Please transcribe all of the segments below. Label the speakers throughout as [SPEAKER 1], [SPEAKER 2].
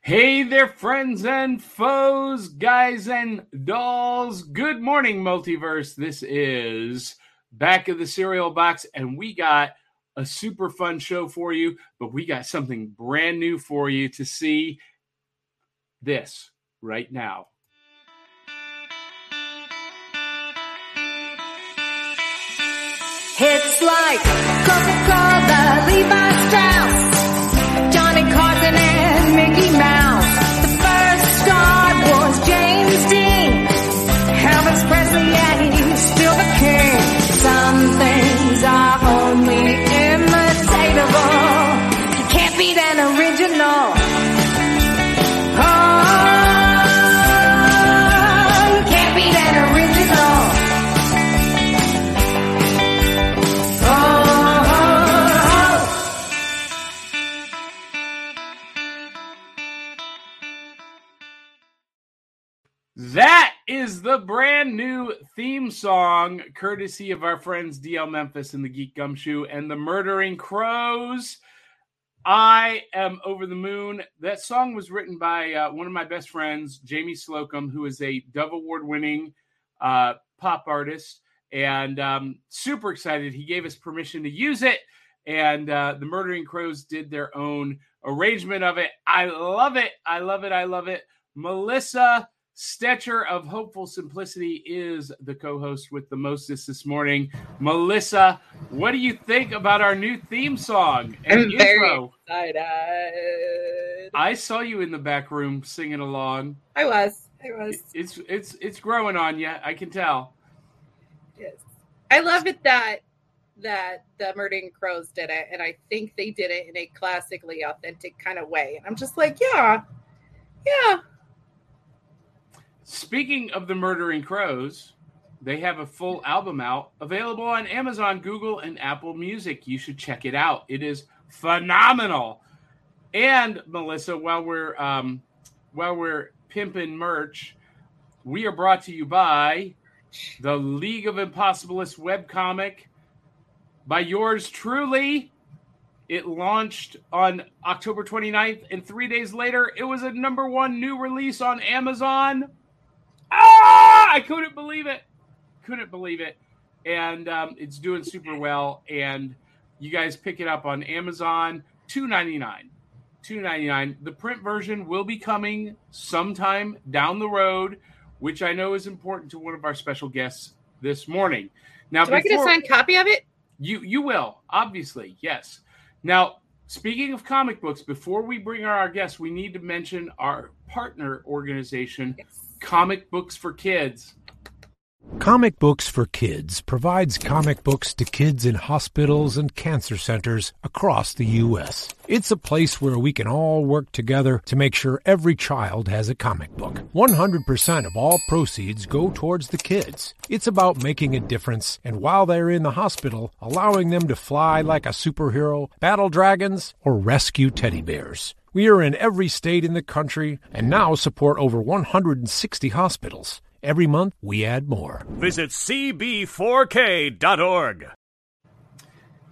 [SPEAKER 1] Hey there, friends and foes, guys and dolls. Good morning, multiverse. This is Back of the Cereal Box, and we got a super fun show for you, but we got something brand new for you to see this right now.
[SPEAKER 2] Hits like Coca-Cola, Levi Strauss, Johnny Carson and Mickey Mouse, the first Star Wars, James Dean, Elvis Presley and he's still the king. Some things are only imitatable, can't beat an original. Oh, can't beat an original. Oh.
[SPEAKER 1] That is the brand new theme song, courtesy of our friends DL Memphis and the Geek Gumshoe and the Murdering Crows. I am over the moon. That song was written by uh, one of my best friends, Jamie Slocum, who is a Dove Award winning uh, pop artist. And um, super excited. He gave us permission to use it. And uh, the Murdering Crows did their own arrangement of it. I love it. I love it. I love it. Melissa. Stetcher of Hopeful Simplicity is the co host with the mostest this morning. Melissa, what do you think about our new theme song and
[SPEAKER 3] I'm very-
[SPEAKER 1] intro?
[SPEAKER 3] excited.
[SPEAKER 1] I saw you in the back room singing along.
[SPEAKER 3] I was. I was.
[SPEAKER 1] It's it's it's growing on you. I can tell.
[SPEAKER 3] Yes. I love it that that the Murdering Crows did it, and I think they did it in a classically authentic kind of way. And I'm just like, yeah, yeah.
[SPEAKER 1] Speaking of the Murdering Crows, they have a full album out available on Amazon, Google, and Apple Music. You should check it out. It is phenomenal. And Melissa, while we're um, while we're pimping merch, we are brought to you by the League of Impossibilists webcomic by yours truly. It launched on October 29th, and three days later, it was a number one new release on Amazon. Ah, I couldn't believe it. Couldn't believe it. And um, it's doing super well. And you guys pick it up on Amazon, two ninety nine. Two ninety nine. The print version will be coming sometime down the road, which I know is important to one of our special guests this morning. Now,
[SPEAKER 3] Do I get a
[SPEAKER 1] before-
[SPEAKER 3] signed copy of it?
[SPEAKER 1] you you will, obviously, yes. Now, speaking of comic books, before we bring on our guests, we need to mention our partner organization,
[SPEAKER 3] Yes.
[SPEAKER 1] Comic Books for Kids.
[SPEAKER 4] Comic Books for Kids provides comic books to kids in hospitals and cancer centers across the U.S. It's a place where we can all work together to make sure every child has a comic book. 100% of all proceeds go towards the kids. It's about making a difference, and while they're in the hospital, allowing them to fly like a superhero, battle dragons, or rescue teddy bears. We are in every state in the country and now support over 160 hospitals. Every month, we add more.
[SPEAKER 5] Visit cb4k.org.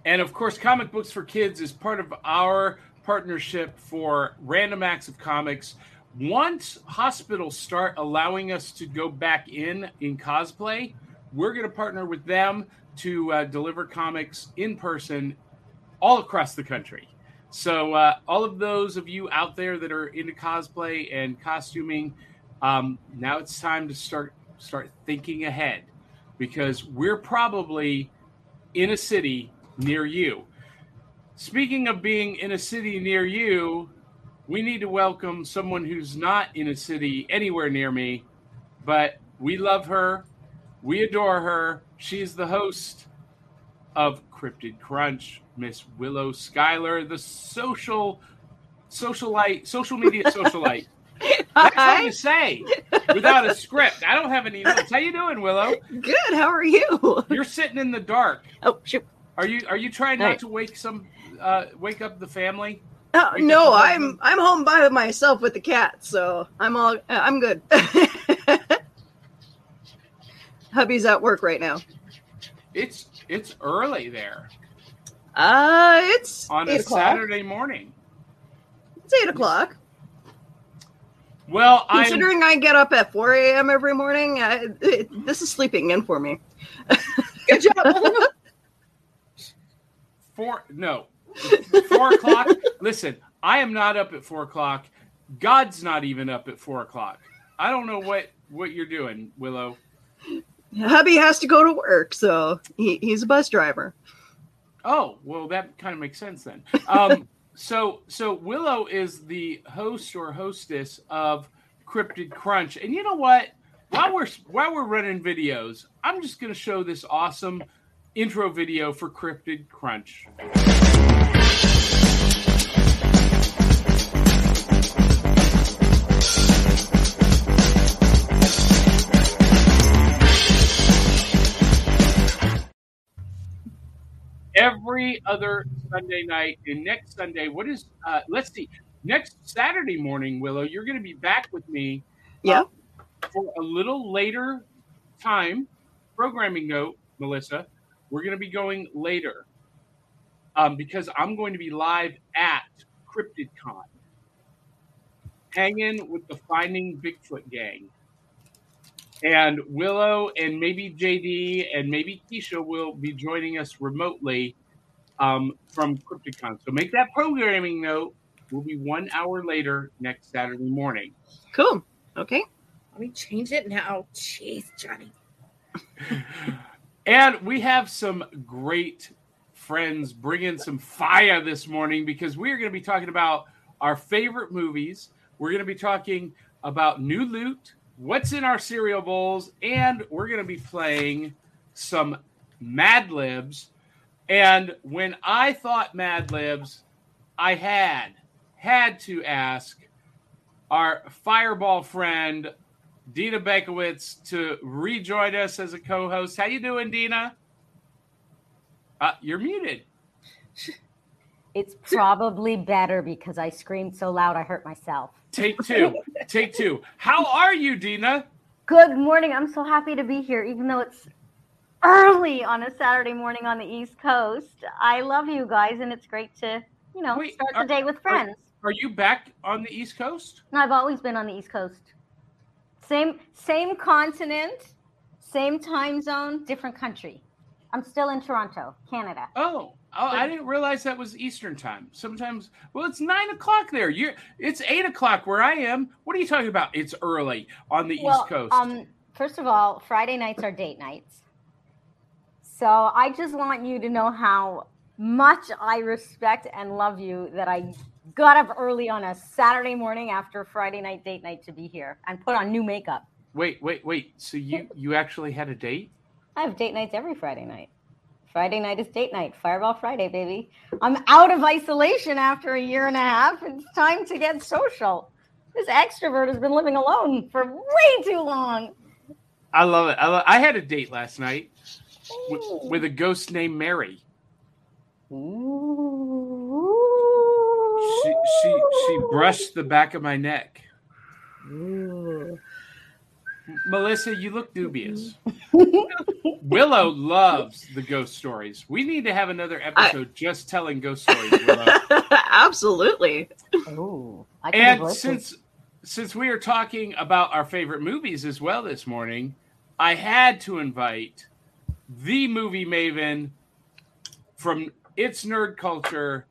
[SPEAKER 1] And of course, Comic Books for Kids is part of our partnership for Random Acts of Comics. Once hospitals start allowing us to go back in in cosplay, we're going to partner with them to uh, deliver comics in person all across the country. So, uh, all of those of you out there that are into cosplay and costuming, um, now it's time to start start thinking ahead because we're probably in a city near you. Speaking of being in a city near you, we need to welcome someone who's not in a city anywhere near me, but we love her. We adore her. She's the host of Cryptid Crunch, Miss Willow Schuyler, the social socialite, social media socialite. That's hard
[SPEAKER 6] Hi.
[SPEAKER 1] to say without a script. I don't have any notes. How you doing, Willow?
[SPEAKER 6] Good. How are you?
[SPEAKER 1] You're sitting in the dark.
[SPEAKER 6] Oh shoot.
[SPEAKER 1] Are you are you trying not
[SPEAKER 6] Right.
[SPEAKER 1] to wake some uh, wake up the family?
[SPEAKER 6] Oh,
[SPEAKER 1] Wake up
[SPEAKER 6] no,
[SPEAKER 1] the
[SPEAKER 6] I'm I'm home by myself with the cat, so I'm all uh, I'm good. Hubby's at work right now.
[SPEAKER 1] It's it's early there
[SPEAKER 6] Uh it's
[SPEAKER 1] on a
[SPEAKER 6] eight o'clock.
[SPEAKER 1] Saturday morning.
[SPEAKER 6] It's eight o'clock.
[SPEAKER 1] Well, I
[SPEAKER 6] Considering I get up at 4 a.m. every morning, I, it, this is sleeping in for me.
[SPEAKER 3] Good job. Willow.
[SPEAKER 1] four no four o'clock. Listen, I am not up at four o'clock. God's not even up at four o'clock. I don't know what what you're doing, Willow.
[SPEAKER 6] Hubby has to go to work, so he, he's a bus driver.
[SPEAKER 1] Oh, well, that kind of makes sense then. Um, so, so Willow is the host or hostess of Cryptid Crunch, and you know what? While we're while we're running videos, I'm just going to show this awesome intro video for Cryptid Crunch. every other Sunday night. And next Sunday, what is? Uh, let's see. Next Saturday morning, Willow, you're going to be back with me um,
[SPEAKER 6] Yeah.
[SPEAKER 1] for a little later time. Programming note, Melissa, we're going to be going later um, because I'm going to be live at CryptidCon, hanging with the Finding Bigfoot gang. And Willow and maybe JD and maybe Keisha will be joining us remotely um, from CryptidCon. So make that programming note. We'll be one hour later next Saturday morning.
[SPEAKER 6] Cool. Okay.
[SPEAKER 3] Let me change it now. Jeez, Johnny.
[SPEAKER 1] And we have some great friends bringing some fire this morning because we are going to be talking about our favorite movies. We're going to be talking about new loot, what's in our cereal bowls, and we're going to be playing some Mad Libs. And when I thought Mad Libs, I had had to ask our fireball friend Dina Bekowitz to rejoin us as a co-host. How you doing, Dina? Uh, you're muted.
[SPEAKER 5] It's probably better because I screamed so loud I hurt myself.
[SPEAKER 1] Take two. Take two. How are you, Dina?
[SPEAKER 5] Good morning. I'm so happy to be here, even though it's early on a Saturday morning on the East Coast. I love you guys, and it's great to, you know,
[SPEAKER 1] Wait,
[SPEAKER 5] start
[SPEAKER 1] are-
[SPEAKER 5] the day with friends.
[SPEAKER 1] Are you back on the East Coast?
[SPEAKER 5] And I've always been on the East Coast. Same same continent, same time zone, different country. I'm still in Toronto, Canada.
[SPEAKER 1] Oh, oh I didn't realize that was Eastern time. Sometimes, well, it's nine o'clock there. You're it's eight o'clock where I am. What are you talking about? It's early on the East Coast.
[SPEAKER 5] Um, first of all, Friday nights are date nights. So I just want you to know how much I respect and love you that I got up early on a Saturday morning after Friday night date night to be here and put on new makeup.
[SPEAKER 1] wait, wait, wait. So you you actually had a date?
[SPEAKER 5] I have date nights every Friday night. Friday night is date night. Fireball Friday, baby. I'm out of isolation after a year and a half. It's time to get social. This extrovert has been living alone for way too long.
[SPEAKER 1] I love it. I, lo- I had a date last night with, with a ghost named Mary.
[SPEAKER 5] Ooh.
[SPEAKER 1] She she she brushed the back of my neck. Melissa, you look dubious. Willow loves the ghost stories. We need to have another episode just telling ghost stories. Willow.
[SPEAKER 6] Absolutely.
[SPEAKER 5] Ooh. I can
[SPEAKER 1] and
[SPEAKER 5] relate to-
[SPEAKER 1] since since we are talking about our favorite movies as well this morning, I had to invite the movie maven from its nerd culture,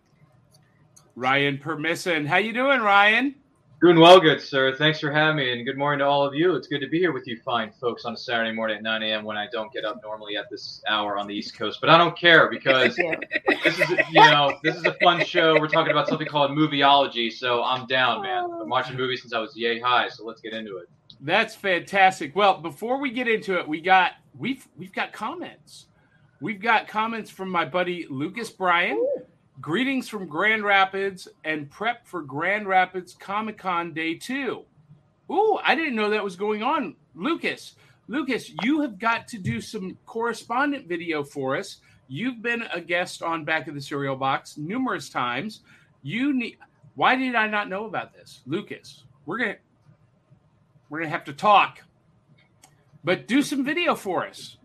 [SPEAKER 1] Ryan Permisson. How you doing, Ryan?
[SPEAKER 7] Doing well, good sir. Thanks for having me, and good morning to all of you. It's good to be here with you, fine folks, on a Saturday morning at 9 a.m. when I don't get up normally at this hour on the East Coast, but I don't care because
[SPEAKER 5] Thank you.
[SPEAKER 7] this is, you know, this is a fun show. We're talking about something called movieology, so I'm down, man. I've been watching movies since I was yay high, so let's get into it.
[SPEAKER 1] That's fantastic. Well, before we get into it, we got we've we've got comments. We've got comments from my buddy Lucas Bryan. Greetings from Grand Rapids and prep for Grand Rapids Comic Con Day 2. Ooh, I didn't know that was going on. Lucas, Lucas, you have got to do some correspondent video for us. You've been a guest on Back of the Cereal Box numerous times. You need why did I not know about this? Lucas, we're gonna we're gonna have to talk. But do some video for us.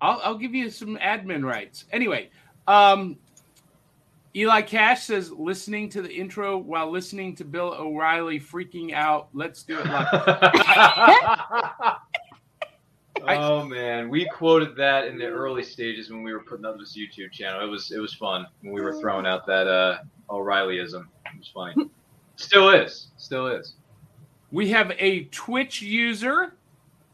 [SPEAKER 1] I'll, I'll give you some admin rights. Anyway, um, Eli Cash says, listening to the intro while listening to Bill O'Reilly freaking out. Let's do it live.
[SPEAKER 7] oh man, we quoted that in the early stages when we were putting up this YouTube channel. It was it was fun when we were throwing out that uh, O'Reillyism. It was funny. Still is. Still is.
[SPEAKER 1] we have a Twitch user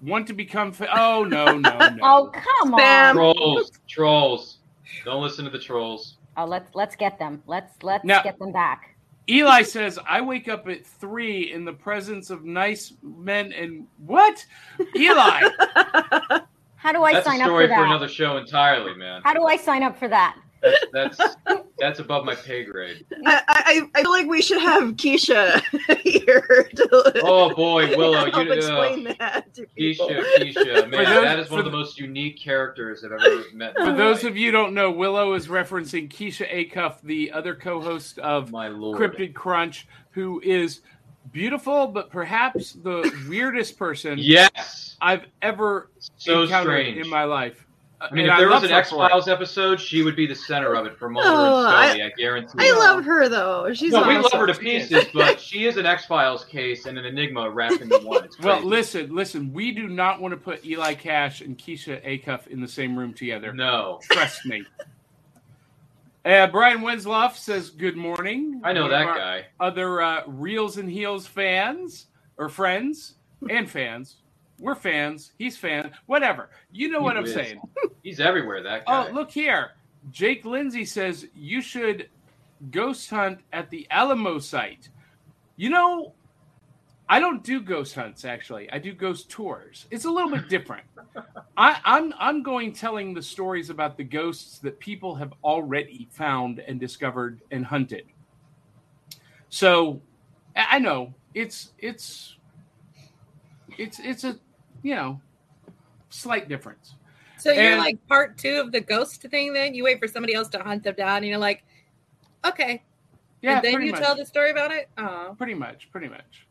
[SPEAKER 1] want to become. Fa- oh no no no!
[SPEAKER 5] Oh come
[SPEAKER 6] Spam.
[SPEAKER 5] on!
[SPEAKER 7] Trolls. trolls. Don't listen to the trolls.
[SPEAKER 5] Oh, let's let's get them. Let's let's
[SPEAKER 1] Now-
[SPEAKER 5] get them back.
[SPEAKER 1] Eli says, I wake up at three in the presence of nice men and what? Eli,
[SPEAKER 5] How do I
[SPEAKER 7] that's
[SPEAKER 5] sign
[SPEAKER 7] a
[SPEAKER 5] up
[SPEAKER 7] story
[SPEAKER 5] for
[SPEAKER 7] for,
[SPEAKER 5] that?
[SPEAKER 7] another show entirely, man.
[SPEAKER 5] How do I sign up for that?
[SPEAKER 7] That's that's above my pay grade.
[SPEAKER 6] I, I, I feel like we should have Keisha here to
[SPEAKER 7] Oh boy, Willow,
[SPEAKER 6] help
[SPEAKER 7] you uh,
[SPEAKER 6] explain that to people.
[SPEAKER 7] Keisha, Keisha, man,
[SPEAKER 1] those-
[SPEAKER 7] that is one of
[SPEAKER 1] for
[SPEAKER 7] the most unique characters I've ever met. in
[SPEAKER 1] for
[SPEAKER 7] my
[SPEAKER 1] those
[SPEAKER 7] life.
[SPEAKER 1] of you who don't know, Willow is referencing Keisha Acuff, the other co-host of
[SPEAKER 7] Oh, my lord,
[SPEAKER 1] Cryptid Crunch, who is beautiful but perhaps the weirdest person
[SPEAKER 7] yes,
[SPEAKER 1] I've ever
[SPEAKER 7] so
[SPEAKER 1] encountered
[SPEAKER 7] strange.
[SPEAKER 1] in my life.
[SPEAKER 7] I mean,
[SPEAKER 1] And
[SPEAKER 7] if there was
[SPEAKER 1] love
[SPEAKER 7] an
[SPEAKER 1] her
[SPEAKER 7] X
[SPEAKER 1] for it.
[SPEAKER 7] Files episode, she would be the center of it for Mulder
[SPEAKER 6] Oh,
[SPEAKER 7] and Scully. I, guarantee.
[SPEAKER 6] I
[SPEAKER 7] it.
[SPEAKER 6] love her though. She's
[SPEAKER 7] no, we
[SPEAKER 6] awesome.
[SPEAKER 7] love her to
[SPEAKER 1] She is.
[SPEAKER 7] pieces, but she is an X Files case and an enigma wrapped into one. It's
[SPEAKER 1] Well,
[SPEAKER 7] crazy.
[SPEAKER 1] listen, listen. We do not want to put Eli Cash and Keisha Acuff in the same room together.
[SPEAKER 7] no,
[SPEAKER 1] Trust me. Uh, Brian Winsloff says, Good morning.
[SPEAKER 7] I know
[SPEAKER 1] One of
[SPEAKER 7] that
[SPEAKER 1] our
[SPEAKER 7] guy.
[SPEAKER 1] Other uh, Reels and Heels fans or friends and fans. We're fans. He's fan. Whatever. You know
[SPEAKER 7] He
[SPEAKER 1] what I'm
[SPEAKER 7] is.
[SPEAKER 1] saying.
[SPEAKER 7] He's everywhere. That guy.
[SPEAKER 1] Oh, look here. Jake Lindsay says, You should ghost hunt at the Alamo site. You know, I don't do ghost hunts actually. I do ghost tours. It's a little bit different. I, I'm I'm going telling the stories about the ghosts that people have already found and discovered and hunted. So I I know it's it's it's it's a you know slight difference.
[SPEAKER 3] So you're
[SPEAKER 1] And-
[SPEAKER 3] like part two of the ghost thing. Then you wait for somebody else to hunt them down, and you're like, okay.
[SPEAKER 1] Yeah,
[SPEAKER 3] and then
[SPEAKER 1] pretty
[SPEAKER 3] you
[SPEAKER 1] much.
[SPEAKER 3] tell the story about it. Oh,
[SPEAKER 1] Pretty much, pretty much.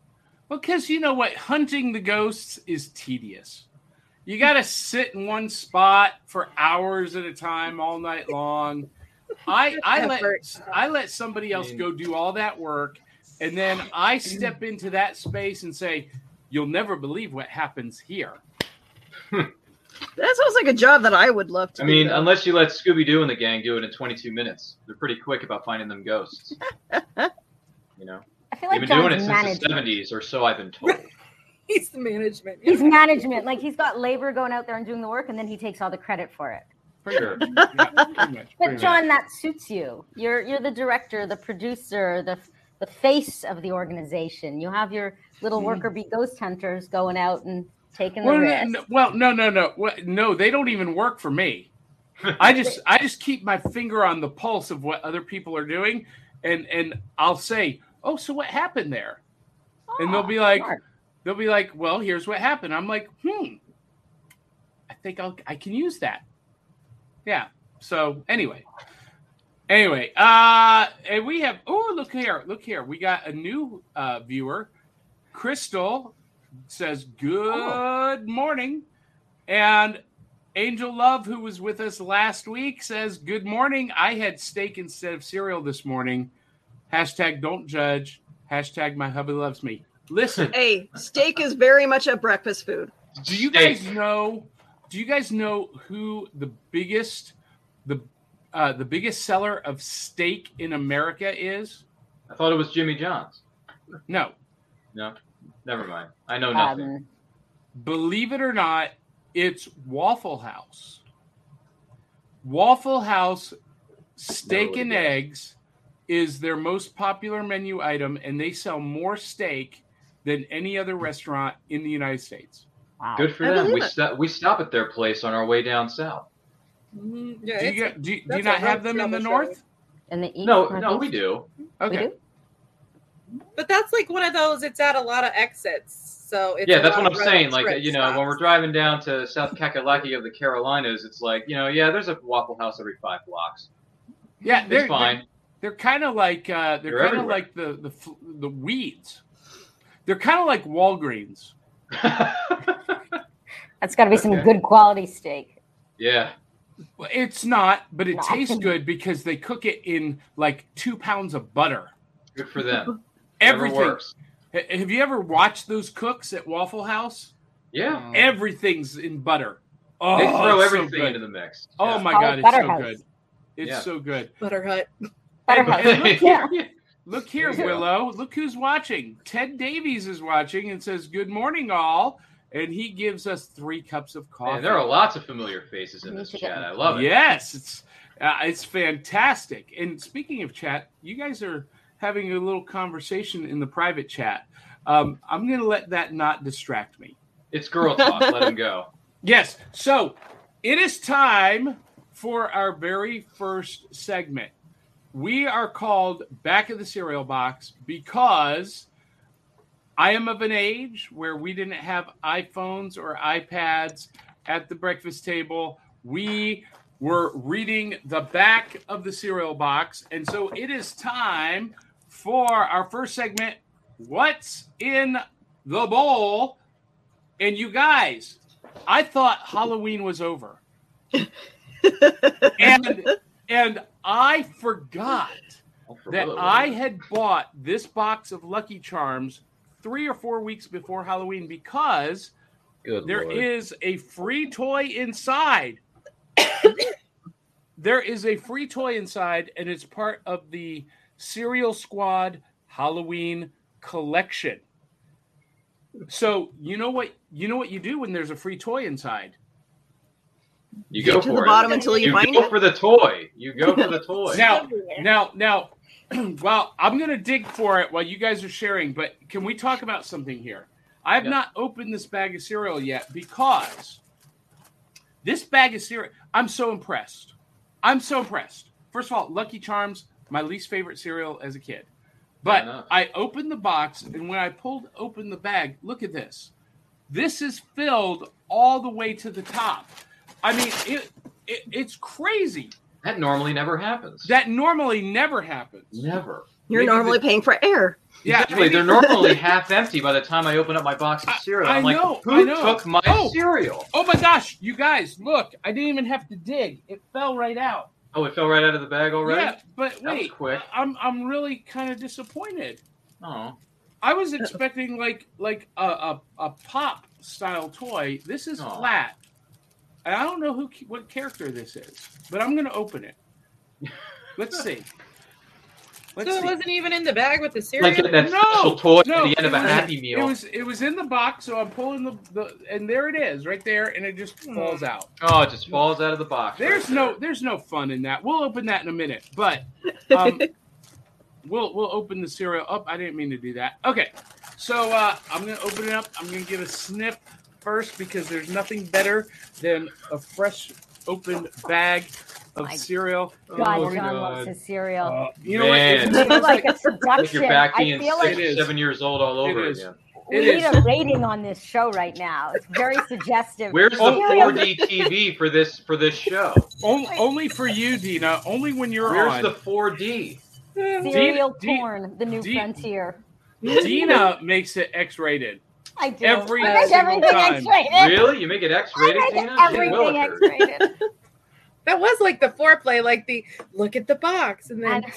[SPEAKER 1] Well, because you know what? Hunting the ghosts is tedious. You got to sit in one spot for hours at a time all night long. I, I let
[SPEAKER 3] Effort.
[SPEAKER 1] I let somebody else go do all that work, and then I step into that space and say, "You'll never believe what happens here."
[SPEAKER 6] That sounds like a job that I would love to.
[SPEAKER 7] I
[SPEAKER 6] do,
[SPEAKER 7] mean,
[SPEAKER 6] though.
[SPEAKER 7] unless you let Scooby Doo and the gang do it in 22 minutes, they're pretty quick about finding them ghosts. you know,
[SPEAKER 5] I feel like
[SPEAKER 7] they've been doing it
[SPEAKER 5] John's
[SPEAKER 7] since the
[SPEAKER 5] management.
[SPEAKER 7] 70s, or so I've been told.
[SPEAKER 3] he's the management.
[SPEAKER 5] He's management. Like he's got labor going out there and doing the work, and then he takes all the credit for it.
[SPEAKER 1] Pretty much, yeah, pretty much, pretty
[SPEAKER 5] But
[SPEAKER 1] much.
[SPEAKER 5] John, that suits you. You're you're the director, the producer, the the face of the organization. You have your little worker bee ghost hunters going out and taking the
[SPEAKER 1] Hmm. Well, no,
[SPEAKER 5] risk.
[SPEAKER 1] no, well, no, no, no, What- no. They don't even work for me. I just, I just keep my finger on the pulse of what other people are doing, and and I'll say, oh, so what happened there? And they'll be like,
[SPEAKER 5] Ah, smart.
[SPEAKER 1] they'll be like, well, here's what happened. I'm like, hmm, I think I'll, I can use that. Yeah. So anyway, anyway, uh, and we have. Oh, look here, look here. We got a new uh, viewer, Crystal says good morning. And Angel Love, who was with us last week, says good morning. I had steak instead of cereal this morning. Hashtag don't judge. Hashtag my hubby loves me. Listen,
[SPEAKER 6] hey, steak is very much a breakfast food.
[SPEAKER 1] do you
[SPEAKER 7] Steak.
[SPEAKER 1] guys know? Do you guys know who the biggest the uh, the biggest seller of steak in America is?
[SPEAKER 7] I thought it was Jimmy John's.
[SPEAKER 1] No,
[SPEAKER 7] No, never mind. I know nothing.
[SPEAKER 5] Um,
[SPEAKER 1] believe it or not, it's Waffle House. Waffle House steak
[SPEAKER 7] Nobody
[SPEAKER 1] and
[SPEAKER 7] does.
[SPEAKER 1] eggs is their most popular menu item, and they sell more steak than any other restaurant in the United States.
[SPEAKER 5] wow.
[SPEAKER 7] Good for
[SPEAKER 6] I
[SPEAKER 7] them. We
[SPEAKER 6] believe it.
[SPEAKER 7] stop. We stop at their place on our way down south.
[SPEAKER 3] Mhm. Yeah,
[SPEAKER 1] Do you,
[SPEAKER 3] it's-
[SPEAKER 1] get- do, you- do you
[SPEAKER 3] that's
[SPEAKER 1] not
[SPEAKER 3] a
[SPEAKER 1] have
[SPEAKER 3] rough
[SPEAKER 1] them in the
[SPEAKER 3] trouble,
[SPEAKER 1] north?
[SPEAKER 5] And the east,
[SPEAKER 7] No, no,
[SPEAKER 5] northeast?
[SPEAKER 7] we do.
[SPEAKER 5] We
[SPEAKER 1] Okay.
[SPEAKER 5] do?
[SPEAKER 3] But that's like one of those. It's at a lot of exits, so Oh, it's
[SPEAKER 7] yeah,
[SPEAKER 3] a
[SPEAKER 7] that's
[SPEAKER 3] lot
[SPEAKER 7] what I'm
[SPEAKER 3] of road
[SPEAKER 7] saying. Like
[SPEAKER 3] trip
[SPEAKER 7] you know, when we're
[SPEAKER 3] stops.
[SPEAKER 7] driving down to South Kakalaki of the Carolinas, it's like you know, yeah, there's a Waffle House every five blocks.
[SPEAKER 1] Yeah,
[SPEAKER 7] It's
[SPEAKER 1] they're they're-
[SPEAKER 7] fine.
[SPEAKER 1] They're kind of like uh, they're,
[SPEAKER 7] They're
[SPEAKER 1] kind of
[SPEAKER 7] everywhere.
[SPEAKER 1] like the the f- the weeds. They're kind of like Walgreens.
[SPEAKER 5] That's got to be some
[SPEAKER 7] Okay. Oh
[SPEAKER 5] good quality steak.
[SPEAKER 7] yeah,
[SPEAKER 1] Well, It's not, but it
[SPEAKER 5] No.
[SPEAKER 1] tastes good because they cook it in like two pounds of butter.
[SPEAKER 7] Good for them. Never
[SPEAKER 1] Everything.
[SPEAKER 7] works.
[SPEAKER 1] Ha- Have you ever watched those cooks at Waffle House?
[SPEAKER 7] Yeah.
[SPEAKER 1] Everything's in butter. Oh,
[SPEAKER 7] they throw
[SPEAKER 1] it's so
[SPEAKER 7] everything
[SPEAKER 1] good.
[SPEAKER 7] into the mix.
[SPEAKER 1] Oh
[SPEAKER 7] Yeah.
[SPEAKER 1] my
[SPEAKER 5] Call
[SPEAKER 1] god,
[SPEAKER 5] it
[SPEAKER 1] it's so
[SPEAKER 5] Butterhouse.
[SPEAKER 1] good. It's
[SPEAKER 7] Yeah.
[SPEAKER 1] so good.
[SPEAKER 3] Butterhut.
[SPEAKER 1] And-
[SPEAKER 5] Butterhouse.
[SPEAKER 1] and look
[SPEAKER 5] Yeah.
[SPEAKER 1] here, Look here,
[SPEAKER 7] There you go.
[SPEAKER 1] Willow. Look who's watching. Ted Davies is watching and says, Good morning, all. And he gives us three cups of coffee.
[SPEAKER 7] Man, there are lots of familiar faces in
[SPEAKER 5] We
[SPEAKER 7] this
[SPEAKER 5] should get
[SPEAKER 7] chat. I
[SPEAKER 5] them.
[SPEAKER 7] love it.
[SPEAKER 1] Yes, it's uh, it's fantastic. And speaking of chat, you guys are having a little conversation in the private chat. Um, I'm going to let that not distract me.
[SPEAKER 7] It's girl talk. Let him go.
[SPEAKER 1] Yes. So it is time for our very first segment. We are called Back of the Cereal Box because I am of an age where we didn't have iPhones or iPads at the breakfast table. We were reading the back of the cereal box. And so it is time for our first segment What's in the Bowl? And you guys, I thought Halloween was over. and and I forgot
[SPEAKER 7] Oh, for
[SPEAKER 1] that
[SPEAKER 7] Willow,
[SPEAKER 1] I
[SPEAKER 7] isn't it?
[SPEAKER 1] had bought this box of Lucky Charms 3 or 4 weeks before Halloween because
[SPEAKER 7] Good
[SPEAKER 1] there
[SPEAKER 7] Oh, Lord.
[SPEAKER 1] is a free toy inside. there is a free toy inside and it's part of the Cereal Squad Halloween collection. So, you know what you know what you do when there's a free toy inside?
[SPEAKER 7] You
[SPEAKER 6] Get
[SPEAKER 7] go
[SPEAKER 6] to
[SPEAKER 7] for
[SPEAKER 6] the
[SPEAKER 7] it.
[SPEAKER 6] bottom until you
[SPEAKER 7] you
[SPEAKER 6] find
[SPEAKER 7] go
[SPEAKER 6] it.
[SPEAKER 7] for the toy. You go for the toy.
[SPEAKER 1] Now, now, now, well, I'm going to dig for it while you guys are sharing, but can we talk about something here? I have
[SPEAKER 7] Yeah.
[SPEAKER 1] not opened this bag of cereal yet because this bag of cereal, I'm so impressed. I'm so impressed. First of all, Lucky Charms, my least favorite cereal as a kid. But
[SPEAKER 7] enough.
[SPEAKER 1] I opened the box, and when I pulled open the bag, look at this. This is filled all the way to the top. I mean, it, it it's crazy.
[SPEAKER 7] that normally never happens.
[SPEAKER 1] That normally never happens.
[SPEAKER 7] never.
[SPEAKER 6] You're
[SPEAKER 1] Maybe
[SPEAKER 6] normally paying for air.
[SPEAKER 1] Yeah,
[SPEAKER 7] exactly.
[SPEAKER 1] maybe-
[SPEAKER 7] They're normally half empty by the time I open up my box of
[SPEAKER 1] I-
[SPEAKER 7] cereal.
[SPEAKER 1] I
[SPEAKER 7] am like,
[SPEAKER 1] know,
[SPEAKER 7] who
[SPEAKER 1] I know.
[SPEAKER 7] took my
[SPEAKER 1] Oh.
[SPEAKER 7] cereal?
[SPEAKER 1] Oh my gosh, you guys, look! I didn't even have to dig; it fell right out.
[SPEAKER 7] Oh, it fell right out of the bag already.
[SPEAKER 1] Yeah, but
[SPEAKER 7] That was
[SPEAKER 1] wait,
[SPEAKER 7] quick.
[SPEAKER 1] I- I'm I'm really kind of disappointed.
[SPEAKER 7] Oh,
[SPEAKER 1] I was expecting like like a a, a pop style toy. This is
[SPEAKER 7] Aw.
[SPEAKER 1] flat, and I don't know who what character this is, but I'm gonna open it. Let's see. Let's
[SPEAKER 3] so it
[SPEAKER 1] see.
[SPEAKER 3] wasn't even in the bag with the cereal.
[SPEAKER 7] like uh, that that
[SPEAKER 1] No,
[SPEAKER 7] special toy
[SPEAKER 1] no,
[SPEAKER 7] at the end of a
[SPEAKER 1] it was-
[SPEAKER 7] Happy Meal.
[SPEAKER 1] It was it was in the box, so I'm pulling the, the and there it is, right there, and it just falls out.
[SPEAKER 7] oh, it just falls out of the box.
[SPEAKER 1] There's
[SPEAKER 7] right
[SPEAKER 1] no
[SPEAKER 7] there.
[SPEAKER 1] there's no fun in that. We'll open that in a minute, but um, we'll we'll open the cereal up. I didn't mean to do that. Okay, so uh, I'm gonna open it up. I'm gonna give a sniff first because there's nothing better than a fresh opened bag of
[SPEAKER 5] My
[SPEAKER 1] cereal.
[SPEAKER 5] God,
[SPEAKER 7] Oh,
[SPEAKER 5] John loves
[SPEAKER 7] God. Oh.
[SPEAKER 5] his cereal.
[SPEAKER 1] Uh, you know
[SPEAKER 7] Man.
[SPEAKER 1] what? It's-
[SPEAKER 5] It's
[SPEAKER 1] it's like-
[SPEAKER 5] like a
[SPEAKER 7] Like
[SPEAKER 5] seduction.
[SPEAKER 7] you're back
[SPEAKER 5] I
[SPEAKER 7] being
[SPEAKER 5] feel
[SPEAKER 7] six
[SPEAKER 5] like
[SPEAKER 1] It
[SPEAKER 7] or
[SPEAKER 1] is.
[SPEAKER 7] seven years old all
[SPEAKER 1] It
[SPEAKER 7] over
[SPEAKER 1] is.
[SPEAKER 7] again.
[SPEAKER 5] we
[SPEAKER 1] it
[SPEAKER 5] need
[SPEAKER 1] is.
[SPEAKER 5] a rating on this show right now. It's very suggestive.
[SPEAKER 7] Where's the
[SPEAKER 1] Oh,
[SPEAKER 5] Cereal-
[SPEAKER 7] 4D TV for this for this show?
[SPEAKER 1] on- only for you, Dina. Only when you're
[SPEAKER 7] Where's
[SPEAKER 1] on.
[SPEAKER 7] the 4D?
[SPEAKER 5] Cereal
[SPEAKER 1] Dina-
[SPEAKER 5] corn, the new
[SPEAKER 1] Dina-
[SPEAKER 5] frontier.
[SPEAKER 1] Dina makes it X-rated.
[SPEAKER 5] I do.
[SPEAKER 1] Every
[SPEAKER 5] I make
[SPEAKER 1] single
[SPEAKER 5] everything
[SPEAKER 1] time.
[SPEAKER 5] X-rated.
[SPEAKER 7] Really? You make it X-rated?
[SPEAKER 5] I
[SPEAKER 7] Dana?
[SPEAKER 5] make
[SPEAKER 7] Gee
[SPEAKER 5] everything
[SPEAKER 7] willikers.
[SPEAKER 5] X-rated.
[SPEAKER 3] That was like the foreplay, like the look at the box, and then
[SPEAKER 5] And-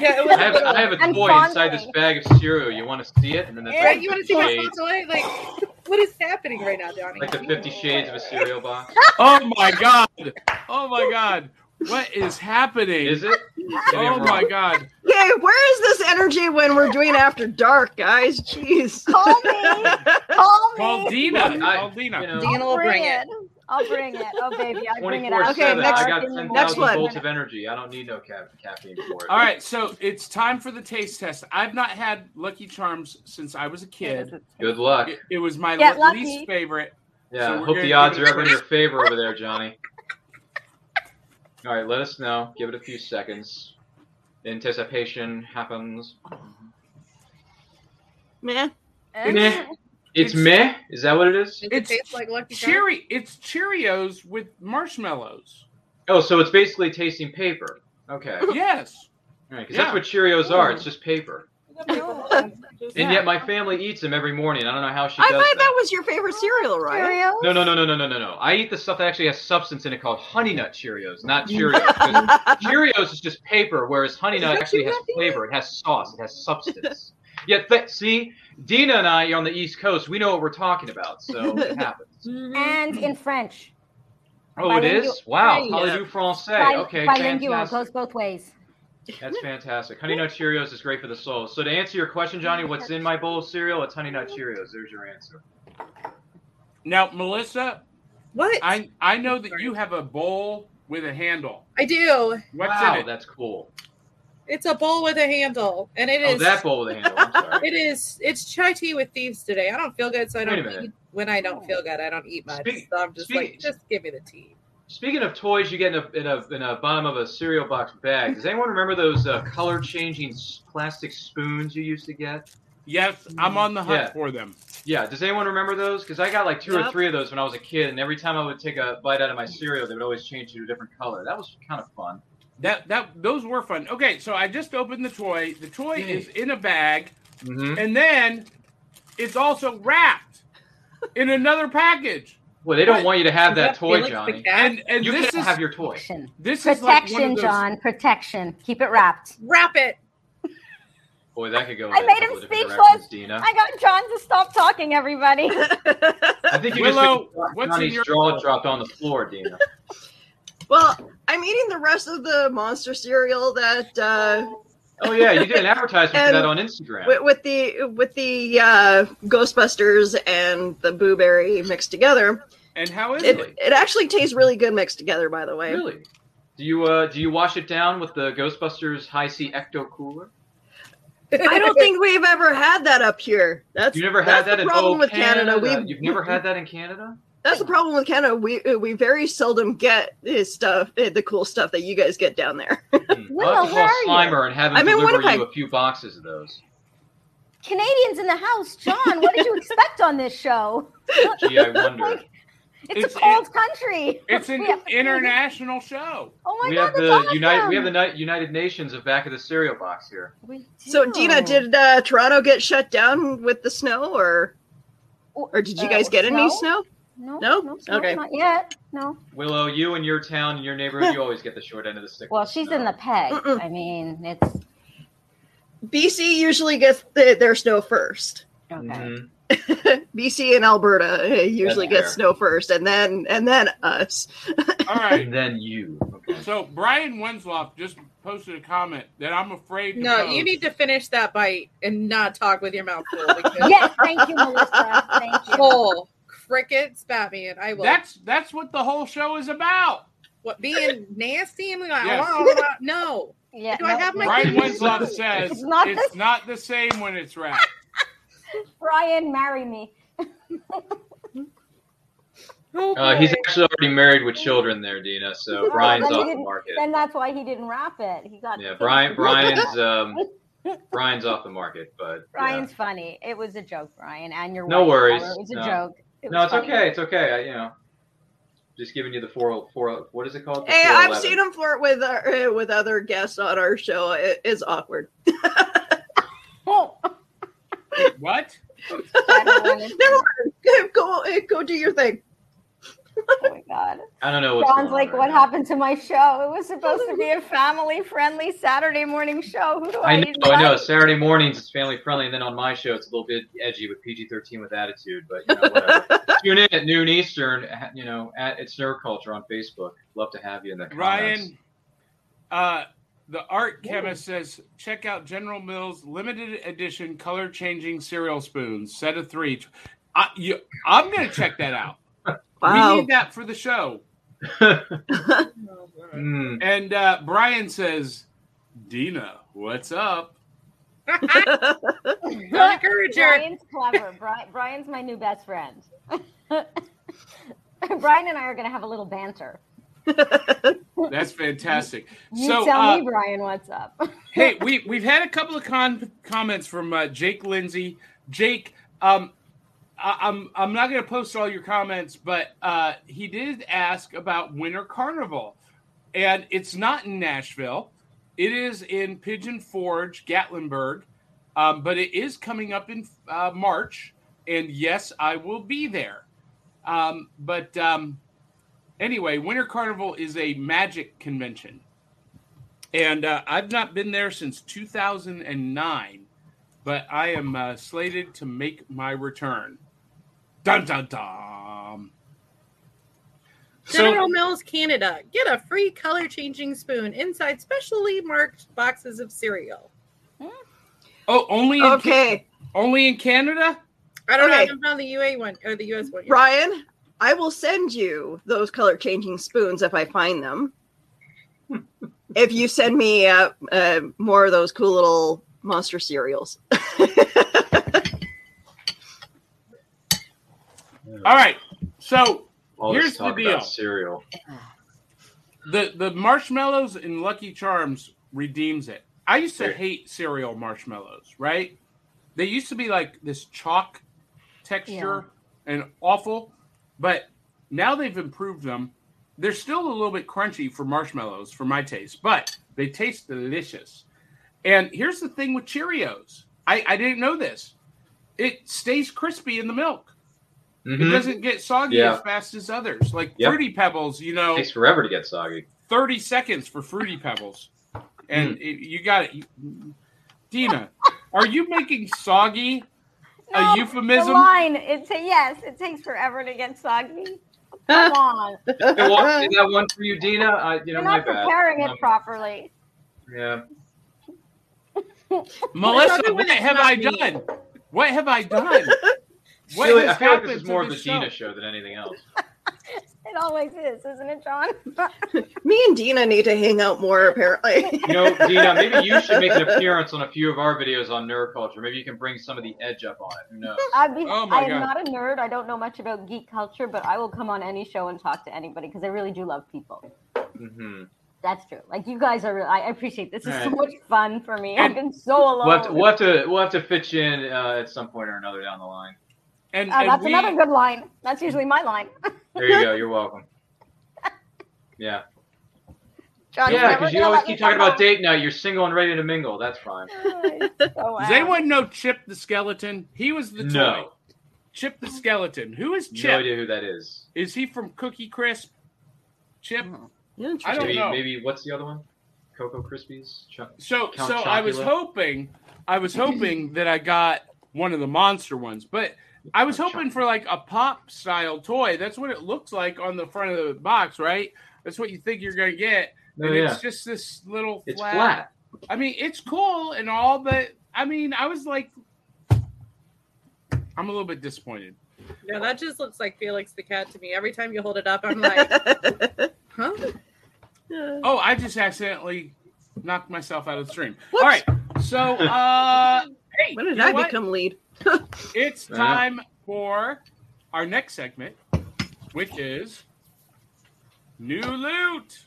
[SPEAKER 3] yeah, it was.
[SPEAKER 7] I have, I have a
[SPEAKER 5] I'm
[SPEAKER 7] toy
[SPEAKER 5] fondling.
[SPEAKER 7] inside this bag of cereal. You want to see it? And then that's
[SPEAKER 3] right?
[SPEAKER 7] like,
[SPEAKER 3] You want to
[SPEAKER 7] the
[SPEAKER 3] see my
[SPEAKER 7] shades,
[SPEAKER 3] photo? Like, what is happening right now, Johnny?
[SPEAKER 7] like the Fifty Shades of a cereal box.
[SPEAKER 1] Oh my god! Oh my god! What is happening?
[SPEAKER 7] Is it? Maybe I'm
[SPEAKER 1] Oh
[SPEAKER 7] wrong.
[SPEAKER 1] my god!
[SPEAKER 6] Yay, where is this energy when we're doing after dark, guys? Jeez.
[SPEAKER 5] Call me.
[SPEAKER 3] Oh,
[SPEAKER 5] Call me.
[SPEAKER 1] Call Dina.
[SPEAKER 7] Look, I-
[SPEAKER 1] Call Dina.
[SPEAKER 7] You know,
[SPEAKER 3] Dina will bring it.
[SPEAKER 5] I'll bring it. Oh baby, I'll bring it out.
[SPEAKER 7] 24 7.
[SPEAKER 6] Okay, next-
[SPEAKER 7] I got
[SPEAKER 5] in the
[SPEAKER 7] 10,000
[SPEAKER 6] one.
[SPEAKER 7] volts of energy. I don't need no ca- caffeine for it.
[SPEAKER 1] All right, so it's time for the taste test. I've not had Lucky Charms since I was a kid.
[SPEAKER 7] Good luck.
[SPEAKER 1] It, it was my
[SPEAKER 5] Get
[SPEAKER 1] le-
[SPEAKER 5] lucky.
[SPEAKER 1] least favorite.
[SPEAKER 7] Yeah,
[SPEAKER 1] So we're
[SPEAKER 7] hope
[SPEAKER 1] gonna
[SPEAKER 7] the odds
[SPEAKER 1] give
[SPEAKER 7] are
[SPEAKER 1] it-
[SPEAKER 7] ever in your favor over there, Johnny. All right, let us know. Give it a few seconds. Anticipation happens.
[SPEAKER 6] Man,
[SPEAKER 7] Meh. It's,
[SPEAKER 1] It's-
[SPEAKER 7] meh? Is that what it is?
[SPEAKER 3] Does
[SPEAKER 1] It's
[SPEAKER 3] it taste like Lucky Charms?
[SPEAKER 1] Cheery. It's Cheerios with marshmallows.
[SPEAKER 7] Oh, so it's basically tasting paper. Okay. All right,
[SPEAKER 1] Yes.
[SPEAKER 7] because
[SPEAKER 1] Yeah.
[SPEAKER 7] that's what Cheerios are. It's just paper.
[SPEAKER 5] No.
[SPEAKER 7] And yet my family eats them every morning. I don't know how she
[SPEAKER 6] I
[SPEAKER 7] does
[SPEAKER 6] thought
[SPEAKER 7] that.
[SPEAKER 6] that was your favorite
[SPEAKER 3] Oh,
[SPEAKER 6] cereal, right?
[SPEAKER 5] Cheerios?
[SPEAKER 7] No, no, no, no, no, no, no, no. I eat the stuff that actually has substance in it called Honey Nut Cheerios, not Cheerios. 'cause Cheerios is just paper, whereas Honey
[SPEAKER 6] Is
[SPEAKER 7] Nut
[SPEAKER 6] that
[SPEAKER 7] actually
[SPEAKER 6] you
[SPEAKER 7] has
[SPEAKER 6] got these?
[SPEAKER 7] flavor. It has sauce. It has substance. yeah, th- see, Dina and I on the East Coast, we know what we're talking about, so it
[SPEAKER 6] Mm-hmm.
[SPEAKER 7] happens.
[SPEAKER 5] And in French.
[SPEAKER 7] Oh, it is? Wow.
[SPEAKER 6] Bilingual.
[SPEAKER 7] Parlez-vous français.
[SPEAKER 5] Bi-
[SPEAKER 7] Okay,
[SPEAKER 5] bilingual goes
[SPEAKER 7] fantastic.
[SPEAKER 5] both ways.
[SPEAKER 7] That's fantastic. Honey Nut Cheerios is great for the soul. So to answer your question, Johnny, what's in my bowl of cereal? It's Honey Nut Cheerios. There's your answer.
[SPEAKER 1] Now, Melissa,
[SPEAKER 3] What? I,
[SPEAKER 1] I I know that you have a bowl with a handle.
[SPEAKER 3] do.
[SPEAKER 1] What's
[SPEAKER 7] wow,
[SPEAKER 1] in it?
[SPEAKER 7] that's cool.
[SPEAKER 3] It's a bowl with a handle, and it is.
[SPEAKER 7] oh, that bowl with a handle. I'm sorry.
[SPEAKER 3] It is. It's chai tea with thieves today. I don't feel good, so I
[SPEAKER 7] Wait a
[SPEAKER 3] don't.
[SPEAKER 7] minute.
[SPEAKER 3] Eat, when I
[SPEAKER 6] Oh.
[SPEAKER 3] don't feel good, I don't eat much.
[SPEAKER 7] Speak-
[SPEAKER 3] so I'm just
[SPEAKER 7] speak-
[SPEAKER 3] like, just give me the tea.
[SPEAKER 7] Speaking of toys, you get in a in a, in a bottom of a cereal box bag. Does anyone remember those uh, color changing plastic spoons you used to get?
[SPEAKER 1] Yes, I'm on the hunt
[SPEAKER 7] Yeah.
[SPEAKER 1] for them.
[SPEAKER 7] Yeah. Does anyone remember those? Because I got like two or
[SPEAKER 6] Yep.
[SPEAKER 7] three of those when I was a kid, and every time I would take a bite out of my cereal, they would always change it to a different color. That was kind of fun.
[SPEAKER 1] That that those were fun. Okay, so I just opened the toy. The toy
[SPEAKER 7] Yay.
[SPEAKER 1] is in a bag,
[SPEAKER 7] Mm-hmm.
[SPEAKER 1] and then it's also wrapped in another package.
[SPEAKER 7] Well, they don't
[SPEAKER 1] What?
[SPEAKER 7] want you to have
[SPEAKER 3] Is
[SPEAKER 7] that toy,
[SPEAKER 3] Felix the
[SPEAKER 7] Johnny.
[SPEAKER 3] cat?
[SPEAKER 1] And and
[SPEAKER 7] You
[SPEAKER 1] this
[SPEAKER 7] can't
[SPEAKER 1] is
[SPEAKER 7] have your toy.
[SPEAKER 5] Protection.
[SPEAKER 1] this is like one
[SPEAKER 5] Protection,
[SPEAKER 1] of those,
[SPEAKER 5] John. Protection. Keep it wrapped.
[SPEAKER 3] Wrap it.
[SPEAKER 7] Boy, that could go.
[SPEAKER 5] I
[SPEAKER 7] in a
[SPEAKER 5] made
[SPEAKER 7] couple
[SPEAKER 5] him
[SPEAKER 7] of different directions,
[SPEAKER 5] speechless.
[SPEAKER 7] Dina.
[SPEAKER 5] I got John to stop talking, everybody.
[SPEAKER 7] I think you
[SPEAKER 1] Willow,
[SPEAKER 7] just took
[SPEAKER 1] what's in
[SPEAKER 7] Johnny's
[SPEAKER 1] your-
[SPEAKER 7] jaw dropped on the floor, Dina.
[SPEAKER 6] well, I'm eating the rest of the monster cereal that uh,
[SPEAKER 7] Oh yeah, you did an advertisement for
[SPEAKER 6] And-
[SPEAKER 7] that on Instagram.
[SPEAKER 6] with, with the with the uh, Ghostbusters and the Boo Berry mixed together.
[SPEAKER 1] And how is it?
[SPEAKER 7] Really?
[SPEAKER 6] It it actually tastes really good mixed together, by the way.
[SPEAKER 7] Really? Do you uh do you wash it down with the Ghostbusters High C Ecto Cooler?
[SPEAKER 6] I don't think we've ever had that up here. That's
[SPEAKER 7] You never
[SPEAKER 6] that's
[SPEAKER 7] had that
[SPEAKER 6] the
[SPEAKER 7] in
[SPEAKER 6] problem
[SPEAKER 7] oh,
[SPEAKER 6] with Canada. We
[SPEAKER 7] You've never had that in Canada?
[SPEAKER 6] that's the problem with Canada. We uh, we very seldom get this stuff, uh, the cool stuff that you guys get down there.
[SPEAKER 7] Hmm. I'll have
[SPEAKER 5] Willow, where
[SPEAKER 7] to call
[SPEAKER 5] are you?
[SPEAKER 7] Slimer and have him
[SPEAKER 6] I'm in
[SPEAKER 7] deliver you
[SPEAKER 6] Winnipeg.
[SPEAKER 7] a few boxes of those.
[SPEAKER 5] Canadians in the house, John. What did you expect on this show?
[SPEAKER 7] Gee, I wonder.
[SPEAKER 5] It's,
[SPEAKER 1] It's-
[SPEAKER 5] a cold country.
[SPEAKER 1] It's an
[SPEAKER 5] We have-
[SPEAKER 1] international show.
[SPEAKER 5] Oh my
[SPEAKER 7] we
[SPEAKER 5] god,
[SPEAKER 7] have
[SPEAKER 5] that's
[SPEAKER 7] the
[SPEAKER 5] awesome.
[SPEAKER 7] United we have the Ni- United Nations of back of the cereal box here.
[SPEAKER 5] We
[SPEAKER 6] So,
[SPEAKER 5] do.
[SPEAKER 6] Dina, did uh, Toronto get shut down with the snow, or or did you
[SPEAKER 5] Uh,
[SPEAKER 6] guys get any snow?
[SPEAKER 5] No,
[SPEAKER 6] No?
[SPEAKER 5] no, no,
[SPEAKER 6] Okay.
[SPEAKER 5] not yet. No.
[SPEAKER 7] Willow, you and your town and your neighborhood, you always get the short end of the stick.
[SPEAKER 5] Well,
[SPEAKER 7] with
[SPEAKER 5] she's
[SPEAKER 7] snow.
[SPEAKER 5] in the peg.
[SPEAKER 6] Mm-mm.
[SPEAKER 5] I mean, it's
[SPEAKER 6] BC usually gets the, their snow first.
[SPEAKER 5] okay.
[SPEAKER 7] Mhm.
[SPEAKER 6] BC and Alberta uh, usually
[SPEAKER 7] That's
[SPEAKER 6] get
[SPEAKER 7] fair.
[SPEAKER 6] snow first, and then and then us.
[SPEAKER 1] All right.
[SPEAKER 7] And then you. Okay.
[SPEAKER 1] So Brian Wensloff just posted a comment that I'm afraid. To
[SPEAKER 3] No,
[SPEAKER 1] pose.
[SPEAKER 3] you need to finish that bite and not talk with your mouth full. Because
[SPEAKER 5] Yes, thank you, Melissa. Thank you.
[SPEAKER 3] whole crickets Batman. I will.
[SPEAKER 1] That's that's what the whole show is about.
[SPEAKER 3] what being nasty and like,
[SPEAKER 1] Yes.
[SPEAKER 3] "Wah, wah, wah." no.
[SPEAKER 5] Yeah,
[SPEAKER 3] Do I have my-
[SPEAKER 1] Brian
[SPEAKER 3] goodness.
[SPEAKER 1] Wensloff says
[SPEAKER 5] Oh It's not
[SPEAKER 1] it's
[SPEAKER 5] this-
[SPEAKER 1] not the same when it's wrapped.
[SPEAKER 5] Brian, marry me.
[SPEAKER 7] Uh, he's
[SPEAKER 3] boy.
[SPEAKER 7] actually already married with children there, Dina. So
[SPEAKER 5] Oh,
[SPEAKER 7] Brian's
[SPEAKER 5] then you
[SPEAKER 7] off the
[SPEAKER 5] didn't-
[SPEAKER 7] market.
[SPEAKER 5] Then that's why he didn't wrap it. He got
[SPEAKER 7] Yeah, Brian. Brian's um, Brian's off the market, but
[SPEAKER 5] Brian's funny. It was a joke, Brian, and you're
[SPEAKER 7] No worries.
[SPEAKER 5] It was a
[SPEAKER 7] No.
[SPEAKER 5] joke.
[SPEAKER 7] yeah.
[SPEAKER 5] It
[SPEAKER 7] no,
[SPEAKER 5] was
[SPEAKER 7] it's
[SPEAKER 5] funny.
[SPEAKER 7] okay. It's okay. I, you know, just giving you the four four. What is it called? The
[SPEAKER 6] Hey, I've
[SPEAKER 7] 411.
[SPEAKER 6] seen him flirt with uh, uh, with other guests on our show. It is awkward.
[SPEAKER 5] Oh,
[SPEAKER 1] What?
[SPEAKER 5] that one is-
[SPEAKER 6] Never mind. Go uh, go do your thing.
[SPEAKER 5] oh my god.
[SPEAKER 7] I don't know what's
[SPEAKER 5] John's
[SPEAKER 7] going
[SPEAKER 5] like,
[SPEAKER 7] on
[SPEAKER 5] what
[SPEAKER 7] right now.
[SPEAKER 5] happened to my show? It was supposed to be a family-friendly Saturday morning show. Who do I,
[SPEAKER 7] I know,
[SPEAKER 5] invite?
[SPEAKER 7] I know. Saturday mornings it's family friendly, and then on my show it's a little bit edgy with PG thirteen with attitude. But you know, whatever. Tune in at noon Eastern. at- You know, at it's Nerd Culture on Facebook. Love to have you in the comments.
[SPEAKER 1] Ryan, uh, the art chemist says, check out General Mills limited edition color changing cereal spoons, set of three. I, you, I'm going to check that out. We
[SPEAKER 6] Wow.
[SPEAKER 1] need that for the show.
[SPEAKER 7] Mm,
[SPEAKER 1] And uh, Brian says, Dina, what's up?
[SPEAKER 3] Don't encourage her.
[SPEAKER 5] Brian's clever. Bri- Brian's my new best friend. Brian and I are going to have a little banter.
[SPEAKER 1] That's fantastic.
[SPEAKER 5] You
[SPEAKER 1] so,
[SPEAKER 5] tell
[SPEAKER 1] uh,
[SPEAKER 5] me, Brian, what's up.
[SPEAKER 7] uh,
[SPEAKER 1] hey, we we've had a couple of con- comments from uh, Jake Lindsay. Jake, um, I, I'm I'm not going to post all your comments, but uh, he did ask about Winter Carnival, and it's not in Nashville. It is in Pigeon Forge, Gatlinburg, Um, but it is coming up in uh, March, and yes, I will be there. Um, but um, anyway, Winter Carnival is a magic convention, and uh, I've not been there since 2009, but I am uh, slated to make my return. Dun dun dun.
[SPEAKER 3] General Mills Canada. Get a free color changing spoon inside specially marked boxes of cereal.
[SPEAKER 1] Oh, only in Ca-
[SPEAKER 6] Okay,
[SPEAKER 1] only in Canada.
[SPEAKER 3] I don't know. I
[SPEAKER 6] Okay.
[SPEAKER 3] haven't found the UA one or the US one. yet.
[SPEAKER 6] Ryan, I will send you those color changing spoons if I find them. if you send me uh, uh, more of those cool little monster cereals.
[SPEAKER 1] All right. So
[SPEAKER 7] All
[SPEAKER 1] Here's
[SPEAKER 7] this
[SPEAKER 1] the
[SPEAKER 7] talk
[SPEAKER 1] deal.
[SPEAKER 7] about cereal.
[SPEAKER 1] the the marshmallows in Lucky Charms redeems it. I used to
[SPEAKER 7] Sure.
[SPEAKER 1] hate cereal marshmallows, right? They used to be like this chalk texture and awful, but now they've improved them. They're still a little bit crunchy for marshmallows for my taste, but they taste delicious. And here's the thing with Cheerios. I, I didn't know this. It stays crispy in the milk. It
[SPEAKER 7] Mhm.
[SPEAKER 1] doesn't get soggy
[SPEAKER 7] Yeah.
[SPEAKER 1] as fast as others. Like
[SPEAKER 7] Yep.
[SPEAKER 1] Fruity Pebbles, you know,
[SPEAKER 7] takes forever to get soggy.
[SPEAKER 1] 30 seconds for Fruity Pebbles.
[SPEAKER 7] Mm.
[SPEAKER 1] And it, you got it. You- Dina, are you making soggy
[SPEAKER 5] No,
[SPEAKER 1] a
[SPEAKER 5] The
[SPEAKER 1] euphemism?
[SPEAKER 5] line. It's a yes. It takes forever to get soggy. Come on.
[SPEAKER 7] Hey, well, is that one for you, Dina? I, you know,
[SPEAKER 5] You're
[SPEAKER 7] my
[SPEAKER 5] not
[SPEAKER 7] bad.
[SPEAKER 5] preparing
[SPEAKER 7] Um,
[SPEAKER 5] it properly.
[SPEAKER 7] Yeah.
[SPEAKER 1] Melissa,
[SPEAKER 3] Probably
[SPEAKER 1] what
[SPEAKER 3] when it's
[SPEAKER 1] have
[SPEAKER 3] not
[SPEAKER 1] I
[SPEAKER 3] me.
[SPEAKER 1] done? What have I done? What
[SPEAKER 7] Really, I
[SPEAKER 1] has
[SPEAKER 7] feel like
[SPEAKER 1] happened
[SPEAKER 7] this is
[SPEAKER 1] to
[SPEAKER 7] more of the
[SPEAKER 1] this
[SPEAKER 7] Dina
[SPEAKER 1] show?
[SPEAKER 7] show than anything else.
[SPEAKER 5] It always is, isn't it, John?
[SPEAKER 6] me and Dina need to hang out more, apparently.
[SPEAKER 7] You know, Dina, maybe you should make an appearance on a few of our videos on nerd culture. Maybe you can bring some of the edge up on it. Who knows?
[SPEAKER 5] I'd be,
[SPEAKER 1] Oh my
[SPEAKER 5] I am
[SPEAKER 1] God.
[SPEAKER 5] not a nerd. I don't know much about geek culture, but I will come on any show and talk to anybody because I really do love people.
[SPEAKER 7] Mm-hmm.
[SPEAKER 5] That's true. Like you guys are. Really, I appreciate this. Is so
[SPEAKER 7] Right.
[SPEAKER 5] much fun for me. I've been so alone.
[SPEAKER 7] We'll, have to, we'll have to we'll have to fit you in uh, at some point or another down the line.
[SPEAKER 1] And,
[SPEAKER 5] Oh,
[SPEAKER 1] and
[SPEAKER 5] that's
[SPEAKER 1] we-
[SPEAKER 5] another good line. That's usually my line.
[SPEAKER 7] There you go. You're welcome. Yeah,
[SPEAKER 5] John's
[SPEAKER 7] yeah,
[SPEAKER 5] never
[SPEAKER 7] because you
[SPEAKER 5] gonna
[SPEAKER 7] always
[SPEAKER 5] let me
[SPEAKER 7] keep talking
[SPEAKER 5] come
[SPEAKER 7] about date night. You're single and ready to mingle. That's fine.
[SPEAKER 5] on. So,
[SPEAKER 1] Does
[SPEAKER 5] uh,
[SPEAKER 1] anyone know Chip the Skeleton? He was the
[SPEAKER 7] No.
[SPEAKER 1] toy. Chip the Skeleton. Who is Chip?
[SPEAKER 7] No idea who that is.
[SPEAKER 1] Is he from Cookie Crisp? Chip.
[SPEAKER 5] Hmm.
[SPEAKER 1] I don't
[SPEAKER 7] Maybe
[SPEAKER 1] know.
[SPEAKER 7] maybe what's the other one? Cocoa Krispies. Chuck-
[SPEAKER 1] So
[SPEAKER 7] Count
[SPEAKER 1] so I was
[SPEAKER 7] Chocula.
[SPEAKER 1] hoping I was hoping that I got one of the monster ones, but I was
[SPEAKER 7] Count
[SPEAKER 1] hoping
[SPEAKER 7] Chocula.
[SPEAKER 1] for like a pop style toy. That's what it looks like on the front of the box, right? That's what you think you're gonna get.
[SPEAKER 7] No,
[SPEAKER 1] and
[SPEAKER 7] Oh, yeah,
[SPEAKER 1] it's just this little
[SPEAKER 7] it's
[SPEAKER 1] flat.
[SPEAKER 7] flat.
[SPEAKER 1] I mean, it's cool and all, but I mean I was like I'm a little bit disappointed.
[SPEAKER 3] No, that just looks like Felix the cat to me. Every time you hold it up, I'm like, huh?
[SPEAKER 1] Oh, I just accidentally knocked myself out of the stream.
[SPEAKER 6] Whoops.
[SPEAKER 1] All right. So uh hey,
[SPEAKER 6] when did
[SPEAKER 1] you know
[SPEAKER 6] I
[SPEAKER 1] what?
[SPEAKER 6] become lead?
[SPEAKER 1] It's
[SPEAKER 7] Yeah.
[SPEAKER 1] time for our next segment, which is new loot.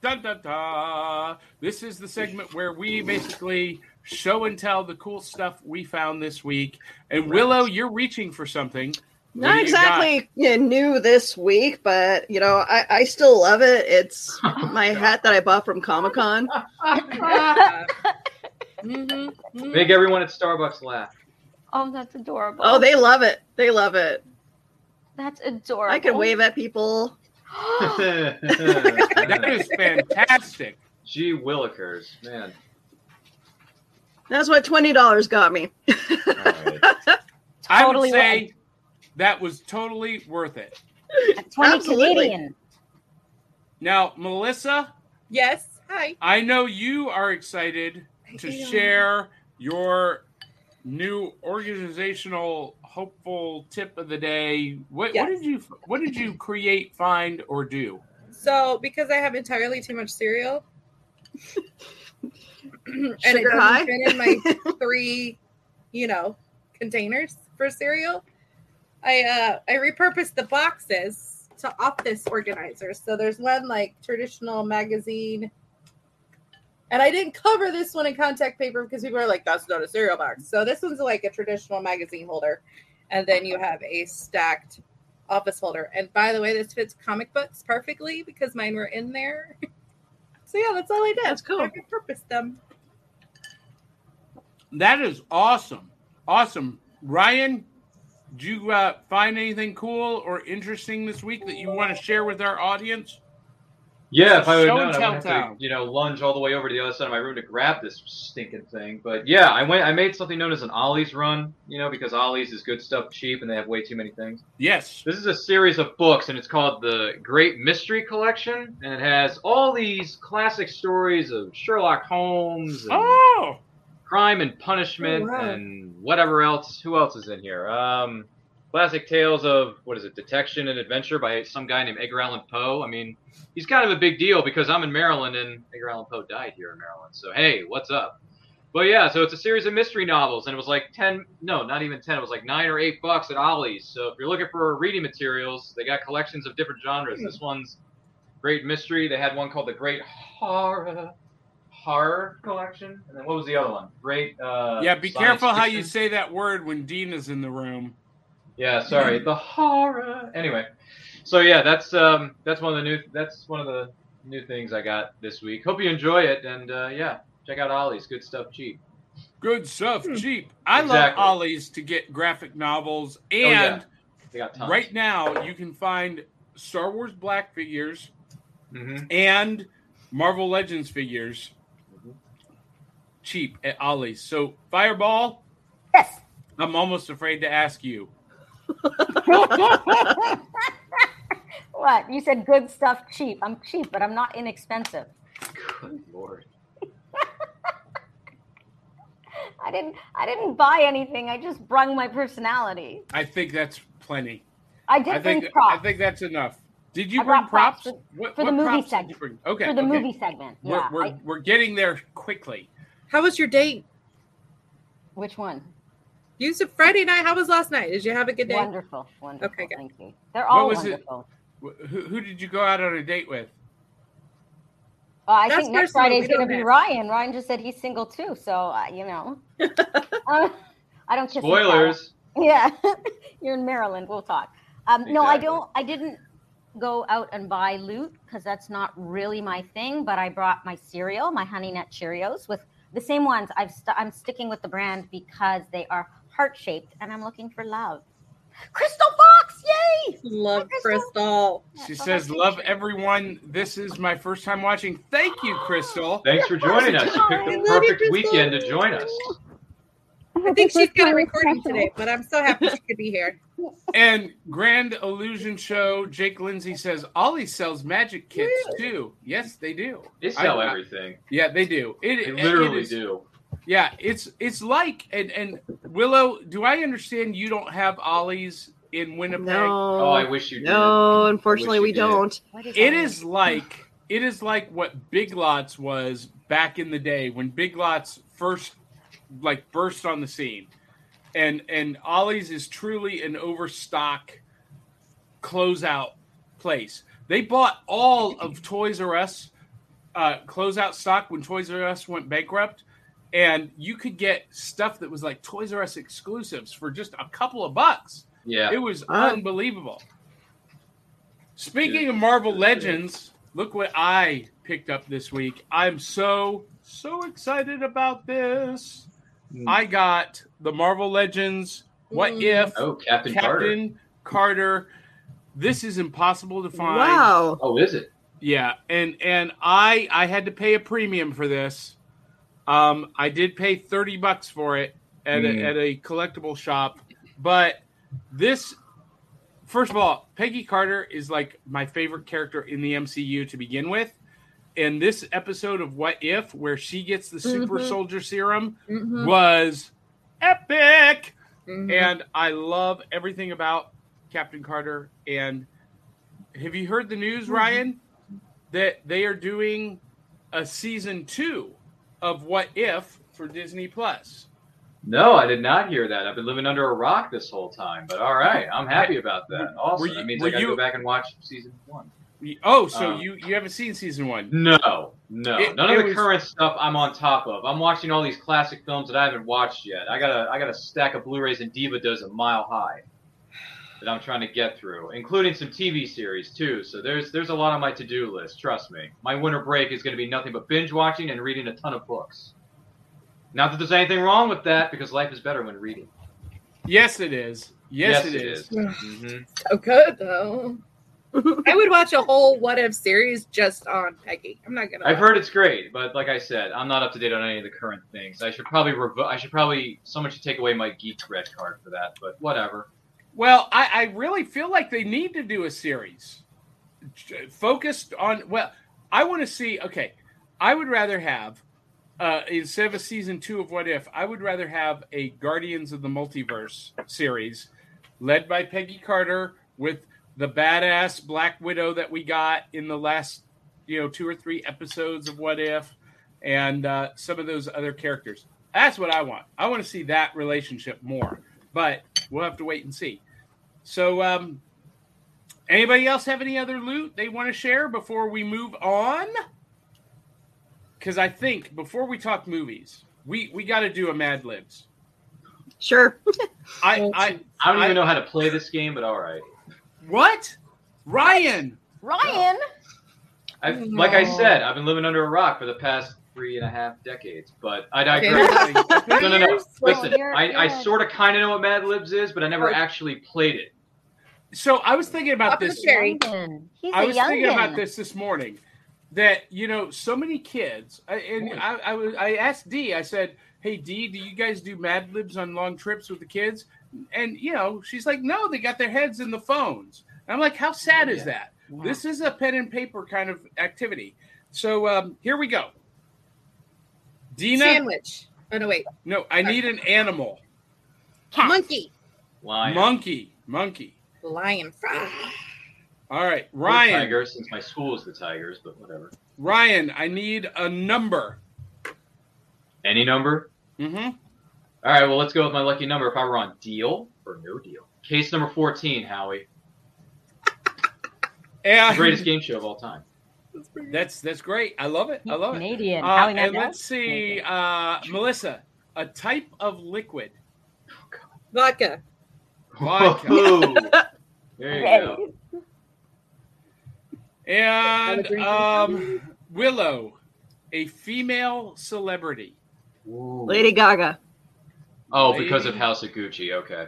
[SPEAKER 1] Dun, dun, dun. This is the segment where we basically show and tell the cool stuff we found this week. And Willow, you're reaching for something. What do
[SPEAKER 6] Not
[SPEAKER 1] you
[SPEAKER 6] exactly you know, new this week, but you know, I, I still love it. It's my hat that I bought from Comic Con.
[SPEAKER 3] Mhm, mhm.
[SPEAKER 7] Make everyone at Starbucks laugh.
[SPEAKER 5] oh, that's adorable.
[SPEAKER 6] Oh, they love it. They love it.
[SPEAKER 5] That's adorable.
[SPEAKER 6] I can wave at people.
[SPEAKER 1] got? That is fantastic.
[SPEAKER 7] Gee Willikers, man.
[SPEAKER 6] That's what twenty dollars got me.
[SPEAKER 7] All right.
[SPEAKER 5] Totally
[SPEAKER 1] I would say that was totally worth it.
[SPEAKER 5] At 20
[SPEAKER 6] Absolutely.
[SPEAKER 5] Canadian.
[SPEAKER 1] Now, Melissa,
[SPEAKER 3] Yes. Hi.
[SPEAKER 1] I know you are excited to share your new organizational hopeful tip of the day. What,
[SPEAKER 3] Yes.
[SPEAKER 1] what did you what did you create, find, or do?
[SPEAKER 3] So, because I have entirely too much cereal, and it
[SPEAKER 6] Sugar
[SPEAKER 3] doesn't
[SPEAKER 6] high?
[SPEAKER 3] fit in my three, you know, containers for cereal, I uh, I repurposed the boxes to office organizers. So there's one like traditional magazine, and I didn't cover this one in contact paper because people are like, "That's not a cereal box." So this one's like a traditional magazine holder, and then you have a stacked office holder. And by the way, this fits comic books perfectly because mine were in there. so yeah, that's all I did.
[SPEAKER 6] That's cool.
[SPEAKER 3] I repurposed them.
[SPEAKER 1] That is awesome. Awesome. Ryan, did you uh, find anything cool or interesting this week that you want to share with our audience?
[SPEAKER 7] Yeah, if I would have
[SPEAKER 1] Show
[SPEAKER 7] known,
[SPEAKER 1] and
[SPEAKER 7] I
[SPEAKER 1] tell
[SPEAKER 7] would have
[SPEAKER 1] town.
[SPEAKER 7] to, you know, lunge all the way over to the other side of my room to grab this stinking thing. But yeah, I went. I made something known as an Ollie's run, you know, because Ollie's is good stuff cheap and they have way too many things.
[SPEAKER 1] Yes.
[SPEAKER 7] This is a series of books, and it's called the Great Mystery Collection, and it has all these classic stories of Sherlock Holmes and
[SPEAKER 1] Oh,
[SPEAKER 7] crime and punishment
[SPEAKER 3] Oh, wow.
[SPEAKER 7] and whatever else. Who else is in here? Um, classic tales of what is it? Detection and adventure by some guy named Edgar Allan Poe. I mean, he's kind of a big deal because I'm in Maryland and Edgar Allan Poe died here in Maryland. So hey, what's up? But yeah, so it's a series of mystery novels, and it was like ten, no, not even ten. It was like nine or eight bucks at Ollie's. So if you're looking for reading materials, they got collections of different genres. This one's great mystery. They had one called the Great Horror Horror Collection, and then what was the other one? Great. Uh,
[SPEAKER 1] yeah. Be
[SPEAKER 7] Science
[SPEAKER 1] careful how you
[SPEAKER 7] Fiction?
[SPEAKER 1] say that word when Dean is in the room.
[SPEAKER 7] Yeah, sorry, the horror. Anyway, so yeah, that's um, that's one of the new that's one of the new things I got this week. Hope you enjoy it, and uh, yeah, check out Ollie's good stuff cheap.
[SPEAKER 1] Good stuff,
[SPEAKER 5] Hmm.
[SPEAKER 1] cheap. I love
[SPEAKER 7] Exactly. Oh,
[SPEAKER 1] Ollie's to get graphic novels, and
[SPEAKER 7] yeah. They got tons.
[SPEAKER 1] right now you can find Star Wars Black figures
[SPEAKER 7] hmm
[SPEAKER 1] and Marvel Legends figures cheap at Ollie's. So Fireball,
[SPEAKER 5] Yes.
[SPEAKER 1] I'm almost afraid to ask you.
[SPEAKER 5] What? You said good stuff cheap. I'm cheap, but I'm not inexpensive.
[SPEAKER 7] Good lord.
[SPEAKER 5] I didn't I didn't buy anything. I just brung my personality.
[SPEAKER 1] I think that's plenty.
[SPEAKER 5] I did
[SPEAKER 1] I
[SPEAKER 5] bring
[SPEAKER 1] think I
[SPEAKER 5] props
[SPEAKER 1] think that's enough. Did you
[SPEAKER 5] I
[SPEAKER 1] bring
[SPEAKER 5] brought props
[SPEAKER 1] props?
[SPEAKER 5] for-
[SPEAKER 1] What-
[SPEAKER 5] for the
[SPEAKER 1] what
[SPEAKER 5] movie
[SPEAKER 1] props did
[SPEAKER 5] segment.
[SPEAKER 1] you bring? Okay,
[SPEAKER 5] for the
[SPEAKER 1] okay.
[SPEAKER 5] movie segment.
[SPEAKER 1] We're,
[SPEAKER 5] yeah.
[SPEAKER 1] we're,
[SPEAKER 5] I-
[SPEAKER 1] we're getting there quickly.
[SPEAKER 3] How was your date?
[SPEAKER 5] which one?
[SPEAKER 3] You said Friday night. How was last night? Did you have a good day?
[SPEAKER 5] Wonderful. Wonderful.
[SPEAKER 3] Okay, good.
[SPEAKER 5] Thank you. They're all
[SPEAKER 1] was it-
[SPEAKER 5] wonderful.
[SPEAKER 1] Wh- Who, who did you go out on a date with?
[SPEAKER 5] Uh, I
[SPEAKER 3] That's
[SPEAKER 5] think next
[SPEAKER 3] personal.
[SPEAKER 5] Friday's
[SPEAKER 3] We don't
[SPEAKER 5] going to be
[SPEAKER 3] have-
[SPEAKER 5] Ryan. Ryan just said he's single too, so uh, you know. Uh, I don't kiss and tell.
[SPEAKER 7] Spoilers.
[SPEAKER 5] Yeah, you're in Maryland. We'll talk. Um, No, I
[SPEAKER 7] Exactly.
[SPEAKER 5] don't. I didn't go out and buy loot because that's not really my thing. But I brought my cereal, my Honey Nut Cheerios, with the same ones. I've st- I'm sticking with the brand because they are heart shaped, and I'm looking for love. Crystal Fox, yay!
[SPEAKER 3] Love
[SPEAKER 5] Crystal.
[SPEAKER 3] Crystal.
[SPEAKER 1] She
[SPEAKER 5] That's all
[SPEAKER 1] says,
[SPEAKER 5] I
[SPEAKER 1] "Love
[SPEAKER 5] picture.
[SPEAKER 1] everyone. This is my first time watching. Thank you, Crystal.
[SPEAKER 7] Thanks for joining us. You picked
[SPEAKER 5] I
[SPEAKER 7] the
[SPEAKER 3] love you,
[SPEAKER 7] perfect
[SPEAKER 3] Crystal.
[SPEAKER 7] weekend to join us.
[SPEAKER 3] I think she's got a recording today, but I'm so happy she could be here.
[SPEAKER 1] And Grand Illusion Show. Jake Lindsay says Ollie sells magic kits too. Yes, they do.
[SPEAKER 7] They sell
[SPEAKER 1] I- I-
[SPEAKER 7] everything.
[SPEAKER 1] Yeah, they do. It,
[SPEAKER 7] They
[SPEAKER 1] it
[SPEAKER 7] literally
[SPEAKER 1] is-
[SPEAKER 7] do.
[SPEAKER 1] Yeah, it's it's like and and Willow. Do I understand you don't have Ollie's in Winnipeg?
[SPEAKER 7] Oh, I
[SPEAKER 6] No,
[SPEAKER 7] wish you did.
[SPEAKER 6] no, unfortunately
[SPEAKER 7] you
[SPEAKER 6] we
[SPEAKER 7] did.
[SPEAKER 6] don't.
[SPEAKER 5] What is
[SPEAKER 1] It
[SPEAKER 5] that?
[SPEAKER 1] is like it is like what Big Lots was back in the day when Big Lots first like burst on the scene. And and Ollie's is truly an overstock closeout place. They bought all of Toys R Us uh, closeout stock when Toys R Us went bankrupt, and you could get stuff that was like Toys R Us exclusives for just a couple of bucks.
[SPEAKER 7] Yeah.
[SPEAKER 1] It was
[SPEAKER 6] Wow.
[SPEAKER 1] unbelievable. Speaking of Marvel Legends, look what I picked up this week. I'm so, so excited about this.
[SPEAKER 7] Mm.
[SPEAKER 1] I got the Marvel Legends What
[SPEAKER 3] Mm.
[SPEAKER 1] If
[SPEAKER 7] Oh, Captain, Carter.
[SPEAKER 1] Captain Carter. This is impossible to find.
[SPEAKER 6] Wow.
[SPEAKER 7] Oh, is it?
[SPEAKER 1] Yeah, and and I I had to pay a premium for this. Um, I did pay thirty bucks for it at
[SPEAKER 7] Mm.
[SPEAKER 1] a, at a collectible shop, but this, first of all, Peggy Carter is like my favorite character in the MCU to begin with, and this episode of What If, where she gets the super
[SPEAKER 3] Mhm.
[SPEAKER 1] soldier serum,
[SPEAKER 3] Mhm.
[SPEAKER 1] was epic
[SPEAKER 3] Mhm.
[SPEAKER 1] and I love everything about Captain Carter. And have you heard the news, Ryan, that they are doing a season two of What If for Disney Plus?
[SPEAKER 7] No, I did not hear that. I've been living under a rock this whole time. But all right, I'm happy about that. Awesome.
[SPEAKER 1] you-
[SPEAKER 7] that means
[SPEAKER 1] were
[SPEAKER 7] I got to
[SPEAKER 1] you-
[SPEAKER 7] go back and watch season one.
[SPEAKER 1] Oh, so
[SPEAKER 7] Um,
[SPEAKER 1] you you haven't seen season one?
[SPEAKER 7] No, no,
[SPEAKER 1] It-
[SPEAKER 7] none of
[SPEAKER 1] it
[SPEAKER 7] the
[SPEAKER 1] was-
[SPEAKER 7] current stuff I'm on top of. I'm watching all these classic films that I haven't watched yet. I got a I got a stack of Blu-rays and Diva does a mile high that I'm trying to get through, including some TV series too. So there's there's a lot on my to-do list. Trust me, my winter break is going to be nothing but binge watching and reading a ton of books. Not that there's anything wrong with that, because life is better when reading.
[SPEAKER 1] Yes, it is. Yes, it is. Mm-hmm.
[SPEAKER 7] Mhm.
[SPEAKER 3] So Oh, good though. I would watch a whole what if series just on Peggy. I'm not gonna.
[SPEAKER 7] I've
[SPEAKER 3] lie.
[SPEAKER 7] heard it's great, but like I said, I'm not up to date on any of the current things. I should probably revo- I should probably someone should take away my geek red card for that, but whatever.
[SPEAKER 1] Well, I, I really feel like they need to do a series J- focused on. Well, I want to see. Okay, I would rather have uh, instead of a season two of What If, I would rather have a Guardians of the Multiverse series led by Peggy Carter with the badass Black Widow that we got in the last you know two or three episodes of What If, and uh, some of those other characters. That's what I want. I want to see that relationship more, but we'll have to wait and see. So, um, anybody else have any other loot they want to share before we move on? Because I think before we talk movies, we we got to do a Mad Libs.
[SPEAKER 6] Sure.
[SPEAKER 1] I I
[SPEAKER 7] I don't
[SPEAKER 1] I-
[SPEAKER 7] even know how to play this game, but all right.
[SPEAKER 1] what Ryan?
[SPEAKER 5] Ryan,
[SPEAKER 7] I Like I
[SPEAKER 3] No.
[SPEAKER 7] said, I've been living under a rock for the past three and a half decades, but I digress.
[SPEAKER 3] Okay.
[SPEAKER 7] no, no, no.
[SPEAKER 5] Well,
[SPEAKER 7] Listen,
[SPEAKER 5] you're-
[SPEAKER 7] I, I
[SPEAKER 5] you're-
[SPEAKER 7] sort of kind of know what Mad Libs is, but I never
[SPEAKER 3] Oh.
[SPEAKER 7] actually played it.
[SPEAKER 1] So I was thinking about
[SPEAKER 3] Up in the
[SPEAKER 1] this.
[SPEAKER 3] chair. Very.
[SPEAKER 5] Youngin. He's
[SPEAKER 1] I
[SPEAKER 5] a
[SPEAKER 1] was
[SPEAKER 5] youngin.
[SPEAKER 1] thinking about this this morning that you know so many kids I- and I, I was I asked D I said hey D do you guys do Mad Libs on long trips with the kids and you know she's like no they got their heads in the phones and I'm like how sad is
[SPEAKER 7] Yeah.
[SPEAKER 1] that this is a pen and paper kind of activity so um, here we go Dina
[SPEAKER 3] Sandwich. Oh no, wait.
[SPEAKER 1] no I need an animal
[SPEAKER 5] Cat.
[SPEAKER 3] Monkey.
[SPEAKER 7] Lion.
[SPEAKER 1] monkey monkey
[SPEAKER 3] Lion frog.
[SPEAKER 1] all right
[SPEAKER 7] Or
[SPEAKER 1] Ryan
[SPEAKER 7] Tiger, since my school is the Tigers, but whatever.
[SPEAKER 1] Ryan I need a number
[SPEAKER 7] Any number?
[SPEAKER 1] hmm
[SPEAKER 7] All right, well, let's go with my lucky number if I were on deal or no deal. Case number 14, Howie. The
[SPEAKER 1] and
[SPEAKER 7] greatest game show of all time.
[SPEAKER 1] That's that's great. I love it. I love it.
[SPEAKER 5] Canadian.
[SPEAKER 1] Uh,
[SPEAKER 5] Howie
[SPEAKER 1] and
[SPEAKER 5] Mandel?
[SPEAKER 1] let's see,
[SPEAKER 5] Canadian.
[SPEAKER 1] uh, Melissa, a type of liquid.
[SPEAKER 3] Vodka.
[SPEAKER 1] Vodka.
[SPEAKER 7] Whoa. There you
[SPEAKER 5] Okay.
[SPEAKER 7] go.
[SPEAKER 3] Have a
[SPEAKER 1] And
[SPEAKER 3] drink.
[SPEAKER 1] um, Willow, a female celebrity.
[SPEAKER 6] Lady Gaga.
[SPEAKER 7] Oh, because of House of Gucci. Okay.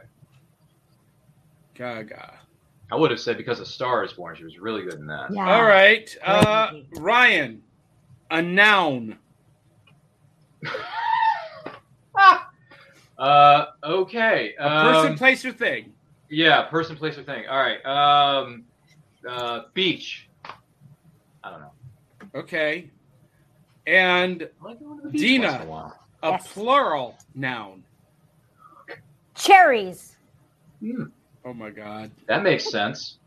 [SPEAKER 1] Gaga.
[SPEAKER 7] I would have said because of Star is Born. She was really good in that.
[SPEAKER 5] Yeah.
[SPEAKER 1] All right. Uh,
[SPEAKER 5] Ah, Great movie.
[SPEAKER 1] Ryan, a noun.
[SPEAKER 7] Uh, okay. Um,
[SPEAKER 1] Person, place, or thing.
[SPEAKER 7] yeah, person, place, or thing. All right. Um, uh, beach. I don't know.
[SPEAKER 1] Okay. And
[SPEAKER 7] I like going to the
[SPEAKER 1] Dina.
[SPEAKER 7] once in a while.
[SPEAKER 1] a
[SPEAKER 5] Yes.
[SPEAKER 1] plural noun.
[SPEAKER 5] Cherries.
[SPEAKER 7] Hmm,
[SPEAKER 1] Oh my God.
[SPEAKER 7] that makes sense.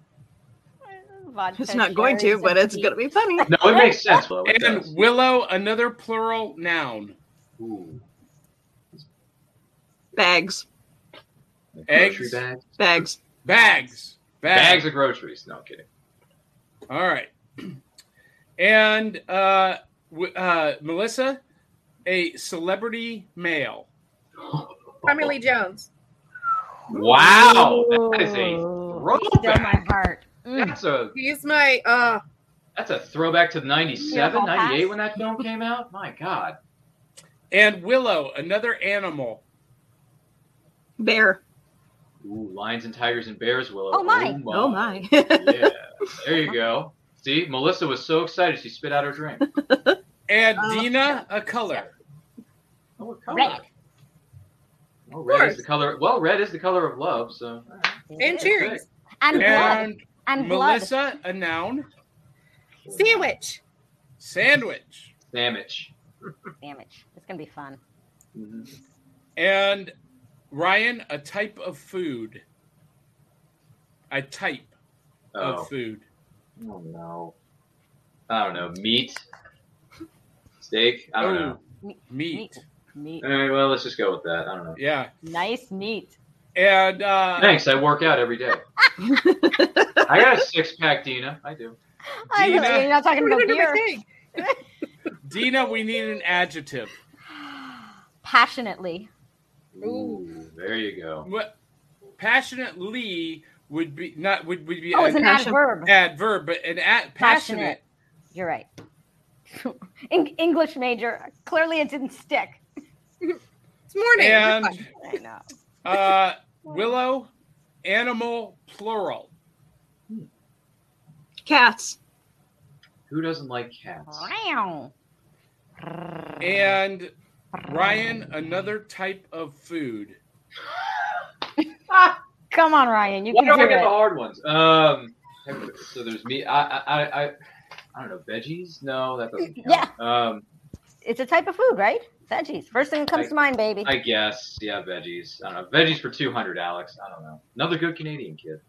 [SPEAKER 5] Vodka,
[SPEAKER 6] It's not going to,
[SPEAKER 5] cherries,
[SPEAKER 6] but
[SPEAKER 5] and
[SPEAKER 6] it's going to be funny.
[SPEAKER 7] No, it makes sense. Though. It
[SPEAKER 1] And
[SPEAKER 7] does.
[SPEAKER 1] Willow, another plural noun.
[SPEAKER 7] Ooh.
[SPEAKER 6] Bags.
[SPEAKER 7] Like
[SPEAKER 1] Eggs.
[SPEAKER 7] grocery bags.
[SPEAKER 6] Bags.
[SPEAKER 1] Bags.
[SPEAKER 7] Bags of groceries. No I'm kidding.
[SPEAKER 1] All right. And uh, w- uh, Melissa, a celebrity male.
[SPEAKER 3] Primarily Jones.
[SPEAKER 7] Wow, that is a
[SPEAKER 5] Ooh, still my
[SPEAKER 7] throwback.
[SPEAKER 5] heart. Mm.
[SPEAKER 7] That's a
[SPEAKER 3] He's my uh
[SPEAKER 7] that's a throwback to 97,
[SPEAKER 5] Yeah, I'll
[SPEAKER 7] 98
[SPEAKER 5] pass.
[SPEAKER 7] when that film came out. My God,
[SPEAKER 1] And Willow, another animal.
[SPEAKER 6] Bear.
[SPEAKER 7] Ooh, lions and tigers and bears, Willow.
[SPEAKER 5] Oh, my.
[SPEAKER 6] Oh my.
[SPEAKER 7] yeah, there you go. See, Melissa was so excited she spit out her drink.
[SPEAKER 1] And
[SPEAKER 3] Uh,
[SPEAKER 1] Dina, a color.
[SPEAKER 7] Oh, what color?
[SPEAKER 5] Red.
[SPEAKER 7] Oh, red
[SPEAKER 3] course.
[SPEAKER 7] is the color. Well, red is the color of love. So
[SPEAKER 3] and cherries.
[SPEAKER 5] And blood.
[SPEAKER 1] And
[SPEAKER 5] And blood.
[SPEAKER 1] Melissa, a noun.
[SPEAKER 3] Sandwich.
[SPEAKER 1] Sandwich.
[SPEAKER 7] damage.
[SPEAKER 5] Damage. It's going to be fun.
[SPEAKER 7] Mhm.
[SPEAKER 1] And Ryan, a type of food. A type
[SPEAKER 7] Oh.
[SPEAKER 1] of food.
[SPEAKER 7] oh no, I don't know. Meat, steak. I don't
[SPEAKER 1] Oh,
[SPEAKER 7] know.
[SPEAKER 1] Meat.
[SPEAKER 5] Meat.
[SPEAKER 7] All right, well, let's just go with that. I don't know.
[SPEAKER 1] Yeah.
[SPEAKER 5] Nice meat.
[SPEAKER 1] And uh,
[SPEAKER 7] Thanks. I work out every day. I got a six pack, Dina. I do.
[SPEAKER 5] I know,
[SPEAKER 1] Dina.
[SPEAKER 5] you're not talking about
[SPEAKER 3] Remember my
[SPEAKER 5] beer.
[SPEAKER 3] thing.
[SPEAKER 1] Dina, we need an adjective.
[SPEAKER 5] Passionately.
[SPEAKER 7] Ooh, there you go.
[SPEAKER 1] What passionately would be not would, would be
[SPEAKER 5] Oh, it's
[SPEAKER 1] an
[SPEAKER 5] an
[SPEAKER 6] passion-
[SPEAKER 5] adverb.
[SPEAKER 1] adverb, but an ad, passionate.
[SPEAKER 5] Passionate. You're right. Eng- English major. Clearly, it didn't stick.
[SPEAKER 3] It's morning. You're
[SPEAKER 1] And-
[SPEAKER 3] fine.
[SPEAKER 5] I know.
[SPEAKER 1] Uh, Willow, animal plural.
[SPEAKER 6] Cats.
[SPEAKER 7] Who doesn't like cats?
[SPEAKER 5] Wow.
[SPEAKER 1] And Ryan, another type of food.
[SPEAKER 5] Come on, Ryan. You
[SPEAKER 7] Why
[SPEAKER 5] can
[SPEAKER 7] do
[SPEAKER 5] do
[SPEAKER 7] I get the
[SPEAKER 5] it.
[SPEAKER 7] hard ones? Um, so there's meat. I, I, I, I, I don't know. Veggies? No, that doesn't count. Yeah. Um,
[SPEAKER 5] It's a type of food, right? Veggies. First thing that comes
[SPEAKER 7] I-
[SPEAKER 5] to mind, baby.
[SPEAKER 7] I guess. Yeah, veggies. I don't know. Veggies for two hundred, Alex. I don't know. Another good Canadian kid.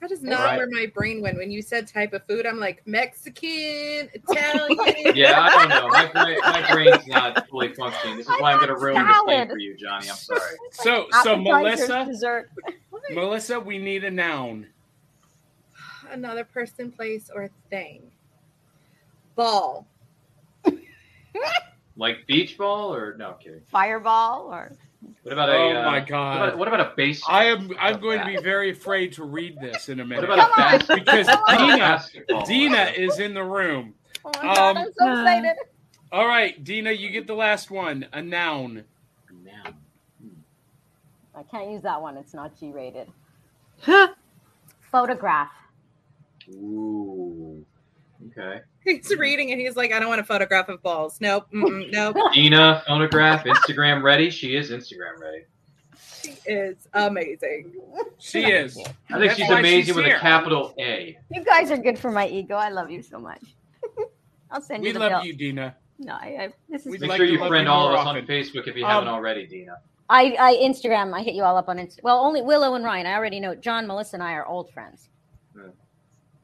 [SPEAKER 3] That is not
[SPEAKER 7] Right.
[SPEAKER 3] where my brain went when you said type of food. I'm like Mexican, Italian.
[SPEAKER 7] Yeah, I don't know. My, brain, my brain's not fully functioning. This is why I'm going to ruin the
[SPEAKER 5] Salad.
[SPEAKER 7] thing for you, Johnny. I'm sorry.
[SPEAKER 1] So, so
[SPEAKER 5] Appetizers,
[SPEAKER 1] Melissa,
[SPEAKER 5] Dessert.
[SPEAKER 1] Melissa, we need a noun.
[SPEAKER 3] Another person, place, or thing. Ball.
[SPEAKER 7] Like beach ball or no? I'm kidding.
[SPEAKER 5] Fireball or
[SPEAKER 7] What about
[SPEAKER 1] Oh
[SPEAKER 7] a? uh,
[SPEAKER 1] my
[SPEAKER 7] What about,
[SPEAKER 1] god.
[SPEAKER 7] what about a base?
[SPEAKER 1] I am I'm going to be very afraid to read this in a
[SPEAKER 7] What
[SPEAKER 1] minute.
[SPEAKER 7] about a
[SPEAKER 5] Come on.
[SPEAKER 7] basket?
[SPEAKER 1] Because
[SPEAKER 7] What about a
[SPEAKER 1] Dina-
[SPEAKER 7] basketball?
[SPEAKER 1] Dina is in the room.
[SPEAKER 5] Oh my god,
[SPEAKER 1] Um,
[SPEAKER 5] I'm so
[SPEAKER 6] Uh,
[SPEAKER 5] excited.
[SPEAKER 1] All right, Dina, you get the last one. A noun.
[SPEAKER 7] Now.
[SPEAKER 5] I can't use that one. It's not G rated.
[SPEAKER 6] Huh.
[SPEAKER 5] Photograph.
[SPEAKER 7] Ooh. Okay.
[SPEAKER 3] He's reading and he's like, I don't want a photograph of balls. Nope. Mm-mm, nope.
[SPEAKER 7] Dina, phonograph, Instagram ready. She is Instagram ready.
[SPEAKER 3] She is amazing.
[SPEAKER 1] She is.
[SPEAKER 7] I think
[SPEAKER 1] That's
[SPEAKER 7] she's
[SPEAKER 1] why
[SPEAKER 7] amazing
[SPEAKER 1] she's
[SPEAKER 7] with
[SPEAKER 1] here.
[SPEAKER 7] a capital A.
[SPEAKER 5] You guys are good for my ego. I love you so much. I'll send
[SPEAKER 1] We
[SPEAKER 5] you the
[SPEAKER 1] love
[SPEAKER 5] bill.
[SPEAKER 1] you, Dina.
[SPEAKER 5] No, I, I, this is.
[SPEAKER 1] We'd
[SPEAKER 7] Make
[SPEAKER 1] like
[SPEAKER 7] sure
[SPEAKER 1] to
[SPEAKER 7] you
[SPEAKER 1] love
[SPEAKER 7] friend
[SPEAKER 1] you
[SPEAKER 7] all
[SPEAKER 1] more
[SPEAKER 7] of us on
[SPEAKER 1] often.
[SPEAKER 7] Facebook if you
[SPEAKER 1] Um,
[SPEAKER 7] haven't already, Dina.
[SPEAKER 5] I, I Instagram. I hit you all up on Instagram. Well, only Willow and Ryan. I already know. John, Melissa, and I are old friends.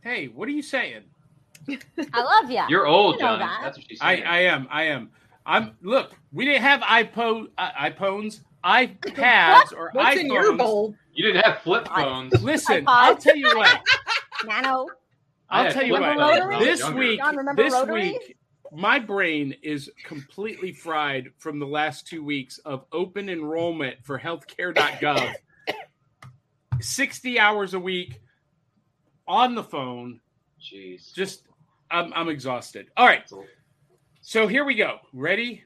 [SPEAKER 1] Hey, what are you saying?
[SPEAKER 5] I love ya.
[SPEAKER 7] You're old,
[SPEAKER 5] you know
[SPEAKER 7] Johnny.
[SPEAKER 5] that.
[SPEAKER 7] That's what she's
[SPEAKER 1] I,
[SPEAKER 7] saying.
[SPEAKER 1] I am. I am. I'm. Look, we didn't have iPo, i- iPhones, iPads, or
[SPEAKER 3] What's
[SPEAKER 1] iPhones.
[SPEAKER 3] in your bowl?
[SPEAKER 7] you didn't have flip phones.
[SPEAKER 1] Listen,
[SPEAKER 5] iPods.
[SPEAKER 1] I'll tell you what.
[SPEAKER 5] Nano.
[SPEAKER 7] I
[SPEAKER 1] I'll
[SPEAKER 7] had
[SPEAKER 1] tell you
[SPEAKER 7] flip
[SPEAKER 1] what.
[SPEAKER 7] phones when I was
[SPEAKER 1] This
[SPEAKER 7] younger.
[SPEAKER 1] week,
[SPEAKER 5] John, remember
[SPEAKER 1] this
[SPEAKER 5] rotaries?
[SPEAKER 1] week, my brain is completely fried from the last two weeks of open enrollment for healthcare.gov. 60 hours a week on the phone.
[SPEAKER 7] Jeez.
[SPEAKER 1] Just, I'm, I'm exhausted. All right.
[SPEAKER 7] That's old.
[SPEAKER 1] So here we go. Ready?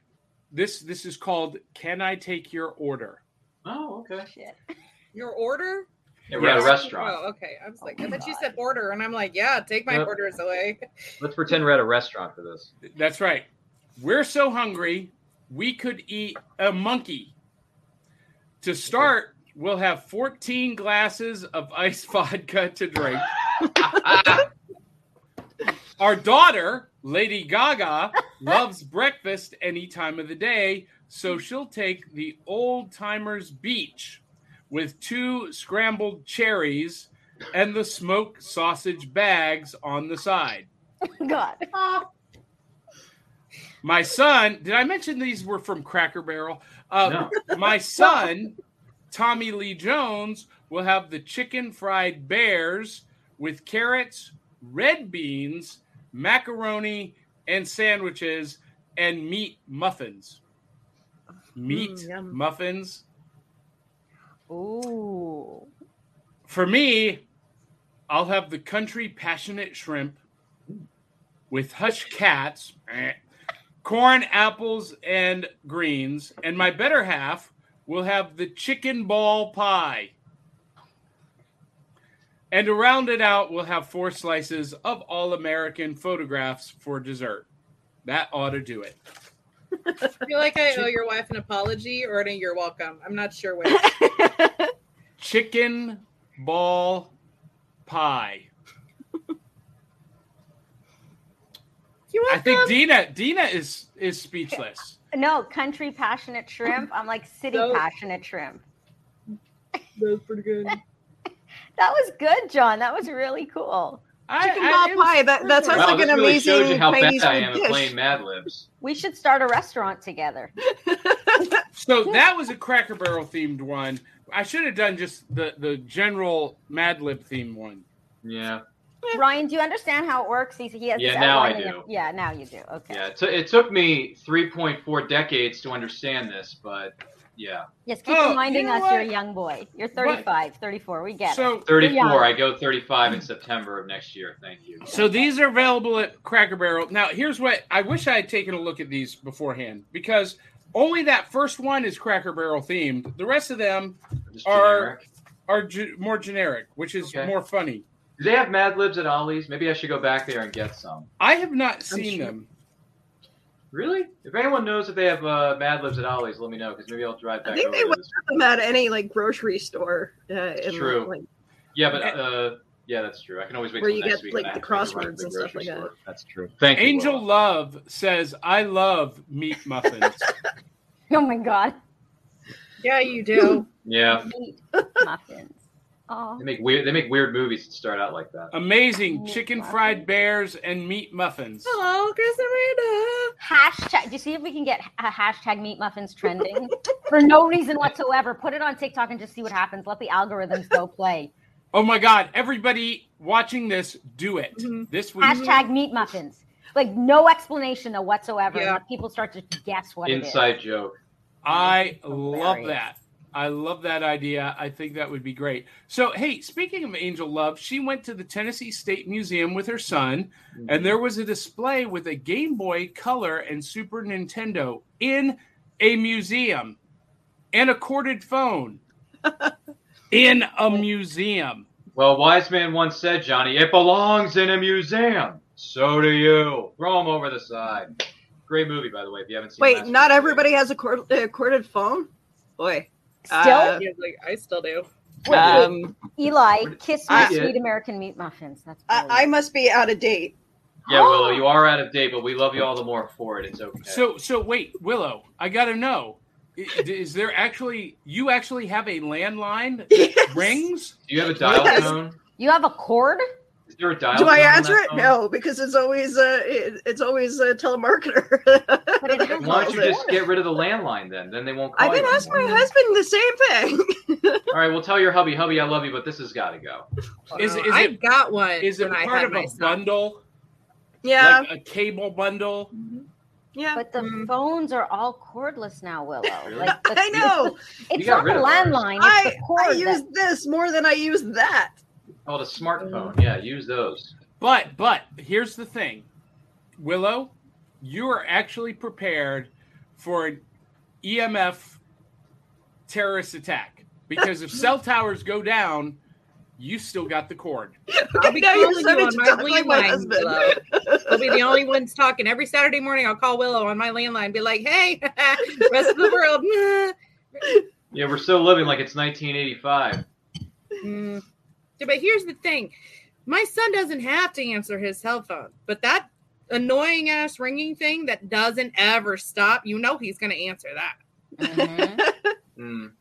[SPEAKER 1] This this is called Can I Take Your Order?
[SPEAKER 7] Oh, okay.
[SPEAKER 5] Shit.
[SPEAKER 3] Your order?
[SPEAKER 7] Yeah, we're at a
[SPEAKER 1] Yes.
[SPEAKER 7] restaurant.
[SPEAKER 3] Oh, okay. I was like,
[SPEAKER 5] Oh
[SPEAKER 3] I
[SPEAKER 5] my
[SPEAKER 3] thought you
[SPEAKER 5] God.
[SPEAKER 3] said order, and I'm like, yeah, take my
[SPEAKER 7] Yep.
[SPEAKER 3] orders away.
[SPEAKER 7] Let's pretend we're at a restaurant for this.
[SPEAKER 1] That's right. We're so hungry, we could eat a monkey. To start, we'll have 14 glasses of iced vodka to drink. Our daughter, Lady Gaga, loves breakfast any time of the day, so she'll take the old timers beach with two scrambled cherries and the smoked sausage bags on the side.
[SPEAKER 5] God.
[SPEAKER 1] My son, did I mention these were from Cracker Barrel? Uh,
[SPEAKER 7] No.
[SPEAKER 1] My son, Tommy Lee Jones, will have the chicken fried bears with carrots, red beans, macaroni, and sandwiches, and meat muffins. Meat
[SPEAKER 6] Mm, yum.
[SPEAKER 1] muffins.
[SPEAKER 5] Ooh.
[SPEAKER 1] For me, I'll have the country passionate shrimp with hush cats, eh, corn, apples, and greens. And my better half will have the chicken ball pie. And to round it out, we'll have four slices of all American photographs for dessert. That ought to do it.
[SPEAKER 3] I feel like I owe your wife an apology or an you're welcome. I'm not sure which.
[SPEAKER 1] Chicken ball pie.
[SPEAKER 3] You
[SPEAKER 1] I think Dina Dina is is speechless.
[SPEAKER 5] No, country passionate shrimp. I'm like city
[SPEAKER 3] No.
[SPEAKER 5] passionate shrimp.
[SPEAKER 3] That's pretty good.
[SPEAKER 5] That was good, John. That was really cool.
[SPEAKER 1] I-
[SPEAKER 6] Chicken
[SPEAKER 1] I-
[SPEAKER 6] ball
[SPEAKER 1] it was
[SPEAKER 6] pie. That, that sounds
[SPEAKER 7] wow,
[SPEAKER 6] like
[SPEAKER 7] this
[SPEAKER 6] an
[SPEAKER 7] really shows you
[SPEAKER 6] amazing
[SPEAKER 7] how
[SPEAKER 6] Chinese
[SPEAKER 7] bad I
[SPEAKER 6] food
[SPEAKER 7] am at
[SPEAKER 6] dish.
[SPEAKER 7] playing Mad Libs.
[SPEAKER 5] We should start a restaurant together.
[SPEAKER 1] So that was a Cracker Barrel themed one. I should have done just the the general Mad Lib themed one.
[SPEAKER 7] Yeah.
[SPEAKER 5] Ryan, do you understand how it works? He's, he has
[SPEAKER 7] Yeah,
[SPEAKER 5] this
[SPEAKER 7] now I
[SPEAKER 5] outline in
[SPEAKER 7] do.
[SPEAKER 5] it. Yeah, now you do. Okay.
[SPEAKER 7] Yeah, it, took it took me 3.4 decades to understand this, but yeah,
[SPEAKER 5] Yes, keep
[SPEAKER 1] Oh,
[SPEAKER 5] reminding
[SPEAKER 1] you know
[SPEAKER 5] us you're a
[SPEAKER 1] what? young
[SPEAKER 5] young boy. You're 35, 34. We get
[SPEAKER 1] So
[SPEAKER 7] 34.
[SPEAKER 5] Yeah.
[SPEAKER 7] I go 35 in September of next year. Thank you.
[SPEAKER 1] so these are available at Cracker Barrel. Now here's what I wish I had taken a look at these beforehand because Only that first one is Cracker Barrel themed. The rest of them
[SPEAKER 7] Just
[SPEAKER 1] Are-
[SPEAKER 7] generic.
[SPEAKER 1] are ge- more generic, which is
[SPEAKER 7] Okay.
[SPEAKER 1] more funny.
[SPEAKER 7] Do they have Mad Libs at Ollie's? Maybe I should go back there and get some.
[SPEAKER 1] I have not seen
[SPEAKER 6] sure.
[SPEAKER 1] them.
[SPEAKER 7] Really? If anyone knows if they have uh, Mad Libs at Ollie's, let me know because maybe I'll drive back.
[SPEAKER 6] think
[SPEAKER 7] over
[SPEAKER 6] they
[SPEAKER 7] to
[SPEAKER 6] would.
[SPEAKER 7] this.
[SPEAKER 6] I'm at any like grocery store. Uh, in,
[SPEAKER 7] True.
[SPEAKER 6] Like,
[SPEAKER 7] Yeah, but uh, yeah, that's true. I can always wait
[SPEAKER 6] Where
[SPEAKER 7] till
[SPEAKER 6] you
[SPEAKER 7] next
[SPEAKER 6] get,
[SPEAKER 7] week.
[SPEAKER 6] like,
[SPEAKER 7] when I
[SPEAKER 6] the
[SPEAKER 7] have to run to
[SPEAKER 6] crosswords
[SPEAKER 7] the
[SPEAKER 6] and stuff like
[SPEAKER 7] grocery
[SPEAKER 6] that.
[SPEAKER 7] store. That's true. Thank
[SPEAKER 1] Angel
[SPEAKER 7] you. Will.
[SPEAKER 1] Love says, "I love meat muffins."
[SPEAKER 5] Oh my god,
[SPEAKER 3] Yeah, you do.
[SPEAKER 7] Yeah,
[SPEAKER 5] meat muffins. Oh,
[SPEAKER 7] they make weird. They make weird movies that start out like that.
[SPEAKER 1] Amazing
[SPEAKER 5] Meat
[SPEAKER 1] chicken
[SPEAKER 5] muffins.
[SPEAKER 1] fried bears and meat muffins.
[SPEAKER 3] Hello, Chris Amanda.
[SPEAKER 5] hashtag. Do you see if we can get a hashtag meat muffins trending for no reason whatsoever? Put it on TikTok and just see what happens. Let the algorithms go play.
[SPEAKER 1] Oh my God! Everybody watching this, do it
[SPEAKER 3] Mhm.
[SPEAKER 1] this week.
[SPEAKER 5] Hashtag meat muffins. Like no explanation though whatsoever.
[SPEAKER 3] Yeah.
[SPEAKER 5] And people start to guess what
[SPEAKER 7] Inside joke.
[SPEAKER 1] I love
[SPEAKER 5] Hilarious.
[SPEAKER 1] that. I love that idea. I think that would be great. So, hey, speaking of Angel Love, she went to the Tennessee State Museum with her son, and there was a display with a Game Boy Color and Super Nintendo in a museum and a corded phone in a museum.
[SPEAKER 7] Well, wise man once said, Johnny, it belongs in a museum. So do you. Throw him over the side. Great movie, by the way. If you haven't seen.
[SPEAKER 6] wait,
[SPEAKER 7] Last
[SPEAKER 6] not
[SPEAKER 7] Week.
[SPEAKER 6] everybody has a cord- uh, corded phone. Boy,
[SPEAKER 5] it is. Still,
[SPEAKER 6] Uh,
[SPEAKER 3] Yeah, like, I still do.
[SPEAKER 5] Wait,
[SPEAKER 6] um,
[SPEAKER 5] Eli, kiss my
[SPEAKER 6] I-
[SPEAKER 7] uh,
[SPEAKER 5] sweet American meat muffins. That's
[SPEAKER 6] I-, I
[SPEAKER 5] brilliant.
[SPEAKER 6] must be out of date.
[SPEAKER 7] Yeah,
[SPEAKER 6] Oh!
[SPEAKER 7] Willow, you are out of date, but we love you all the more for it. It's okay.
[SPEAKER 1] So, so wait, Willow, I gotta know: i- is there actually you actually have a landline that
[SPEAKER 6] Yes.
[SPEAKER 1] rings?
[SPEAKER 7] do you have a dial
[SPEAKER 6] Yes.
[SPEAKER 7] tone?
[SPEAKER 5] You have a cord?
[SPEAKER 7] Is there a dial?
[SPEAKER 6] Do I
[SPEAKER 7] tone on
[SPEAKER 6] answer
[SPEAKER 7] that
[SPEAKER 6] it?
[SPEAKER 7] phone?
[SPEAKER 6] No, because it's always uh, it, it's always a telemarketer.
[SPEAKER 5] But it has
[SPEAKER 7] Why
[SPEAKER 5] a
[SPEAKER 7] don't you
[SPEAKER 5] cord.
[SPEAKER 7] just get rid of the landline then? Then they won't call
[SPEAKER 6] I've been
[SPEAKER 7] you.
[SPEAKER 6] asking my
[SPEAKER 7] anymore.
[SPEAKER 6] husband the same thing.
[SPEAKER 7] All right, well, tell your hubby, hubby, I love you, but this has got to go.
[SPEAKER 1] Is- is
[SPEAKER 3] Oh, I
[SPEAKER 1] it-
[SPEAKER 3] got one.
[SPEAKER 1] Is it
[SPEAKER 3] when I
[SPEAKER 1] part
[SPEAKER 3] had
[SPEAKER 1] of
[SPEAKER 3] my
[SPEAKER 1] a
[SPEAKER 3] son.
[SPEAKER 1] bundle,
[SPEAKER 6] yeah,
[SPEAKER 1] like a cable bundle?
[SPEAKER 6] yeah.
[SPEAKER 5] But the
[SPEAKER 3] Mm.
[SPEAKER 5] phones are all cordless now, Willow.
[SPEAKER 7] Really?
[SPEAKER 5] Like the,
[SPEAKER 6] Mm-hmm. I know.
[SPEAKER 5] It's
[SPEAKER 7] You got
[SPEAKER 5] not the
[SPEAKER 7] rid of ours.
[SPEAKER 5] landline. It's
[SPEAKER 6] I
[SPEAKER 5] the cord.
[SPEAKER 6] I
[SPEAKER 5] that-
[SPEAKER 6] use this more than I use that.
[SPEAKER 7] Called a
[SPEAKER 6] Mm.
[SPEAKER 7] smartphone. Yeah, use those.
[SPEAKER 1] But but here's the thing, Willow, you are actually prepared for an EMF terrorist attack because if cell towers go down, you still got the cord.
[SPEAKER 3] I'll be
[SPEAKER 6] Now
[SPEAKER 3] calling
[SPEAKER 6] you're
[SPEAKER 3] you
[SPEAKER 6] starting
[SPEAKER 3] on
[SPEAKER 6] to
[SPEAKER 3] my
[SPEAKER 6] talk like my
[SPEAKER 3] landline,
[SPEAKER 6] husband.
[SPEAKER 3] Willow. I'll be the only ones talking every Saturday morning. I'll call Willow on my landline, be like, "Hey, rest of the world." nah.
[SPEAKER 7] Yeah, we're still living like it's 1985.
[SPEAKER 3] Mm. Yeah, But here's the thing: my son doesn't have to answer his cell phone, but that annoying ass ringing thing that doesn't ever stop, you know he's going to answer that.
[SPEAKER 5] Mhm.
[SPEAKER 7] Mm.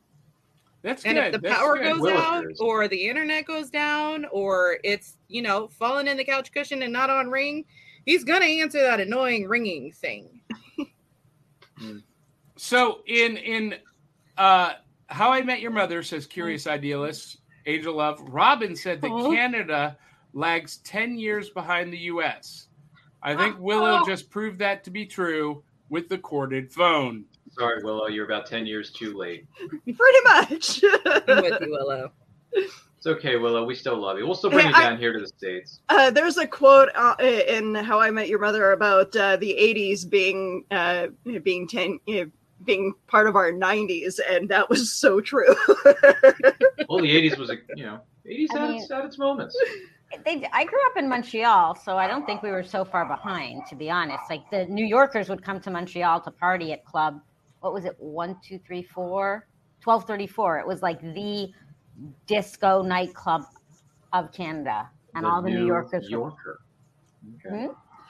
[SPEAKER 1] That's
[SPEAKER 3] And
[SPEAKER 1] good.
[SPEAKER 3] if the
[SPEAKER 1] That's
[SPEAKER 3] power
[SPEAKER 1] good.
[SPEAKER 3] goes
[SPEAKER 7] Willow
[SPEAKER 3] out,
[SPEAKER 7] cares.
[SPEAKER 3] or the internet goes down, or it's you know falling in the couch cushion and not on ring, he's going to answer that annoying ringing thing.
[SPEAKER 1] So in in uh How I Met Your Mother says curious idealist Angel Love Robin said that
[SPEAKER 5] Oh.
[SPEAKER 1] Canada lags 10 years behind the US. I think Willow just proved that to be true with the corded phone.
[SPEAKER 7] Sorry, Willow, you're about 10 years too late.
[SPEAKER 6] Pretty much.
[SPEAKER 3] I'm with you, Willow.
[SPEAKER 7] It's okay, Willow. We still love you. We'll still bring you
[SPEAKER 6] Hey, I-
[SPEAKER 7] down here to the States.
[SPEAKER 6] Uh, there's a quote uh, in How I Met Your Mother about uh, the '80s being uh, being ten, uh, being part of our '90s, and that was so true.
[SPEAKER 7] Well, the 80s was a, you know, 80s
[SPEAKER 5] I
[SPEAKER 7] had,
[SPEAKER 5] mean-
[SPEAKER 7] its, had its moments.
[SPEAKER 5] They, I grew up in Montreal, so I don't think we were so far behind, to be honest. Like the New Yorkers would come to Montreal to party at club. What was it? One, two, three, four, twelve thirty-four. It was like the disco nightclub of Canada, and
[SPEAKER 7] The
[SPEAKER 5] all the New,
[SPEAKER 7] New
[SPEAKER 5] Yorkers. were-
[SPEAKER 7] Yorker. Okay.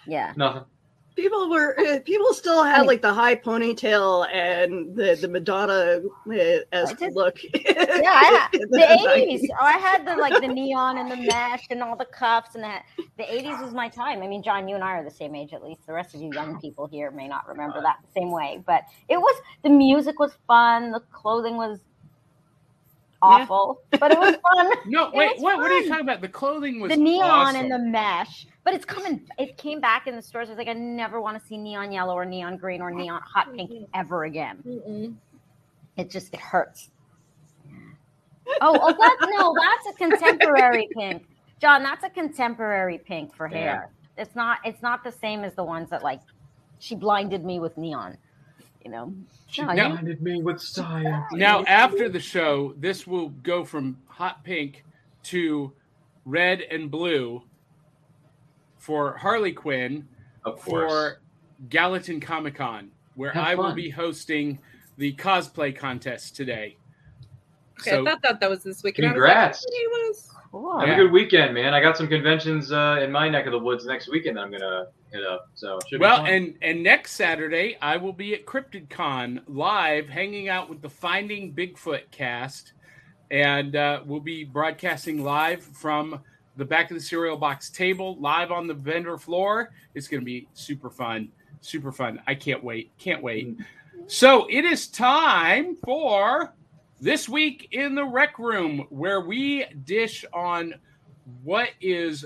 [SPEAKER 5] yeah,
[SPEAKER 7] Nothing.
[SPEAKER 6] people were uh, people still had like the high ponytail and the the Madonna uh,
[SPEAKER 5] I
[SPEAKER 6] esque
[SPEAKER 5] did-
[SPEAKER 6] look.
[SPEAKER 5] yeah.
[SPEAKER 6] in
[SPEAKER 5] The
[SPEAKER 6] 90s.
[SPEAKER 5] eighties. Oh, I had the like the neon and the mesh and all the cuffs and that. The eighties was my time. I mean, John, you and I are the same age at least. The rest of you young people here may not remember that the same way. But it was the music was fun, the clothing was awful, but it was fun.
[SPEAKER 1] No,
[SPEAKER 5] It
[SPEAKER 1] wait,
[SPEAKER 5] was
[SPEAKER 1] what, what are you
[SPEAKER 5] fun.
[SPEAKER 1] talking about? The clothing was
[SPEAKER 5] the neon
[SPEAKER 1] awesome.
[SPEAKER 5] and the mesh. But it's coming it came back in the stores. I was like, I never want to see neon yellow or neon green or neon hot pink ever again. It just it hurts. Oh, oh that, no, that's a contemporary pink, John. That's a contemporary pink for hair. It's not. It's not the same as the ones that like. She blinded me with neon. you know.
[SPEAKER 8] She
[SPEAKER 5] No, you-
[SPEAKER 8] blinded me with science.
[SPEAKER 1] Now, after the show, this will go from hot pink to red and blue for Harley Quinn
[SPEAKER 7] Of course.
[SPEAKER 1] for Gallatin Comic Con, where
[SPEAKER 8] Have
[SPEAKER 1] I will
[SPEAKER 8] fun.
[SPEAKER 1] be hosting the cosplay contest today.
[SPEAKER 3] Okay,
[SPEAKER 1] so,
[SPEAKER 3] I thought that, that was this weekend. I was
[SPEAKER 7] Congrats.
[SPEAKER 3] like, "Hey, what is-"
[SPEAKER 5] Cool.
[SPEAKER 7] Have a good weekend, man. I got some conventions uh, in my neck of the woods next weekend that I'm gonna hit up. So it should be
[SPEAKER 1] well,
[SPEAKER 7] fun.
[SPEAKER 1] and and next Saturday I will be at Cryptid Con live, hanging out with the Finding Bigfoot cast, and uh, we'll be broadcasting live from the back of the cereal box table, live on the vendor floor. It's going to be super fun, super fun. I can't wait, can't wait. So it is time for this week in the rec room, where we dish on what is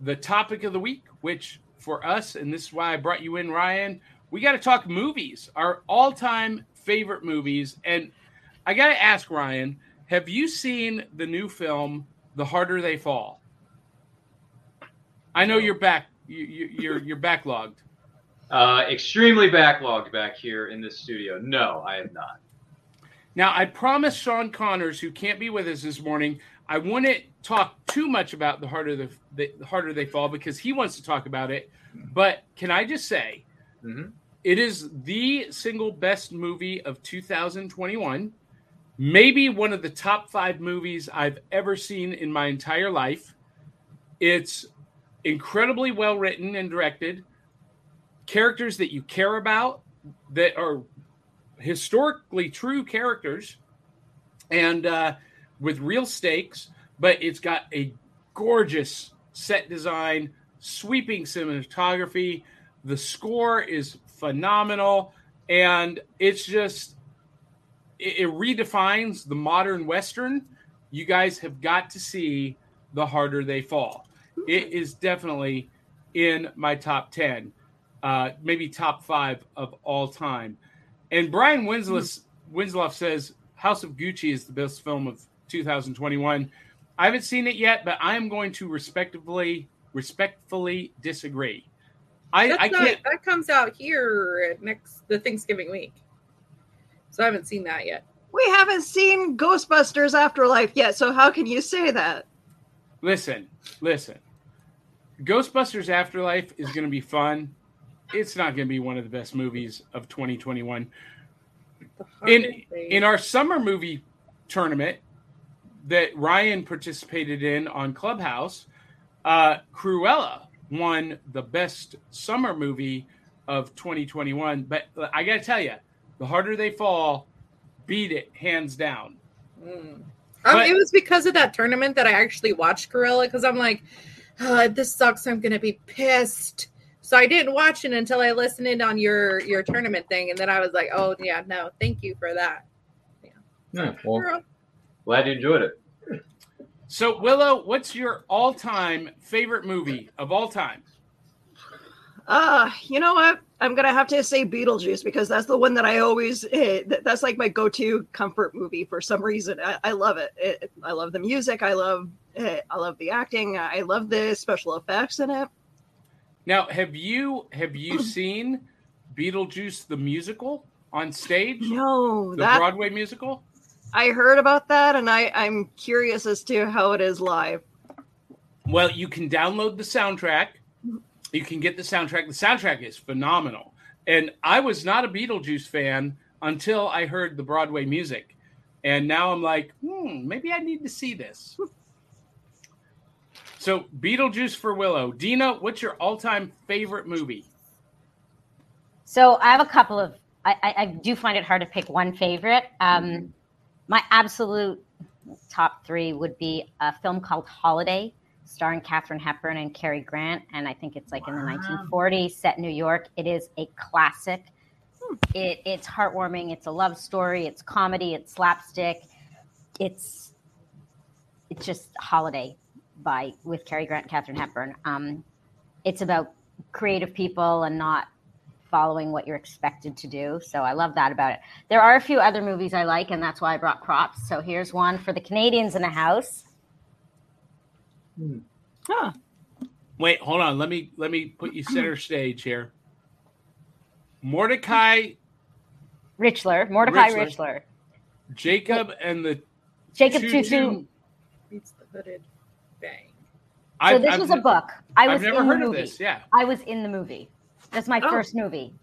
[SPEAKER 1] the topic of the week, which for us, and this is why I brought you in, Ryan, we got to talk movies, our all time favorite movies. And I got to ask, Ryan, have you seen the new film, The Harder They Fall? I know you're back. You, you, you're you're backlogged.
[SPEAKER 7] uh, extremely backlogged back here in this studio. No, I have not.
[SPEAKER 1] Now, I promised Sean Connors, who can't be with us this morning, I wouldn't talk too much about the harder the, the, the harder they fall because he wants to talk about it. But can I just say,
[SPEAKER 7] Mhm.
[SPEAKER 1] it is the single best movie of 2021, maybe one of the top five movies I've ever seen in my entire life. It's incredibly well written and directed. Characters that you care about that are historically true characters and uh, with real stakes, but it's got a gorgeous set design, sweeping cinematography. The score is phenomenal, and it's just it, it redefines the modern western. You guys have got to see the harder they fall. It is definitely in my top ten, uh, maybe top five of all time. And Brian Winslow Winslow says House of Gucci is the best film of 2021. I haven't seen it yet, but I am going to respectively respectfully disagree. I,
[SPEAKER 3] That's
[SPEAKER 1] I
[SPEAKER 3] not,
[SPEAKER 1] can't.
[SPEAKER 3] that comes out here at next the Thanksgiving week. So I haven't seen that yet.
[SPEAKER 6] We haven't seen Ghostbusters Afterlife yet, so how can you say that?
[SPEAKER 1] Listen, listen. Ghostbusters Afterlife is going to be fun. It's not going to be one of the best movies of 2021.
[SPEAKER 3] The
[SPEAKER 1] in
[SPEAKER 3] holidays.
[SPEAKER 1] in our summer movie tournament that Ryan participated in on Clubhouse, uh, Cruella won the best summer movie of 2021. But uh, I got to tell you, the harder they fall, beat it hands down.
[SPEAKER 3] Mm. Um,
[SPEAKER 1] But-
[SPEAKER 3] it was because of that tournament that I actually watched Gorilla because I'm like, "Ah, if this sucks. I'm gonna be pissed. So I didn't watch it until I listened in on your your tournament thing, and then I was like, oh yeah, no, thank you for that.
[SPEAKER 8] Yeah,
[SPEAKER 7] Well,
[SPEAKER 3] Girl,
[SPEAKER 7] glad you enjoyed it.
[SPEAKER 1] So Willow, what's your all-time favorite movie of all time?
[SPEAKER 6] Uh, you know what? I'm gonna have to say Beetlejuice because that's the one that I always eh, that- that's like my go-to comfort movie for some reason. I, I love it. it. I love the music. I love eh, I love the acting. I love the special effects in it.
[SPEAKER 1] Now, have you have you seen Beetlejuice the musical on stage?
[SPEAKER 6] No,
[SPEAKER 1] the
[SPEAKER 6] that
[SPEAKER 1] Broadway musical?
[SPEAKER 6] I heard about that, and I I'm curious as to how it is live.
[SPEAKER 1] Well, you can download the soundtrack. You can get the soundtrack. The soundtrack is phenomenal. And I was not a Beetlejuice fan until I heard the Broadway music. And now I'm like, hmm, maybe I need to see this. So, Beetlejuice for Willow. Dina, what's your all time favorite movie?
[SPEAKER 5] So I have a couple of. I, I, I do find it hard to pick one favorite. Um, my absolute top three would be a film called Holiday, starring Katharine Hepburn and Cary Grant, and I think it's like in the 1940s, set in New York. It is a classic. It, it's heartwarming. It's a love story. It's comedy. It's slapstick. It's it's just Holiday by with Cary Grant, and Katharine Hepburn. Um, it's about creative people and not following what you're expected to do. So I love that about it. There are a few other movies I like, and that's why I brought props. So here's one for the Canadians in the house.
[SPEAKER 6] Huh.
[SPEAKER 1] Wait, hold on. Let me let me put you center stage here. Mordecai
[SPEAKER 5] Richler, Mordecai
[SPEAKER 1] Richler.
[SPEAKER 5] Richler,
[SPEAKER 1] Jacob and the
[SPEAKER 5] Jacob
[SPEAKER 1] Choo-choo.
[SPEAKER 5] Tutu.
[SPEAKER 3] Beats the hooded bang.
[SPEAKER 5] So
[SPEAKER 1] I've-
[SPEAKER 5] this
[SPEAKER 1] I've
[SPEAKER 5] was
[SPEAKER 1] ne-
[SPEAKER 5] a book. I
[SPEAKER 1] I've
[SPEAKER 5] was
[SPEAKER 1] never
[SPEAKER 5] in
[SPEAKER 1] heard
[SPEAKER 5] the
[SPEAKER 1] of
[SPEAKER 5] movie.
[SPEAKER 1] this, yeah.
[SPEAKER 5] I was in the movie. That's my
[SPEAKER 6] Oh.
[SPEAKER 5] first movie.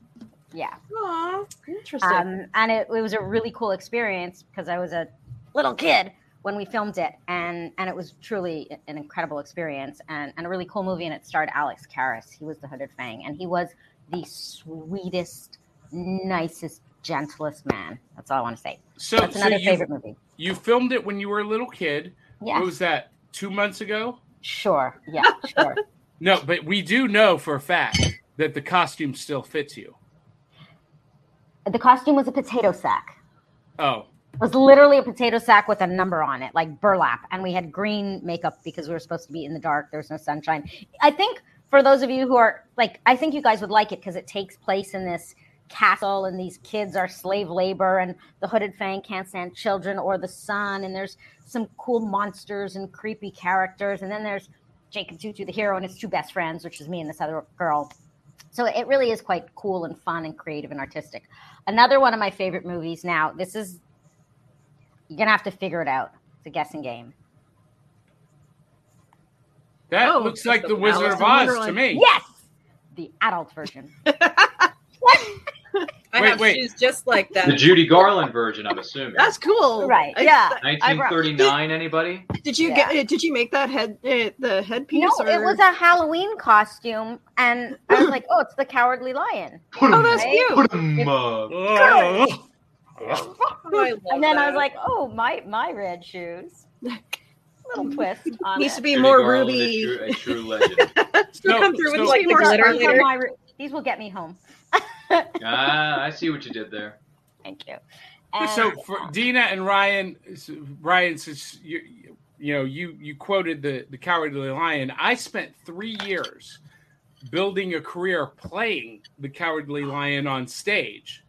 [SPEAKER 5] Yeah.
[SPEAKER 3] Aw,
[SPEAKER 6] Interesting.
[SPEAKER 5] Um, and it, it was a really cool experience because I was a little kid when we filmed it, and and it was truly an incredible experience and, and a really cool movie. And it starred Alex Karras. He was the Hooded Fang, and he was the sweetest, nicest, gentlest man. That's all I want to say.
[SPEAKER 1] So,
[SPEAKER 5] That's
[SPEAKER 1] so
[SPEAKER 5] another
[SPEAKER 1] you,
[SPEAKER 5] favorite movie.
[SPEAKER 1] you filmed it when you were a little kid.
[SPEAKER 5] Yeah.
[SPEAKER 1] What was that? Two months ago?
[SPEAKER 5] Sure. Yeah. Sure.
[SPEAKER 1] No, but we do know for a fact that the costume still fits you.
[SPEAKER 5] the costume was a potato sack.
[SPEAKER 1] Oh,
[SPEAKER 5] It was literally a potato sack with a number on it, like burlap. And we had green makeup because we were supposed to be in the dark. There was no sunshine. I think for those of you who are like, I think you guys would like it because it takes place in this castle and these kids are slave labor and the hooded fang can't stand children or the sun. And there's some cool monsters and creepy characters. And then there's Jacob Tutu, the hero, and his two best friends, which is me and this other girl. So it really is quite cool and fun and creative and artistic. Another one of my favorite movies now, this is you're gonna have to figure it out. It's a guessing game.
[SPEAKER 1] that
[SPEAKER 6] Oh,
[SPEAKER 1] looks like
[SPEAKER 6] so
[SPEAKER 1] the Wizard
[SPEAKER 6] Alice
[SPEAKER 1] of
[SPEAKER 6] in
[SPEAKER 1] Oz to
[SPEAKER 6] Wonderland.
[SPEAKER 1] me.
[SPEAKER 5] Yes, the adult version.
[SPEAKER 3] I
[SPEAKER 1] Wait,
[SPEAKER 3] have
[SPEAKER 1] wait.
[SPEAKER 3] shoes just like
[SPEAKER 7] The
[SPEAKER 3] that.
[SPEAKER 7] Judy Garland version, I'm assuming.
[SPEAKER 6] That's cool.
[SPEAKER 5] Right,
[SPEAKER 6] I-
[SPEAKER 5] yeah.
[SPEAKER 6] I brought-
[SPEAKER 7] 1939. Anybody?
[SPEAKER 6] Did, did you
[SPEAKER 5] Yeah.
[SPEAKER 6] get? eh, Did you make that head? Uh, the headpiece?
[SPEAKER 5] No,
[SPEAKER 6] or...
[SPEAKER 5] it was a Halloween costume, and I was like, "Oh, it's the Cowardly Lion."
[SPEAKER 7] Put
[SPEAKER 6] Oh, that's
[SPEAKER 5] Right?
[SPEAKER 6] cute.
[SPEAKER 7] Put 'em up.
[SPEAKER 1] Oh.
[SPEAKER 3] Oh, I love
[SPEAKER 5] And then I
[SPEAKER 3] that.
[SPEAKER 5] was like, "Oh, my my red shoes." Little twist on
[SPEAKER 6] Needs to
[SPEAKER 5] it.
[SPEAKER 6] be
[SPEAKER 7] Judy
[SPEAKER 6] more
[SPEAKER 7] Garland,
[SPEAKER 6] ruby.
[SPEAKER 7] A true, a true legend.
[SPEAKER 1] So-
[SPEAKER 3] come through with
[SPEAKER 1] so-
[SPEAKER 3] like
[SPEAKER 5] These
[SPEAKER 3] more
[SPEAKER 5] are-
[SPEAKER 3] glitter
[SPEAKER 5] these are
[SPEAKER 3] later.
[SPEAKER 5] my re- These will get me home.
[SPEAKER 7] ah, I see what you did there.
[SPEAKER 5] Thank you. And
[SPEAKER 1] so for Dina and Ryan, s- Ryan, since you you know you you quoted the the Cowardly Lion, I spent three years building a career playing the Cowardly Lion on stage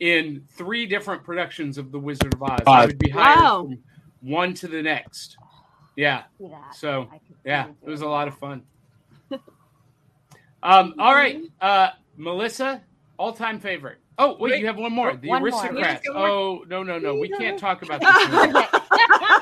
[SPEAKER 1] in three different productions of The Wizard of Oz. I would be hired
[SPEAKER 6] Wow.
[SPEAKER 1] from one to the next. Yeah,
[SPEAKER 5] see that.
[SPEAKER 1] so
[SPEAKER 5] I could
[SPEAKER 1] yeah,
[SPEAKER 5] really do
[SPEAKER 1] it was a lot of fun. Um, all right, uh, Melissa, all time favorite. Oh, wait,
[SPEAKER 3] Wait,
[SPEAKER 1] you have one more. The
[SPEAKER 5] one more.
[SPEAKER 1] Aristocrats.
[SPEAKER 3] We have one more.
[SPEAKER 1] Oh, no, no, no. We can't talk about this.
[SPEAKER 6] Yeah.
[SPEAKER 1] movie.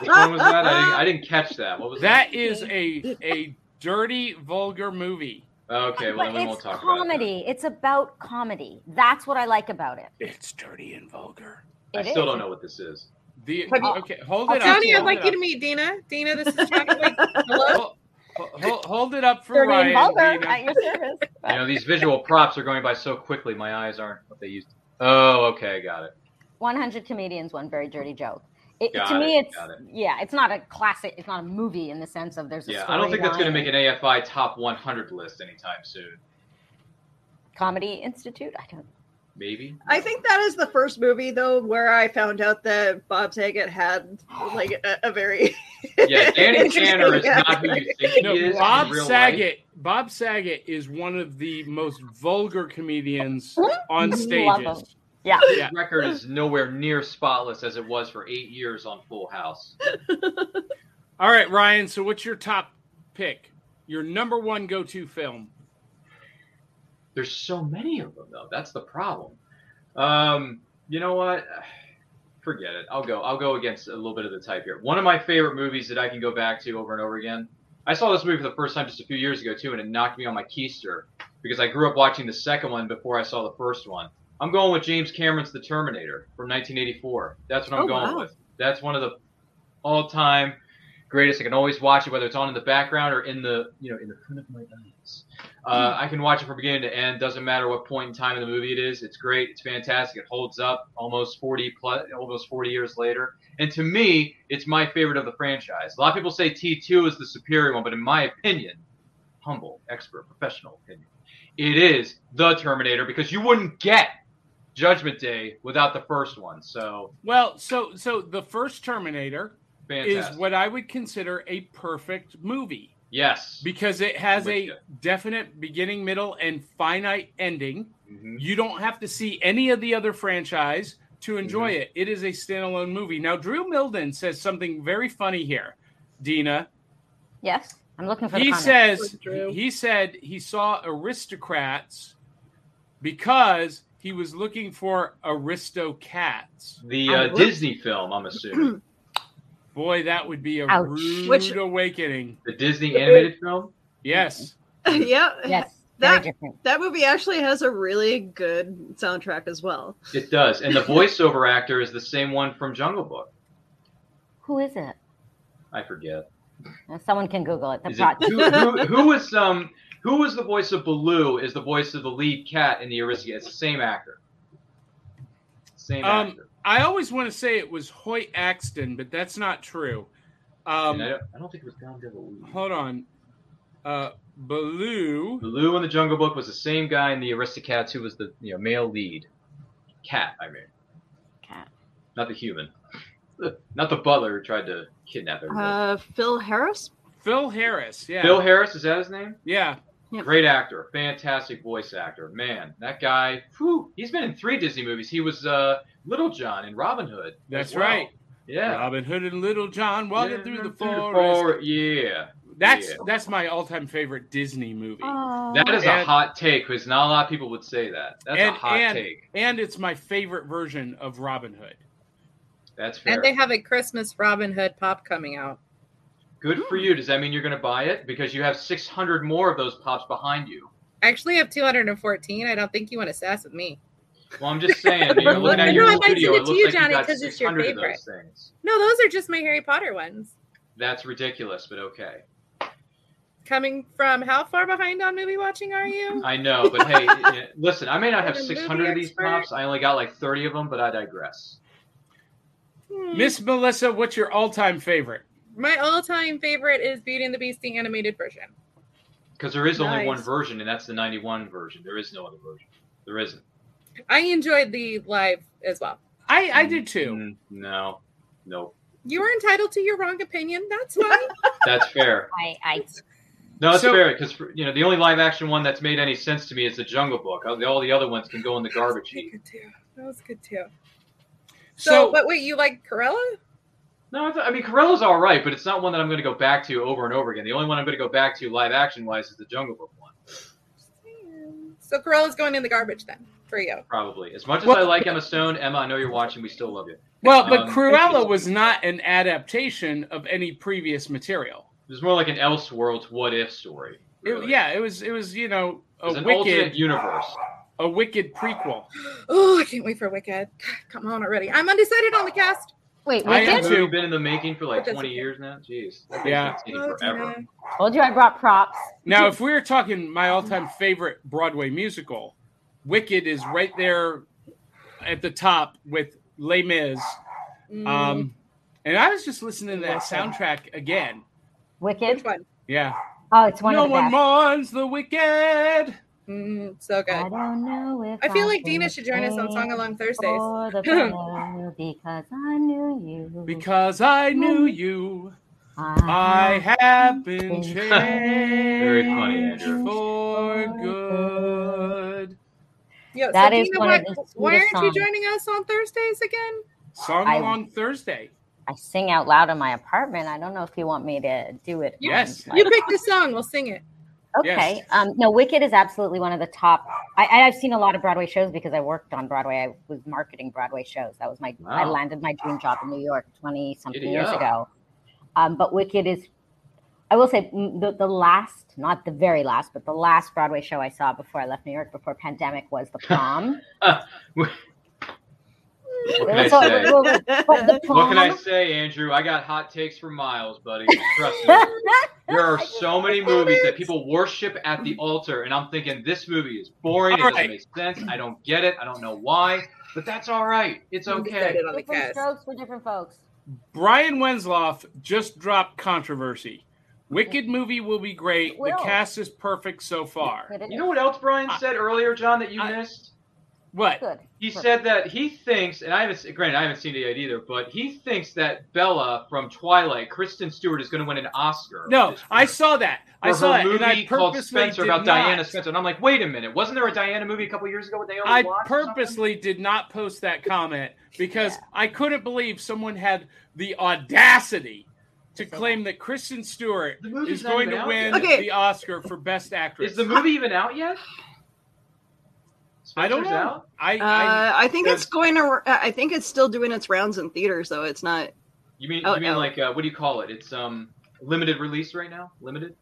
[SPEAKER 7] Which one was that? I didn't, I didn't catch that. What was that?
[SPEAKER 1] That is a a dirty, vulgar movie.
[SPEAKER 7] Okay, well
[SPEAKER 5] But
[SPEAKER 7] then we
[SPEAKER 5] it's
[SPEAKER 7] won't talk about it.
[SPEAKER 5] comedy. It's about comedy. That's what I like about it.
[SPEAKER 1] It's dirty and vulgar.
[SPEAKER 7] I
[SPEAKER 5] It
[SPEAKER 7] still
[SPEAKER 5] is.
[SPEAKER 7] don't know what this is.
[SPEAKER 1] The
[SPEAKER 3] Have you-
[SPEAKER 1] okay, hold
[SPEAKER 5] I'll
[SPEAKER 1] it up.
[SPEAKER 3] Johnny, I'd
[SPEAKER 1] hold
[SPEAKER 3] like
[SPEAKER 1] it
[SPEAKER 3] you
[SPEAKER 1] up.
[SPEAKER 3] to meet Dina. Dina, this is Johnny. Like, hello.
[SPEAKER 1] Hol- hol- hol- Hold, it up for
[SPEAKER 5] Dirty
[SPEAKER 1] Ryan.
[SPEAKER 5] and vulgar
[SPEAKER 1] Dina.
[SPEAKER 5] at your service.
[SPEAKER 7] You know, these visual props are going by so quickly. My eyes aren't what they used. To. Oh, okay, I got it.
[SPEAKER 5] 100 comedians one very dirty joke it,
[SPEAKER 7] Got
[SPEAKER 5] to me
[SPEAKER 7] it,
[SPEAKER 5] it's
[SPEAKER 7] got it.
[SPEAKER 5] yeah it's not a classic it's not a movie in the sense of there's a
[SPEAKER 7] Yeah, I don't think that's going to
[SPEAKER 5] storyline.
[SPEAKER 7] make an AFI top 100 list anytime soon.
[SPEAKER 5] comedy institute i don't
[SPEAKER 7] Maybe.
[SPEAKER 6] I think that is the first movie though where I found out that Bob Saget had like a, a very
[SPEAKER 7] Yeah, Danny Tanner is
[SPEAKER 6] Yeah.
[SPEAKER 7] not who you think he
[SPEAKER 1] No,
[SPEAKER 7] is. in
[SPEAKER 1] Bob
[SPEAKER 7] real life.
[SPEAKER 1] Saget. Bob Saget is one of the most vulgar comedians on
[SPEAKER 5] Love him.
[SPEAKER 1] stages.
[SPEAKER 5] yeah
[SPEAKER 1] Yeah.
[SPEAKER 7] His record is nowhere near spotless as it was for eight years on Full House.
[SPEAKER 1] All right, Ryan. So, what's your top pick? Your number one go-to film?
[SPEAKER 7] There's so many of them though. That's the problem. Um, you know what? Forget it. I'll go. I'll go against a little bit of the type here. One of my favorite movies that I can go back to over and over again. I saw this movie for the first time just a few years ago too, and it knocked me on my keister because I grew up watching the second one before I saw the first one. I'm going with James Cameron's The Terminator from 1984. That's what I'm
[SPEAKER 6] Oh,
[SPEAKER 7] going
[SPEAKER 6] wow.
[SPEAKER 7] with. That's one of the all-time greatest. I can always watch it whether it's on in the background or in the you know in the front of my eyes. Uh, I can watch it from beginning to end. Doesn't matter what point in time in the movie it is. It's great. It's fantastic. It holds up almost 40 plus, almost 40 years later. And to me, it's my favorite of the franchise. A lot of people say T2 is the superior one, but in my opinion, humble, expert, professional opinion, it is the Terminator because you wouldn't get Judgment Day without the first one. So
[SPEAKER 1] Well, so so the first Terminator
[SPEAKER 7] fantastic.
[SPEAKER 1] is what I would consider a perfect movie
[SPEAKER 7] yes.
[SPEAKER 1] because it has
[SPEAKER 7] With
[SPEAKER 1] a
[SPEAKER 7] you.
[SPEAKER 1] definite beginning, middle, and finite ending.
[SPEAKER 7] Mhm.
[SPEAKER 1] You don't have to see any of the other franchise to enjoy it. It is a standalone movie. Now, Drew Milden says something very funny here, Dina.
[SPEAKER 5] yes i'm looking for the
[SPEAKER 1] He
[SPEAKER 5] comment.
[SPEAKER 1] says
[SPEAKER 3] Drew.
[SPEAKER 1] he said he saw aristocrats because He was looking for Aristocats.
[SPEAKER 7] The uh, Disney film, I'm assuming.
[SPEAKER 1] Boy, that would be a
[SPEAKER 5] Ouch.
[SPEAKER 1] rude
[SPEAKER 6] Which-
[SPEAKER 1] awakening.
[SPEAKER 7] The Disney animated film?
[SPEAKER 1] Yes.
[SPEAKER 6] yeah.
[SPEAKER 5] Yes. Very
[SPEAKER 6] That
[SPEAKER 5] different.
[SPEAKER 6] that movie actually has a really good soundtrack as well.
[SPEAKER 7] It does. And the voiceover actor is the same one from Jungle Book.
[SPEAKER 5] Who is it?
[SPEAKER 7] I forget.
[SPEAKER 5] Uh, Someone can Google it. The
[SPEAKER 7] Is
[SPEAKER 5] pro-
[SPEAKER 7] it, who, who, who was um who was the voice of Baloo is the voice of the lead cat in the Aristotle. It's the same actor. Same
[SPEAKER 1] Um,
[SPEAKER 7] actor.
[SPEAKER 1] I always want to say it was Hoyt Axton, but that's not true.
[SPEAKER 7] And
[SPEAKER 1] Um,
[SPEAKER 7] I, don't, I don't think it was Don DeLuise.
[SPEAKER 1] hold on. Uh, Baloo.
[SPEAKER 7] Baloo in the Jungle Book was the same guy in the Aristocats who was the you know male lead cat. I mean,
[SPEAKER 5] Cat.
[SPEAKER 7] not the human, not the butler who tried to kidnap everybody.
[SPEAKER 6] Uh, Phil Harris.
[SPEAKER 1] Phil Harris. Yeah.
[SPEAKER 7] Bill Harris is that his name?
[SPEAKER 1] yeah.
[SPEAKER 6] Yep.
[SPEAKER 7] Great actor, fantastic voice actor. Man, that guy, whew, he's been in three Disney movies. He was uh, Little John in Robin Hood. as
[SPEAKER 1] That's
[SPEAKER 7] well.
[SPEAKER 1] right.
[SPEAKER 7] Yeah.
[SPEAKER 1] Robin Hood and Little John walking through the forest.
[SPEAKER 7] forest. Yeah.
[SPEAKER 1] That's
[SPEAKER 7] Yeah.
[SPEAKER 1] that's my all-time favorite Disney movie.
[SPEAKER 7] That is a
[SPEAKER 1] And-
[SPEAKER 7] hot take because not a lot of people would say that. That's
[SPEAKER 1] and,
[SPEAKER 7] a hot
[SPEAKER 1] and,
[SPEAKER 7] take.
[SPEAKER 1] and it's my favorite version of Robin Hood.
[SPEAKER 7] That's fair.
[SPEAKER 3] And they have a Christmas Robin Hood pop coming out.
[SPEAKER 7] Good for you. Does that mean you're going to buy it? Because you have 600 more of those pops behind you.
[SPEAKER 3] I actually have 214. I don't think you want to sass with me.
[SPEAKER 7] Well, I'm just saying. You're
[SPEAKER 1] Well,
[SPEAKER 7] looking at
[SPEAKER 1] no,
[SPEAKER 7] your
[SPEAKER 1] I
[SPEAKER 3] might
[SPEAKER 7] studio.
[SPEAKER 3] send it
[SPEAKER 7] it
[SPEAKER 3] to
[SPEAKER 7] looks
[SPEAKER 3] you,
[SPEAKER 7] like
[SPEAKER 3] Johnny,
[SPEAKER 7] you got
[SPEAKER 3] 'cause it's your
[SPEAKER 7] 600 of
[SPEAKER 3] favorite.
[SPEAKER 7] those things.
[SPEAKER 3] No, those are just my Harry Potter ones.
[SPEAKER 7] That's ridiculous, but okay.
[SPEAKER 3] Coming from how far behind on movie watching are you?
[SPEAKER 7] I know, but hey, yeah, listen, I may not have
[SPEAKER 3] You're a
[SPEAKER 7] 600 of
[SPEAKER 3] movie
[SPEAKER 7] these
[SPEAKER 3] expert.
[SPEAKER 7] pops. I only got like 30 of them, but I digress.
[SPEAKER 3] Hmm.
[SPEAKER 1] Miss Melissa, what's your all-time favorite?
[SPEAKER 3] My all-time favorite is Beauty and the Beast the animated version.
[SPEAKER 7] Because there is only one
[SPEAKER 6] Nice.
[SPEAKER 7] version, and that's the 91 version. There is no other version. There isn't.
[SPEAKER 3] I enjoyed the live as well.
[SPEAKER 1] I I did too.
[SPEAKER 7] Mm, no. Nope.
[SPEAKER 3] You were entitled to your wrong opinion. That's why.
[SPEAKER 7] That's fair.
[SPEAKER 5] I, I,
[SPEAKER 7] No, that's
[SPEAKER 1] So-
[SPEAKER 7] fair because you know the only live action one that's made any sense to me is the Jungle Book. All the- All the other ones can go in the garbage
[SPEAKER 3] That was
[SPEAKER 7] heap.
[SPEAKER 3] good too. That was good too. So,
[SPEAKER 1] So,
[SPEAKER 3] but wait, you like Corella?
[SPEAKER 7] No, I, th- I mean Corella's all right, but it's not one that I'm going to go back to over and over again. The only one I'm going to go back to live action wise is the Jungle Book one,
[SPEAKER 3] So Corella's going in the garbage then for you.
[SPEAKER 7] probably. As much as
[SPEAKER 1] Well-
[SPEAKER 7] I like Emma Stone, Emma, I know you're watching. We still love you.
[SPEAKER 1] well, but
[SPEAKER 7] um,
[SPEAKER 1] Cruella was not an adaptation of any previous material.
[SPEAKER 7] It was more like an Elseworlds what if story.
[SPEAKER 1] It-
[SPEAKER 7] really.
[SPEAKER 1] yeah, it was it was you know
[SPEAKER 7] It
[SPEAKER 1] a
[SPEAKER 7] was an alternate
[SPEAKER 1] wicked
[SPEAKER 7] universe.
[SPEAKER 1] a wicked prequel.
[SPEAKER 3] Oh, I can't wait for Wicked. Come on already. I'm undecided on the cast.
[SPEAKER 5] wait,
[SPEAKER 1] I
[SPEAKER 5] we
[SPEAKER 1] am
[SPEAKER 7] Has
[SPEAKER 5] did.
[SPEAKER 7] that
[SPEAKER 1] too.
[SPEAKER 7] movie been in the making for like
[SPEAKER 3] But that's
[SPEAKER 7] 20
[SPEAKER 3] okay.
[SPEAKER 7] years now? Jeez, that
[SPEAKER 1] Yeah.
[SPEAKER 7] thing's been taking
[SPEAKER 3] Oh,
[SPEAKER 7] forever.
[SPEAKER 5] Told you I brought props.
[SPEAKER 1] Now, if we were talking my all-time favorite Broadway musical, Wicked is right there at the top with Les Mis.
[SPEAKER 3] Mm,
[SPEAKER 1] Um, and I was just listening to that soundtrack again.
[SPEAKER 3] which
[SPEAKER 5] Wicked.
[SPEAKER 3] one?
[SPEAKER 1] Yeah,
[SPEAKER 5] Oh, it's one
[SPEAKER 1] no
[SPEAKER 5] of the
[SPEAKER 1] one
[SPEAKER 5] best.
[SPEAKER 1] mourns the wicked.
[SPEAKER 3] Mm, so
[SPEAKER 5] I
[SPEAKER 3] good.
[SPEAKER 5] don't know if
[SPEAKER 3] I feel like
[SPEAKER 5] should
[SPEAKER 3] Dina should join us on
[SPEAKER 5] stay
[SPEAKER 3] Song Along Thursdays.
[SPEAKER 5] for the bell because I knew you.
[SPEAKER 1] Because I knew
[SPEAKER 5] Mm-hmm.
[SPEAKER 1] you, I have been changed
[SPEAKER 7] Very funny, Andrew.
[SPEAKER 1] for good.
[SPEAKER 3] Yo, so
[SPEAKER 5] That is
[SPEAKER 3] Dina,
[SPEAKER 5] one
[SPEAKER 3] why,
[SPEAKER 5] of the
[SPEAKER 3] why aren't
[SPEAKER 5] sweetest
[SPEAKER 3] you
[SPEAKER 5] songs.
[SPEAKER 3] joining us on Thursdays again?
[SPEAKER 1] Song
[SPEAKER 5] I-
[SPEAKER 1] along Thursday.
[SPEAKER 5] I sing out loud in my apartment. I don't know if you want me to do it.
[SPEAKER 1] Yes.
[SPEAKER 5] on-
[SPEAKER 3] You pick the song, we'll sing it.
[SPEAKER 5] Okay. Um, no, Wicked is absolutely one of the top. I, I- I've seen a lot of Broadway shows because I worked on Broadway. I was marketing Broadway shows. That was my. I
[SPEAKER 7] Wow.
[SPEAKER 5] landed my dream job in New York twenty something
[SPEAKER 7] Giddy
[SPEAKER 5] years
[SPEAKER 7] up.
[SPEAKER 5] ago. Um, but Wicked is. I will say mm, the, the last, not the very last, but the last Broadway show I saw before I left New York before pandemic was The Prom.
[SPEAKER 7] What
[SPEAKER 5] It
[SPEAKER 7] can I
[SPEAKER 5] was- so-
[SPEAKER 7] say?
[SPEAKER 5] it was- but The
[SPEAKER 7] What can I
[SPEAKER 5] Prom-
[SPEAKER 7] say, Andrew? I got hot takes for miles, buddy. Trust me. There are so many movies that people worship at the altar, and I'm thinking this movie is boring. It
[SPEAKER 1] All
[SPEAKER 7] doesn't
[SPEAKER 1] right.
[SPEAKER 7] make sense. I don't get it. I don't know why, but that's all right. It's okay.
[SPEAKER 3] Undecided on the
[SPEAKER 5] different
[SPEAKER 3] cast.
[SPEAKER 5] strokes for different folks.
[SPEAKER 1] Brian Wensloff just dropped controversy. Wicked movie will be great.
[SPEAKER 5] It
[SPEAKER 1] The
[SPEAKER 5] will.
[SPEAKER 1] cast is perfect so far.
[SPEAKER 5] It is
[SPEAKER 7] You know what else Brian said earlier, John, that you
[SPEAKER 1] I-
[SPEAKER 7] missed?
[SPEAKER 1] What?
[SPEAKER 5] good.
[SPEAKER 7] He said that he thinks, and I haven't se- granted I haven't seen it yet either, but he thinks that Bella from Twilight, Kristen Stewart, is going to win an Oscar.
[SPEAKER 1] No,
[SPEAKER 7] this year
[SPEAKER 1] I saw that.
[SPEAKER 7] For
[SPEAKER 1] I saw
[SPEAKER 7] her
[SPEAKER 1] it,
[SPEAKER 7] movie
[SPEAKER 1] and I
[SPEAKER 7] called
[SPEAKER 1] purposely
[SPEAKER 7] Spencer
[SPEAKER 1] did not.
[SPEAKER 7] about Diana Spencer, and I'm like, wait a minute, wasn't there a Diana movie a couple years ago with Naomi
[SPEAKER 1] I
[SPEAKER 7] Watts or something?
[SPEAKER 1] purposely did not post that comment because I couldn't believe someone had the audacity to claim that Kristen Stewart
[SPEAKER 7] The movie's
[SPEAKER 1] is
[SPEAKER 7] not
[SPEAKER 1] going
[SPEAKER 7] even
[SPEAKER 1] to
[SPEAKER 7] out
[SPEAKER 1] win
[SPEAKER 7] yet.
[SPEAKER 6] Okay.
[SPEAKER 1] the Oscar for Best Actress.
[SPEAKER 7] Is the movie even out yet?
[SPEAKER 1] I don't know.
[SPEAKER 7] Spencer's out?
[SPEAKER 1] I,
[SPEAKER 6] Uh,
[SPEAKER 1] I
[SPEAKER 6] I think it's going to. I think it's still doing its rounds in theaters, though. It's not.
[SPEAKER 7] You mean
[SPEAKER 6] Oh,
[SPEAKER 7] you mean
[SPEAKER 6] no.
[SPEAKER 7] like uh, what do you call it? It's um limited release right now. Limited.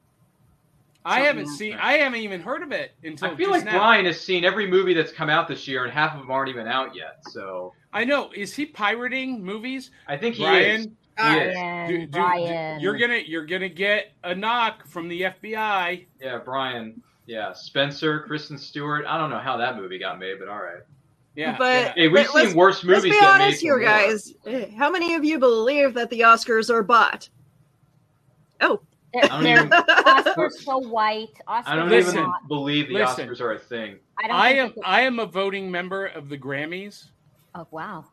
[SPEAKER 1] I haven't
[SPEAKER 6] something-
[SPEAKER 1] seen. I haven't even heard of it until.
[SPEAKER 7] I feel
[SPEAKER 1] just
[SPEAKER 7] like
[SPEAKER 1] now.
[SPEAKER 7] Brian has seen every movie that's come out this year, and half of them aren't even out yet. So
[SPEAKER 1] I know. Is he pirating movies?
[SPEAKER 7] I think he
[SPEAKER 1] Brian,
[SPEAKER 7] is.
[SPEAKER 3] Ah,
[SPEAKER 7] Yes.
[SPEAKER 5] Brian,
[SPEAKER 1] do- do- do-
[SPEAKER 5] Brian.
[SPEAKER 1] you're gonna you're gonna get a knock from the FBI.
[SPEAKER 7] Yeah, Brian. Yeah, Spencer, Kristen Stewart. I don't know how that movie got made, but all right.
[SPEAKER 1] Yeah,
[SPEAKER 6] But-
[SPEAKER 1] yeah.
[SPEAKER 7] Hey, we've
[SPEAKER 6] Let-
[SPEAKER 7] seen
[SPEAKER 6] let's-
[SPEAKER 7] worse
[SPEAKER 6] Let's
[SPEAKER 7] movies.
[SPEAKER 6] be
[SPEAKER 7] get made
[SPEAKER 6] honest
[SPEAKER 7] for
[SPEAKER 6] here,
[SPEAKER 7] more.
[SPEAKER 6] guys. Eh, How many of you believe that the Oscars are bought?
[SPEAKER 5] They're,
[SPEAKER 7] I don't
[SPEAKER 5] they're-
[SPEAKER 7] even-
[SPEAKER 5] Oscar's so white. Oscar's
[SPEAKER 7] I don't
[SPEAKER 1] Listen.
[SPEAKER 7] even believe the
[SPEAKER 1] Listen.
[SPEAKER 7] Oscars are a thing.
[SPEAKER 5] I, don't
[SPEAKER 1] I
[SPEAKER 5] think
[SPEAKER 1] am
[SPEAKER 5] they could-
[SPEAKER 1] I am a voting member of the Grammys
[SPEAKER 5] oh wow.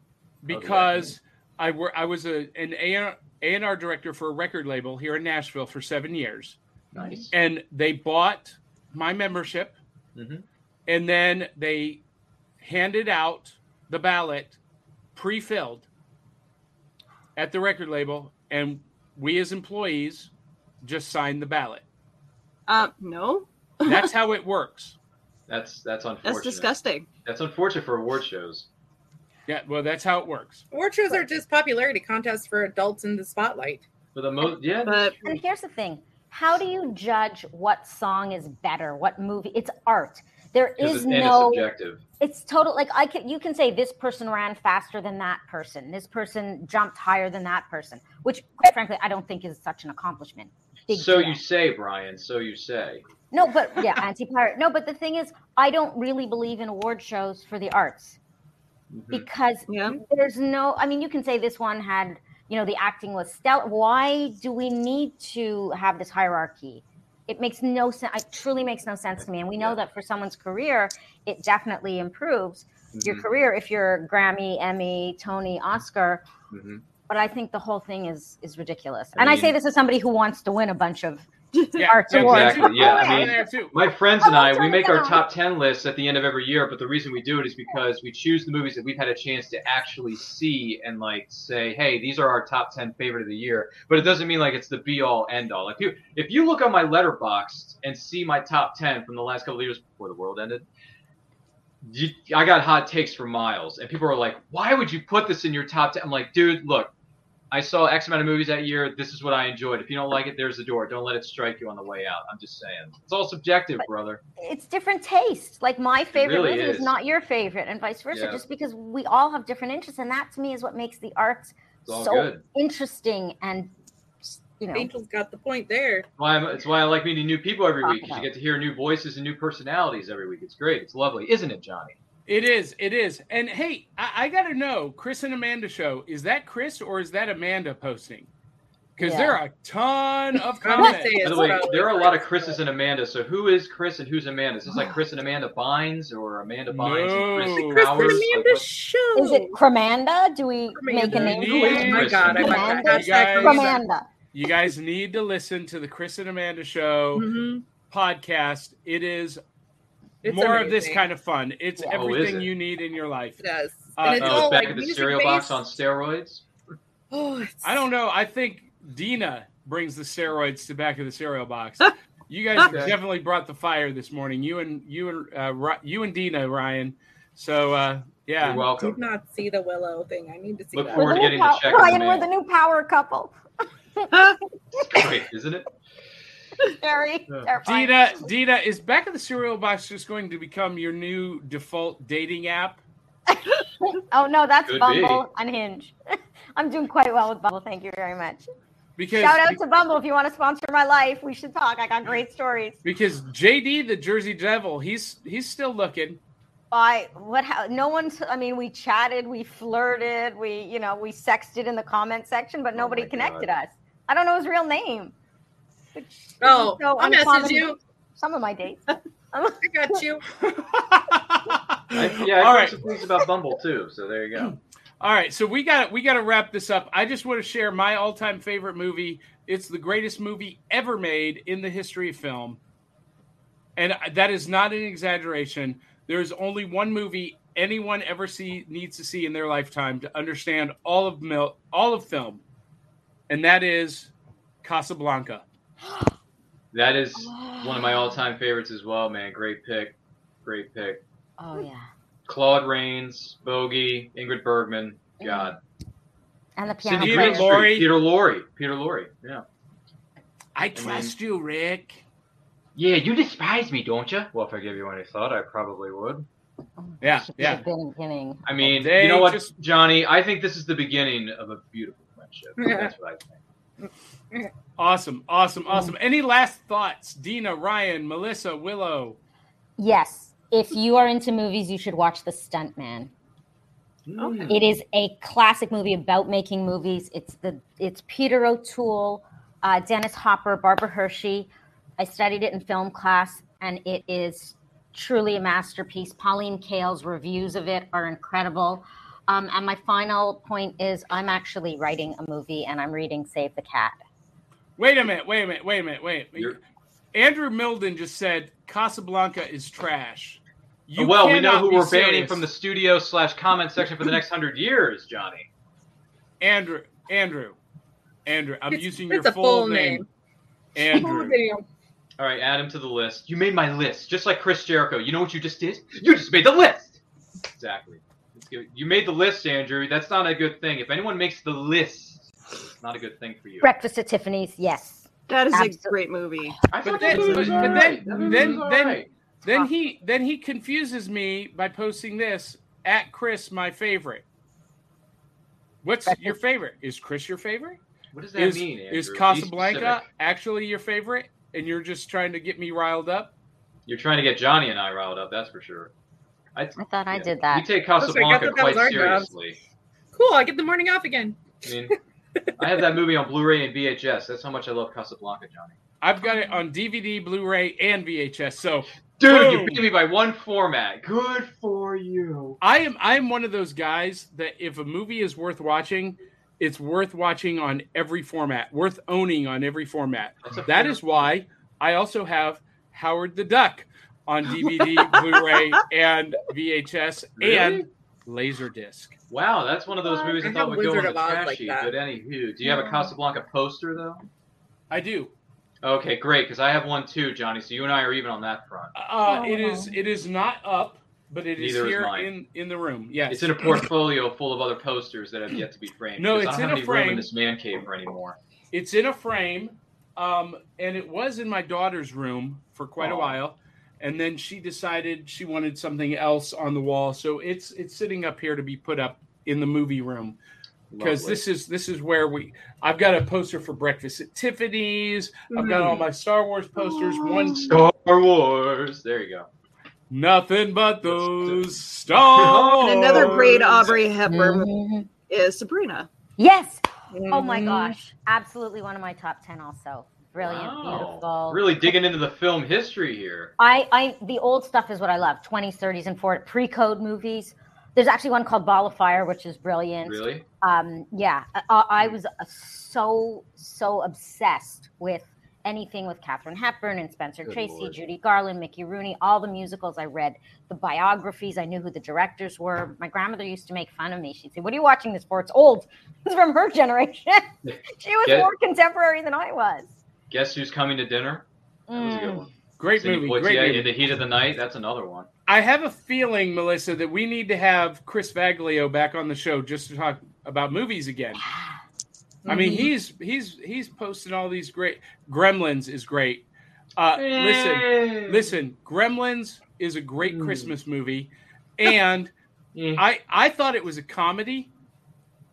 [SPEAKER 1] because I were I was a an A and R director for a record label here in Nashville for seven years,
[SPEAKER 7] Nice.
[SPEAKER 1] and they bought my membership,
[SPEAKER 7] Mhm.
[SPEAKER 1] and then they handed out the ballot pre-filled at the record label, and we as employees just signed the ballot.
[SPEAKER 6] Um, no,
[SPEAKER 1] That's how it works.
[SPEAKER 7] That's that's unfortunate.
[SPEAKER 6] that's disgusting.
[SPEAKER 7] That's unfortunate for award shows.
[SPEAKER 1] Yeah, well, that's how it works.
[SPEAKER 3] Orchards are just popularity contests for adults in the spotlight.
[SPEAKER 7] For the most, yeah.
[SPEAKER 6] But
[SPEAKER 5] And here's the thing: how do you judge what song is better, what movie? It's art. There
[SPEAKER 7] because
[SPEAKER 5] is
[SPEAKER 7] it's, and
[SPEAKER 5] no.
[SPEAKER 7] it's subjective.
[SPEAKER 5] It's total. Like I can, you can say this person ran faster than that person. This person jumped higher than that person. Which, quite frankly, I don't think is such an accomplishment. Big
[SPEAKER 7] So
[SPEAKER 5] deal.
[SPEAKER 7] you say, Brian. So you say.
[SPEAKER 5] No, but yeah, anti-pirate. No, but the thing is, I don't really believe in award shows for the arts
[SPEAKER 7] Mhm.
[SPEAKER 5] because
[SPEAKER 6] yeah,
[SPEAKER 5] there's no i mean you can say this one had you know the acting was stellar why do we need to have this hierarchy it makes no sense it truly makes no sense to me and we know
[SPEAKER 7] Yeah.
[SPEAKER 5] that for someone's career it definitely improves your
[SPEAKER 7] Mhm.
[SPEAKER 5] career if you're grammy emmy tony oscar
[SPEAKER 7] Mhm.
[SPEAKER 5] but i think the whole thing is is ridiculous
[SPEAKER 7] I
[SPEAKER 5] and i say
[SPEAKER 7] mean-
[SPEAKER 5] this as somebody who wants to win a bunch of
[SPEAKER 1] Yeah,
[SPEAKER 5] Arts
[SPEAKER 1] yeah,
[SPEAKER 5] awards.
[SPEAKER 7] Exactly, yeah, I mean-
[SPEAKER 1] there too.
[SPEAKER 7] My friends and
[SPEAKER 5] Oh,
[SPEAKER 7] I,
[SPEAKER 5] turn
[SPEAKER 7] we
[SPEAKER 5] it
[SPEAKER 7] make our
[SPEAKER 5] down.
[SPEAKER 7] top 10 lists at the end of every year, but the reason we do it is because we choose the movies that we've had a chance to actually see and like say, hey, these are our top 10 favorite of the year. But it doesn't mean like it's the be all end all. Like you, if you look on my letterbox and see my top 10 from the last couple of years before the world ended, you, I got hot takes for miles, and people are like, why would you put this in your top 10? I'm like, dude, look. I saw X amount of movies that year. This is what I enjoyed. If you don't like it, there's the door. Don't let it strike you on the way out. I'm just saying. It's all subjective, brother.
[SPEAKER 5] it's different tastes. Like my favorite
[SPEAKER 7] really
[SPEAKER 5] movie is.
[SPEAKER 7] is.
[SPEAKER 5] not your favorite, and vice versa.
[SPEAKER 7] Yeah.
[SPEAKER 5] Just because we all have different interests, and that to me is what makes the arts
[SPEAKER 7] It's all
[SPEAKER 5] so
[SPEAKER 7] good.
[SPEAKER 5] interesting and you know.
[SPEAKER 3] Angel's got the point there.
[SPEAKER 7] why I'm, it's why I like meeting new people every
[SPEAKER 5] Talk
[SPEAKER 7] week. 'cause
[SPEAKER 5] about
[SPEAKER 7] You get to hear new voices and new personalities every week. It's great. It's lovely, isn't it, Johnny?
[SPEAKER 1] It is. It is. And hey, I, I got to know Chris and Amanda show. Is that Chris or is that Amanda posting? Because
[SPEAKER 5] Yeah.
[SPEAKER 1] there are a ton of
[SPEAKER 3] I'm gonna
[SPEAKER 1] comments.
[SPEAKER 3] say
[SPEAKER 7] By
[SPEAKER 3] it's
[SPEAKER 7] the way,
[SPEAKER 3] probably
[SPEAKER 7] there are a lot of
[SPEAKER 3] Chris.
[SPEAKER 7] Chris's and Amanda. So who is Chris and who's Amanda? Is this like Chris and Amanda Bynes or Amanda Bynes
[SPEAKER 1] No.
[SPEAKER 7] and Chris
[SPEAKER 3] Chris and
[SPEAKER 7] Powers? Oh, Like,
[SPEAKER 3] Amanda
[SPEAKER 7] what-
[SPEAKER 3] show.
[SPEAKER 5] Is it Cremanda? Do we make a
[SPEAKER 1] Cremanda.
[SPEAKER 5] name?
[SPEAKER 1] Who
[SPEAKER 5] for
[SPEAKER 1] is
[SPEAKER 5] it?
[SPEAKER 3] Oh my
[SPEAKER 7] Chris?
[SPEAKER 3] god, I like that.
[SPEAKER 5] Amanda.
[SPEAKER 3] Hashtag
[SPEAKER 1] Guys.
[SPEAKER 3] Cremanda.
[SPEAKER 5] Cremanda.
[SPEAKER 1] you guys need to listen to the Chris and Amanda show
[SPEAKER 3] Mhm.
[SPEAKER 1] podcast. It is
[SPEAKER 3] It's
[SPEAKER 1] more of this
[SPEAKER 3] amazing.
[SPEAKER 1] kind of fun. It's
[SPEAKER 5] Yeah.
[SPEAKER 7] Oh, is
[SPEAKER 1] everything
[SPEAKER 7] it?
[SPEAKER 1] you need in your life.
[SPEAKER 3] It does.
[SPEAKER 1] Uh,
[SPEAKER 3] And it's
[SPEAKER 1] uh,
[SPEAKER 7] the
[SPEAKER 3] all
[SPEAKER 7] back
[SPEAKER 3] like
[SPEAKER 7] of the
[SPEAKER 3] music
[SPEAKER 7] cereal
[SPEAKER 3] based.
[SPEAKER 7] box on steroids.
[SPEAKER 3] Oh, it's-
[SPEAKER 1] I don't know. I think Dina brings the steroids to back of the cereal box. you guys
[SPEAKER 7] Okay.
[SPEAKER 1] definitely brought the fire this morning. You and you and uh, Ri- you and Dina Ryan. So uh, yeah,
[SPEAKER 7] You're
[SPEAKER 3] did
[SPEAKER 7] welcome.
[SPEAKER 3] not see the Willow thing. I need to see
[SPEAKER 7] Look
[SPEAKER 3] that.
[SPEAKER 7] forward We're
[SPEAKER 5] new
[SPEAKER 7] getting the
[SPEAKER 5] pow-
[SPEAKER 7] check in the
[SPEAKER 5] Brian, we're
[SPEAKER 7] mail.
[SPEAKER 5] the new power couple.
[SPEAKER 7] It's great, isn't it?
[SPEAKER 5] Very
[SPEAKER 7] Yeah.
[SPEAKER 5] terrifying.
[SPEAKER 1] Dina, Dina, is back of the cereal box just going to become your new default dating app?
[SPEAKER 5] Oh no, that's
[SPEAKER 7] Could
[SPEAKER 5] Bumble on Hinge. I'm doing quite well with Bumble. Thank you very much.
[SPEAKER 1] Because
[SPEAKER 5] Shout out to Bumble if you want to sponsor my life. We should talk. I got great stories.
[SPEAKER 1] because JD, the Jersey Devil, he's he's still looking.
[SPEAKER 5] I what how no one's I mean we chatted, we flirted, we you know, we sexted in the comment section, but
[SPEAKER 7] Oh
[SPEAKER 5] nobody
[SPEAKER 7] my
[SPEAKER 5] connected us. I don't know his real name. Which is
[SPEAKER 3] Oh,
[SPEAKER 5] so
[SPEAKER 3] I'll
[SPEAKER 5] uncommon in
[SPEAKER 3] message you.
[SPEAKER 5] Some of my dates.
[SPEAKER 3] I got you.
[SPEAKER 7] I, yeah, I
[SPEAKER 1] All
[SPEAKER 7] heard
[SPEAKER 1] right.
[SPEAKER 7] some things about Bumble too. So there you go.
[SPEAKER 1] All right, so we got we got to wrap this up. I just want to share my all-time favorite movie. It's the greatest movie ever made in the history of film. And that is not an exaggeration. There is only one movie anyone ever see needs to see in their lifetime to understand all of mil, all of film. And that is Casablanca.
[SPEAKER 7] That is one of my all-time favorites as well, man. Great pick. Great pick.
[SPEAKER 5] Oh yeah.
[SPEAKER 7] Claude Rains, Bogey, Ingrid Bergman. God.
[SPEAKER 5] And the piano
[SPEAKER 7] Sidney
[SPEAKER 5] player.
[SPEAKER 1] Peter Lorre.
[SPEAKER 7] Peter Lorre. Peter Lorre. Yeah.
[SPEAKER 1] I trust you, Rick.
[SPEAKER 7] Yeah, you despise me, don't you? Well, if I gave you any thought, I probably would.
[SPEAKER 1] Yeah,
[SPEAKER 5] Should be
[SPEAKER 1] yeah.
[SPEAKER 5] the beginning.
[SPEAKER 7] I mean,
[SPEAKER 1] They
[SPEAKER 7] you know what,
[SPEAKER 1] just-
[SPEAKER 7] Johnny? I think this is the beginning of a beautiful friendship. That's what I think.
[SPEAKER 1] Awesome, awesome, awesome. Any last thoughts? Dina, Ryan, Melissa, Willow.
[SPEAKER 5] Yes. If you are into movies, you should watch The Stuntman.
[SPEAKER 7] Mm.
[SPEAKER 5] It is a classic movie about making movies. It's the it's Peter O'Toole, uh, Dennis Hopper, Barbara Hershey. I studied it in film class, and it is truly a masterpiece. Pauline Kael's reviews of it are incredible. Um, and my final point is, I'm actually writing a movie, and I'm reading Save the Cat.
[SPEAKER 1] Wait a minute, wait a minute, wait a minute, wait.
[SPEAKER 7] You're-
[SPEAKER 1] Andrew Milden just said Casablanca is trash. You
[SPEAKER 7] well, we know
[SPEAKER 1] cannot
[SPEAKER 7] who
[SPEAKER 1] be
[SPEAKER 7] we're banning
[SPEAKER 1] serious.
[SPEAKER 7] from the studio slash comment section for the next hundred years, Johnny.
[SPEAKER 1] Andrew, Andrew, Andrew. I'm
[SPEAKER 3] It's-
[SPEAKER 1] using
[SPEAKER 3] it's
[SPEAKER 1] your
[SPEAKER 3] a
[SPEAKER 1] full,
[SPEAKER 3] full
[SPEAKER 1] name.
[SPEAKER 3] Oh,
[SPEAKER 1] Andrew.
[SPEAKER 3] damn.
[SPEAKER 7] All right, add him to the list. You made my list, just like Chris Jericho. You know what you just did? You just made the list. Exactly. Let's give- You made the list, Andrew. That's not a good thing. If anyone makes the list, it's not a good thing for you.
[SPEAKER 5] Breakfast at Tiffany's. Yes.
[SPEAKER 6] That is
[SPEAKER 5] Absol-
[SPEAKER 6] a great movie.
[SPEAKER 7] I thought
[SPEAKER 1] But then-
[SPEAKER 7] that movie was
[SPEAKER 1] but- but then-
[SPEAKER 7] alright. That movie
[SPEAKER 1] then-
[SPEAKER 7] was
[SPEAKER 1] then-
[SPEAKER 7] alright.
[SPEAKER 1] Then he then he confuses me by posting this at Chris, my favorite. What's your favorite? Is Chris your favorite?
[SPEAKER 7] What does that
[SPEAKER 1] Is
[SPEAKER 7] mean? Andrew?
[SPEAKER 1] is
[SPEAKER 7] Be
[SPEAKER 1] Casablanca
[SPEAKER 7] specific.
[SPEAKER 1] actually your favorite? And you're just trying to get me riled up?
[SPEAKER 7] You're trying to get Johnny and I riled up. That's for sure.
[SPEAKER 5] I thought I
[SPEAKER 7] Yeah.
[SPEAKER 5] did
[SPEAKER 7] We
[SPEAKER 5] that.
[SPEAKER 7] take
[SPEAKER 3] was like, I
[SPEAKER 7] Casablanca
[SPEAKER 3] thought that was
[SPEAKER 7] quite
[SPEAKER 3] our job.
[SPEAKER 7] seriously.
[SPEAKER 3] Cool. I get the morning off again.
[SPEAKER 7] I mean, I have that movie on Blu-ray and VHS. That's how much I love Casablanca, Johnny.
[SPEAKER 1] I've got it on DVD, Blu-ray, and VHS. So
[SPEAKER 7] Dude,
[SPEAKER 1] Boom.
[SPEAKER 7] you beat me by one format. Good for you.
[SPEAKER 1] I am I am one of those guys that if a movie is worth watching, it's worth watching on every format, worth owning on every format.
[SPEAKER 7] That's a
[SPEAKER 1] That
[SPEAKER 7] fair-
[SPEAKER 1] is why I also have Howard the Duck on DVD, Blu-ray, and VHS,
[SPEAKER 7] Really?
[SPEAKER 1] and Laserdisc.
[SPEAKER 7] Wow, that's one of those movies I,
[SPEAKER 3] I
[SPEAKER 7] thought
[SPEAKER 3] have
[SPEAKER 7] would go on
[SPEAKER 3] Wizard
[SPEAKER 7] the
[SPEAKER 3] of Oz
[SPEAKER 7] trash
[SPEAKER 3] like
[SPEAKER 7] heap,
[SPEAKER 3] that.
[SPEAKER 7] but anywho, do you have a Casablanca poster though?
[SPEAKER 1] I do.
[SPEAKER 7] Okay, great, because I have one too, Johnny. So you and I are even on that front.
[SPEAKER 1] Uh, it is it is not up, but it is
[SPEAKER 7] Neither is
[SPEAKER 1] here
[SPEAKER 7] mine.
[SPEAKER 1] in in the room. Yes.
[SPEAKER 7] It's in a portfolio full of other posters that have yet to be framed.
[SPEAKER 1] No,
[SPEAKER 7] 'cause
[SPEAKER 1] it's
[SPEAKER 7] I
[SPEAKER 1] in
[SPEAKER 7] don't
[SPEAKER 1] a
[SPEAKER 7] have any room
[SPEAKER 1] frame.
[SPEAKER 7] in this man cave for anymore.
[SPEAKER 1] It's in a frame, um, and it was in my daughter's room for quite a
[SPEAKER 6] Oh.
[SPEAKER 7] Aw.
[SPEAKER 1] while, and then she decided she wanted something else on the wall, so it's it's sitting up here to be put up in the movie room because
[SPEAKER 7] Lovely.
[SPEAKER 1] this is this is where we. I've got a poster for Breakfast at Tiffany's. I've got all
[SPEAKER 6] Mm.
[SPEAKER 1] my Star Wars posters. One
[SPEAKER 7] Star Wars. There you go.
[SPEAKER 1] nothing but those Star Wars.
[SPEAKER 6] And another great Aubrey Hepburn
[SPEAKER 7] Mm-hmm.
[SPEAKER 6] movie
[SPEAKER 5] Mhm.
[SPEAKER 6] is Sabrina. Um,
[SPEAKER 5] Yes. Oh my gosh. Absolutely one of my top 10 also. Brilliant,
[SPEAKER 7] Wow.
[SPEAKER 5] beautiful.
[SPEAKER 7] Really digging into the film history here.
[SPEAKER 5] I, I the old stuff is what I love 20s, 30s, and 40s pre code movies. There's actually one called Ball of Fire, which is brilliant.
[SPEAKER 7] Really?
[SPEAKER 5] Um, yeah, I, I was uh, so, so obsessed with anything with Katherine Hepburn and Spencer
[SPEAKER 7] Good
[SPEAKER 5] Tracy,
[SPEAKER 7] lord.
[SPEAKER 5] Judy Garland, Mickey Rooney, all the musicals I read, the biographies. I knew who the directors were. My grandmother used to make fun of me. She'd say, What are you watching this for? It's old. It's from her generation. she was
[SPEAKER 7] Get-
[SPEAKER 5] more contemporary than I was.
[SPEAKER 7] Guess who's coming to dinner? That was a
[SPEAKER 5] Mm.
[SPEAKER 7] good one.
[SPEAKER 1] Great
[SPEAKER 7] Sidney
[SPEAKER 1] movie.
[SPEAKER 7] Poitier,
[SPEAKER 1] Great movie.
[SPEAKER 7] In the heat of the night. That's another one.
[SPEAKER 1] I have a feeling, Melissa, that we need to have Chris Vaglio back on the show just to talk about movies again. I mean,
[SPEAKER 3] Mm-hmm.
[SPEAKER 1] he's he's he's posting all these great Gremlins is great. Uh, listen, listen, Gremlins is a great
[SPEAKER 7] Mm.
[SPEAKER 1] Christmas movie, and
[SPEAKER 7] listen.
[SPEAKER 1] I I thought it was a comedy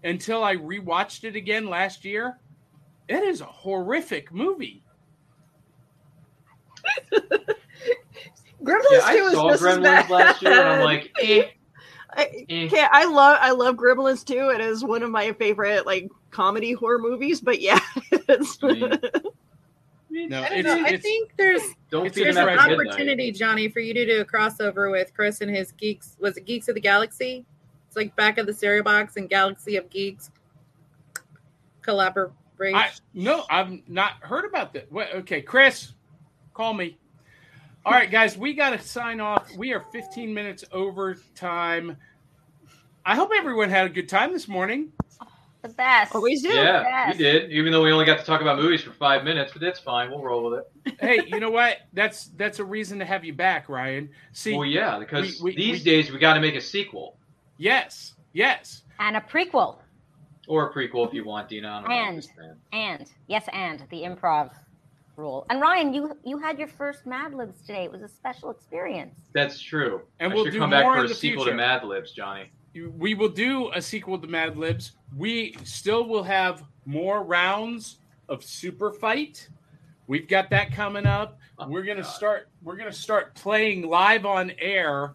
[SPEAKER 1] until I rewatched it again last year. It is a horrific movie.
[SPEAKER 6] Gremlins
[SPEAKER 7] Yeah, I
[SPEAKER 6] 2 is
[SPEAKER 7] saw
[SPEAKER 6] just as
[SPEAKER 7] Gremlins
[SPEAKER 6] bad.
[SPEAKER 7] last year, and I'm like, eh,
[SPEAKER 6] I,
[SPEAKER 7] eh.
[SPEAKER 6] okay, I love I love Gremlins too. It is one of my favorite like comedy horror movies. But yeah, it's,
[SPEAKER 7] I mean,
[SPEAKER 1] No,
[SPEAKER 3] I don't
[SPEAKER 1] it's,
[SPEAKER 3] know. I
[SPEAKER 1] it's-
[SPEAKER 3] think there's
[SPEAKER 7] don't
[SPEAKER 1] It's
[SPEAKER 7] feed
[SPEAKER 1] just
[SPEAKER 7] him
[SPEAKER 1] Right.
[SPEAKER 3] there's an
[SPEAKER 7] after midnight.
[SPEAKER 3] opportunity, Johnny, for you to do a crossover with Chris and his geeks. Was it Geeks of the Galaxy? It's like back of the cereal box and Galaxy of Geeks collaboration.
[SPEAKER 1] I, no, I've not heard about that. What, okay, Chris, call me. All right, guys, we got to sign off. We are 15 minutes over time. I hope everyone had a good time this morning.
[SPEAKER 5] The best.
[SPEAKER 6] Always do.
[SPEAKER 7] Yeah,
[SPEAKER 5] Yes.
[SPEAKER 7] you did. Even though we only got to talk about movies for five minutes, but it's fine. We'll roll with it.
[SPEAKER 1] hey, you know what? That's that's a reason to have you back, Ryan. See,
[SPEAKER 7] well, yeah, because
[SPEAKER 1] we- we- we-
[SPEAKER 7] these days we got to make a sequel
[SPEAKER 1] yes, yes.
[SPEAKER 5] And a prequel.
[SPEAKER 7] or a prequel if you want, Dina. I don't know,
[SPEAKER 5] And.
[SPEAKER 7] just saying.
[SPEAKER 5] And yes, and the improv rule. And Ryan, you you had your first Mad Libs today. It was a special experience.
[SPEAKER 7] that's true.
[SPEAKER 1] And
[SPEAKER 7] I
[SPEAKER 1] we'll
[SPEAKER 7] should
[SPEAKER 1] do
[SPEAKER 7] come back
[SPEAKER 1] more
[SPEAKER 7] for
[SPEAKER 1] in
[SPEAKER 7] a
[SPEAKER 1] the
[SPEAKER 7] sequel
[SPEAKER 1] future.
[SPEAKER 7] to Mad Libs, Johnny.
[SPEAKER 1] We will do a sequel to Mad Libs. We still will have more rounds of Super Fight. We've got that coming up.
[SPEAKER 7] Oh,
[SPEAKER 1] we're gonna
[SPEAKER 7] God.
[SPEAKER 1] start. We're gonna start playing live on air.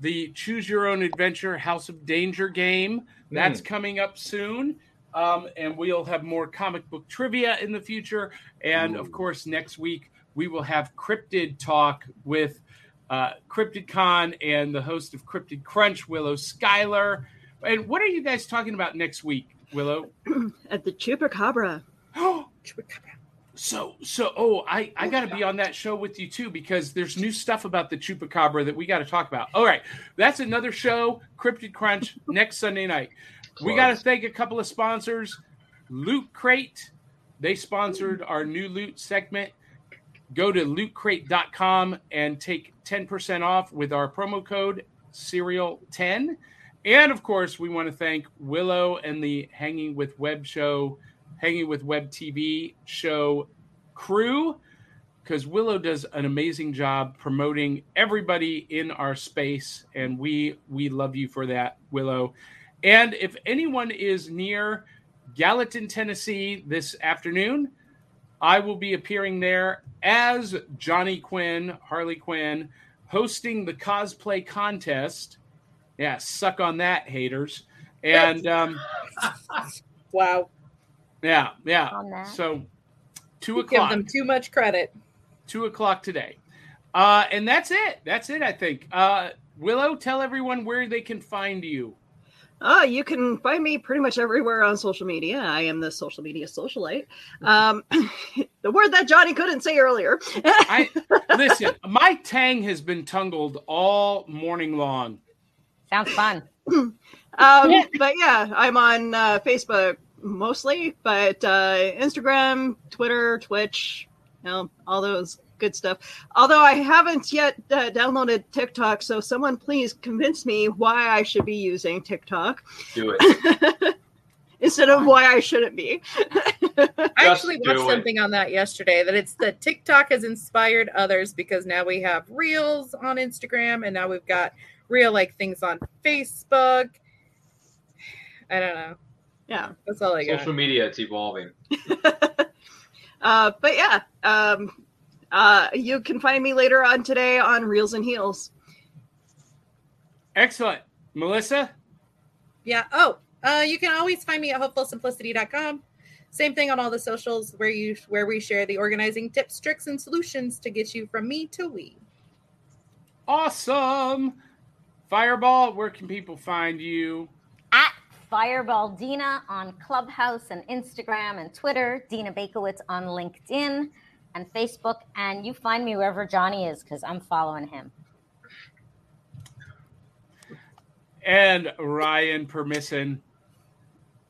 [SPEAKER 1] The Choose Your Own Adventure House of Danger game that's
[SPEAKER 7] Hmm.
[SPEAKER 1] coming up soon, um, and we'll have more comic book trivia in the future. And of
[SPEAKER 7] Ooh.
[SPEAKER 1] course, next week we will have cryptid talk with uh, Cryptid Con and the host of Cryptid Crunch, Willow Schuyler. And what are you guys talking about next week, Willow? Oh,
[SPEAKER 6] At the Chupacabra.
[SPEAKER 1] So so oh I I got to be on that show with you too because there's new stuff about the chupacabra that we got to talk about. All right, that's another show, Cryptid Crunch next Sunday night. We got to thank a couple of sponsors, Loot Crate. They sponsored our new loot segment. Go to lootcrate.com and take 10% off with our promo code serial10. And of course, we want to thank Willow and the Hanging with Web show Hanging with Web TV show crew because Willow does an amazing job promoting everybody in our space, and we we love you for that, Willow. And if anyone is near Gallatin, Tennessee this afternoon, I will be appearing there as Johnny Quinn, Harley Quinn, hosting the cosplay contest. Yeah, suck on that, haters. And um,
[SPEAKER 3] Wow.
[SPEAKER 1] yeah, yeah.
[SPEAKER 5] On that.
[SPEAKER 1] So two
[SPEAKER 3] You give
[SPEAKER 1] o'clock.
[SPEAKER 3] them too much credit.
[SPEAKER 1] Two o'clock today. Uh, and that's it. That's it, I think. Uh, Willow, tell everyone where they can find you.
[SPEAKER 6] Oh, you can find me pretty much everywhere on social media. I am the social media socialite.
[SPEAKER 7] Mm-hmm.
[SPEAKER 6] Um, the word that Johnny couldn't say earlier.
[SPEAKER 1] I listen, my tang has been tungled all morning long.
[SPEAKER 5] Sounds fun.
[SPEAKER 6] um, But yeah, I'm on uh, Facebook mostly, but uh, Instagram, Twitter, Twitch, you know, all those good stuff. Although I haven't yet uh, downloaded TikTok, so someone please convince me why I should be using TikTok
[SPEAKER 7] Do it.
[SPEAKER 6] instead of why I shouldn't be.
[SPEAKER 3] I
[SPEAKER 7] Just
[SPEAKER 3] actually
[SPEAKER 7] do
[SPEAKER 3] watched
[SPEAKER 7] it.
[SPEAKER 3] something on that yesterday that it's that TikTok has inspired others because now we have reels on Instagram and now we've got real like things on Facebook. I don't know.
[SPEAKER 6] Yeah.
[SPEAKER 3] That's all I got.
[SPEAKER 7] Social media, it's evolving.
[SPEAKER 6] Uh, but yeah, um, uh, you can find me later on today on Reels and Heels.
[SPEAKER 1] Excellent. Melissa?
[SPEAKER 3] Yeah. Oh, uh, you can always find me at hopefulsimplicity.com. Same thing on all the socials where you where we share the organizing tips, tricks, and solutions to get you from me to we.
[SPEAKER 1] Awesome. Fireball, where can people find you?
[SPEAKER 5] At Fireball Dina on Clubhouse and Instagram and Twitter, Dina Bakowitz on LinkedIn and Facebook, and you find me wherever Johnny is because I'm following him.
[SPEAKER 1] And Ryan Permisson.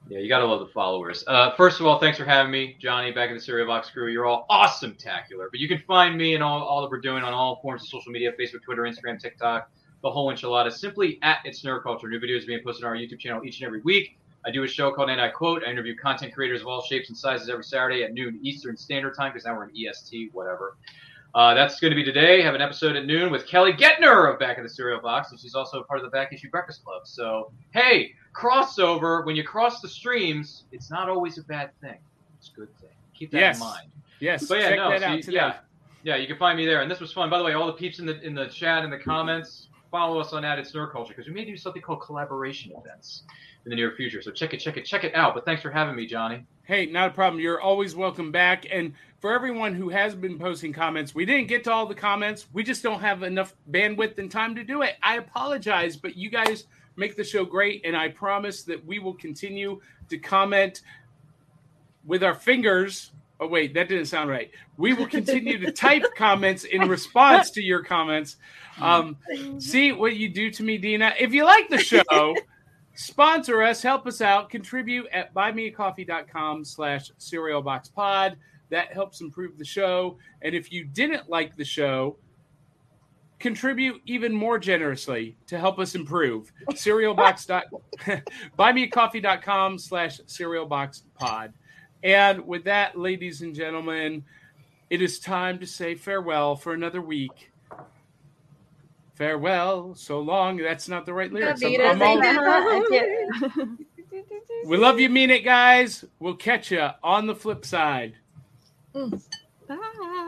[SPEAKER 7] Yeah, you gotta love the followers. Uh, first of all, thanks for having me, Johnny, back in the Serial Box crew. You're all awesome tacular. But you can find me and all, all that we're doing on all forms of social media Facebook, Twitter, Instagram, TikTok, the whole enchilada, simply at It's Nerd Culture. New videos being posted on our YouTube channel each and every week. I do a show called And I Quote. I interview content creators of all shapes and sizes every Saturday at noon Eastern Standard Time because now we're in EST, whatever. Uh, that's going to be today. Have an episode at noon with Kelly Getner of Back in the Cereal Box, and she's also part of the Back Issue Breakfast Club. So, hey, crossover, when you cross the streams, it's not always a bad thing. It's a good thing. Keep that
[SPEAKER 1] Yes.
[SPEAKER 7] in mind.
[SPEAKER 1] Yes,
[SPEAKER 7] But yeah,
[SPEAKER 1] check
[SPEAKER 7] no,
[SPEAKER 1] that
[SPEAKER 7] so
[SPEAKER 1] out
[SPEAKER 7] you-
[SPEAKER 1] today.
[SPEAKER 7] yeah. Yeah, you can find me there. And this was fun. By the way, all the peeps in the in the chat and the comments, follow us on at it's Nerd Culture because we may do something called collaboration events in the near future. So check it, check it, check it out. But thanks for having me, Johnny.
[SPEAKER 1] Hey, not a problem. You're always welcome back. And for everyone who has been posting comments, we didn't get to all the comments. We just don't have enough bandwidth and time to do it. I apologize, but you guys make the show great. And I promise that we will continue to comment with our fingers. Oh, wait, that didn't sound right. We will continue to type comments in response to your comments. Um, see what you do to me, Dina. If you like the show, sponsor us, help us out, contribute at buymeacoffee.com slash cerealboxpod. That helps improve the show. And if you didn't like the show, contribute even more generously to help us improve. Cerealbox dot buymeacoffee.com slash cerealboxpod. And with that, ladies and gentlemen, it is time to say farewell for another week. Farewell, so long. That's not the right lyrics. I'm- I'm all- we love you, mean it, guys. We'll catch you on the flip side.
[SPEAKER 3] Bye.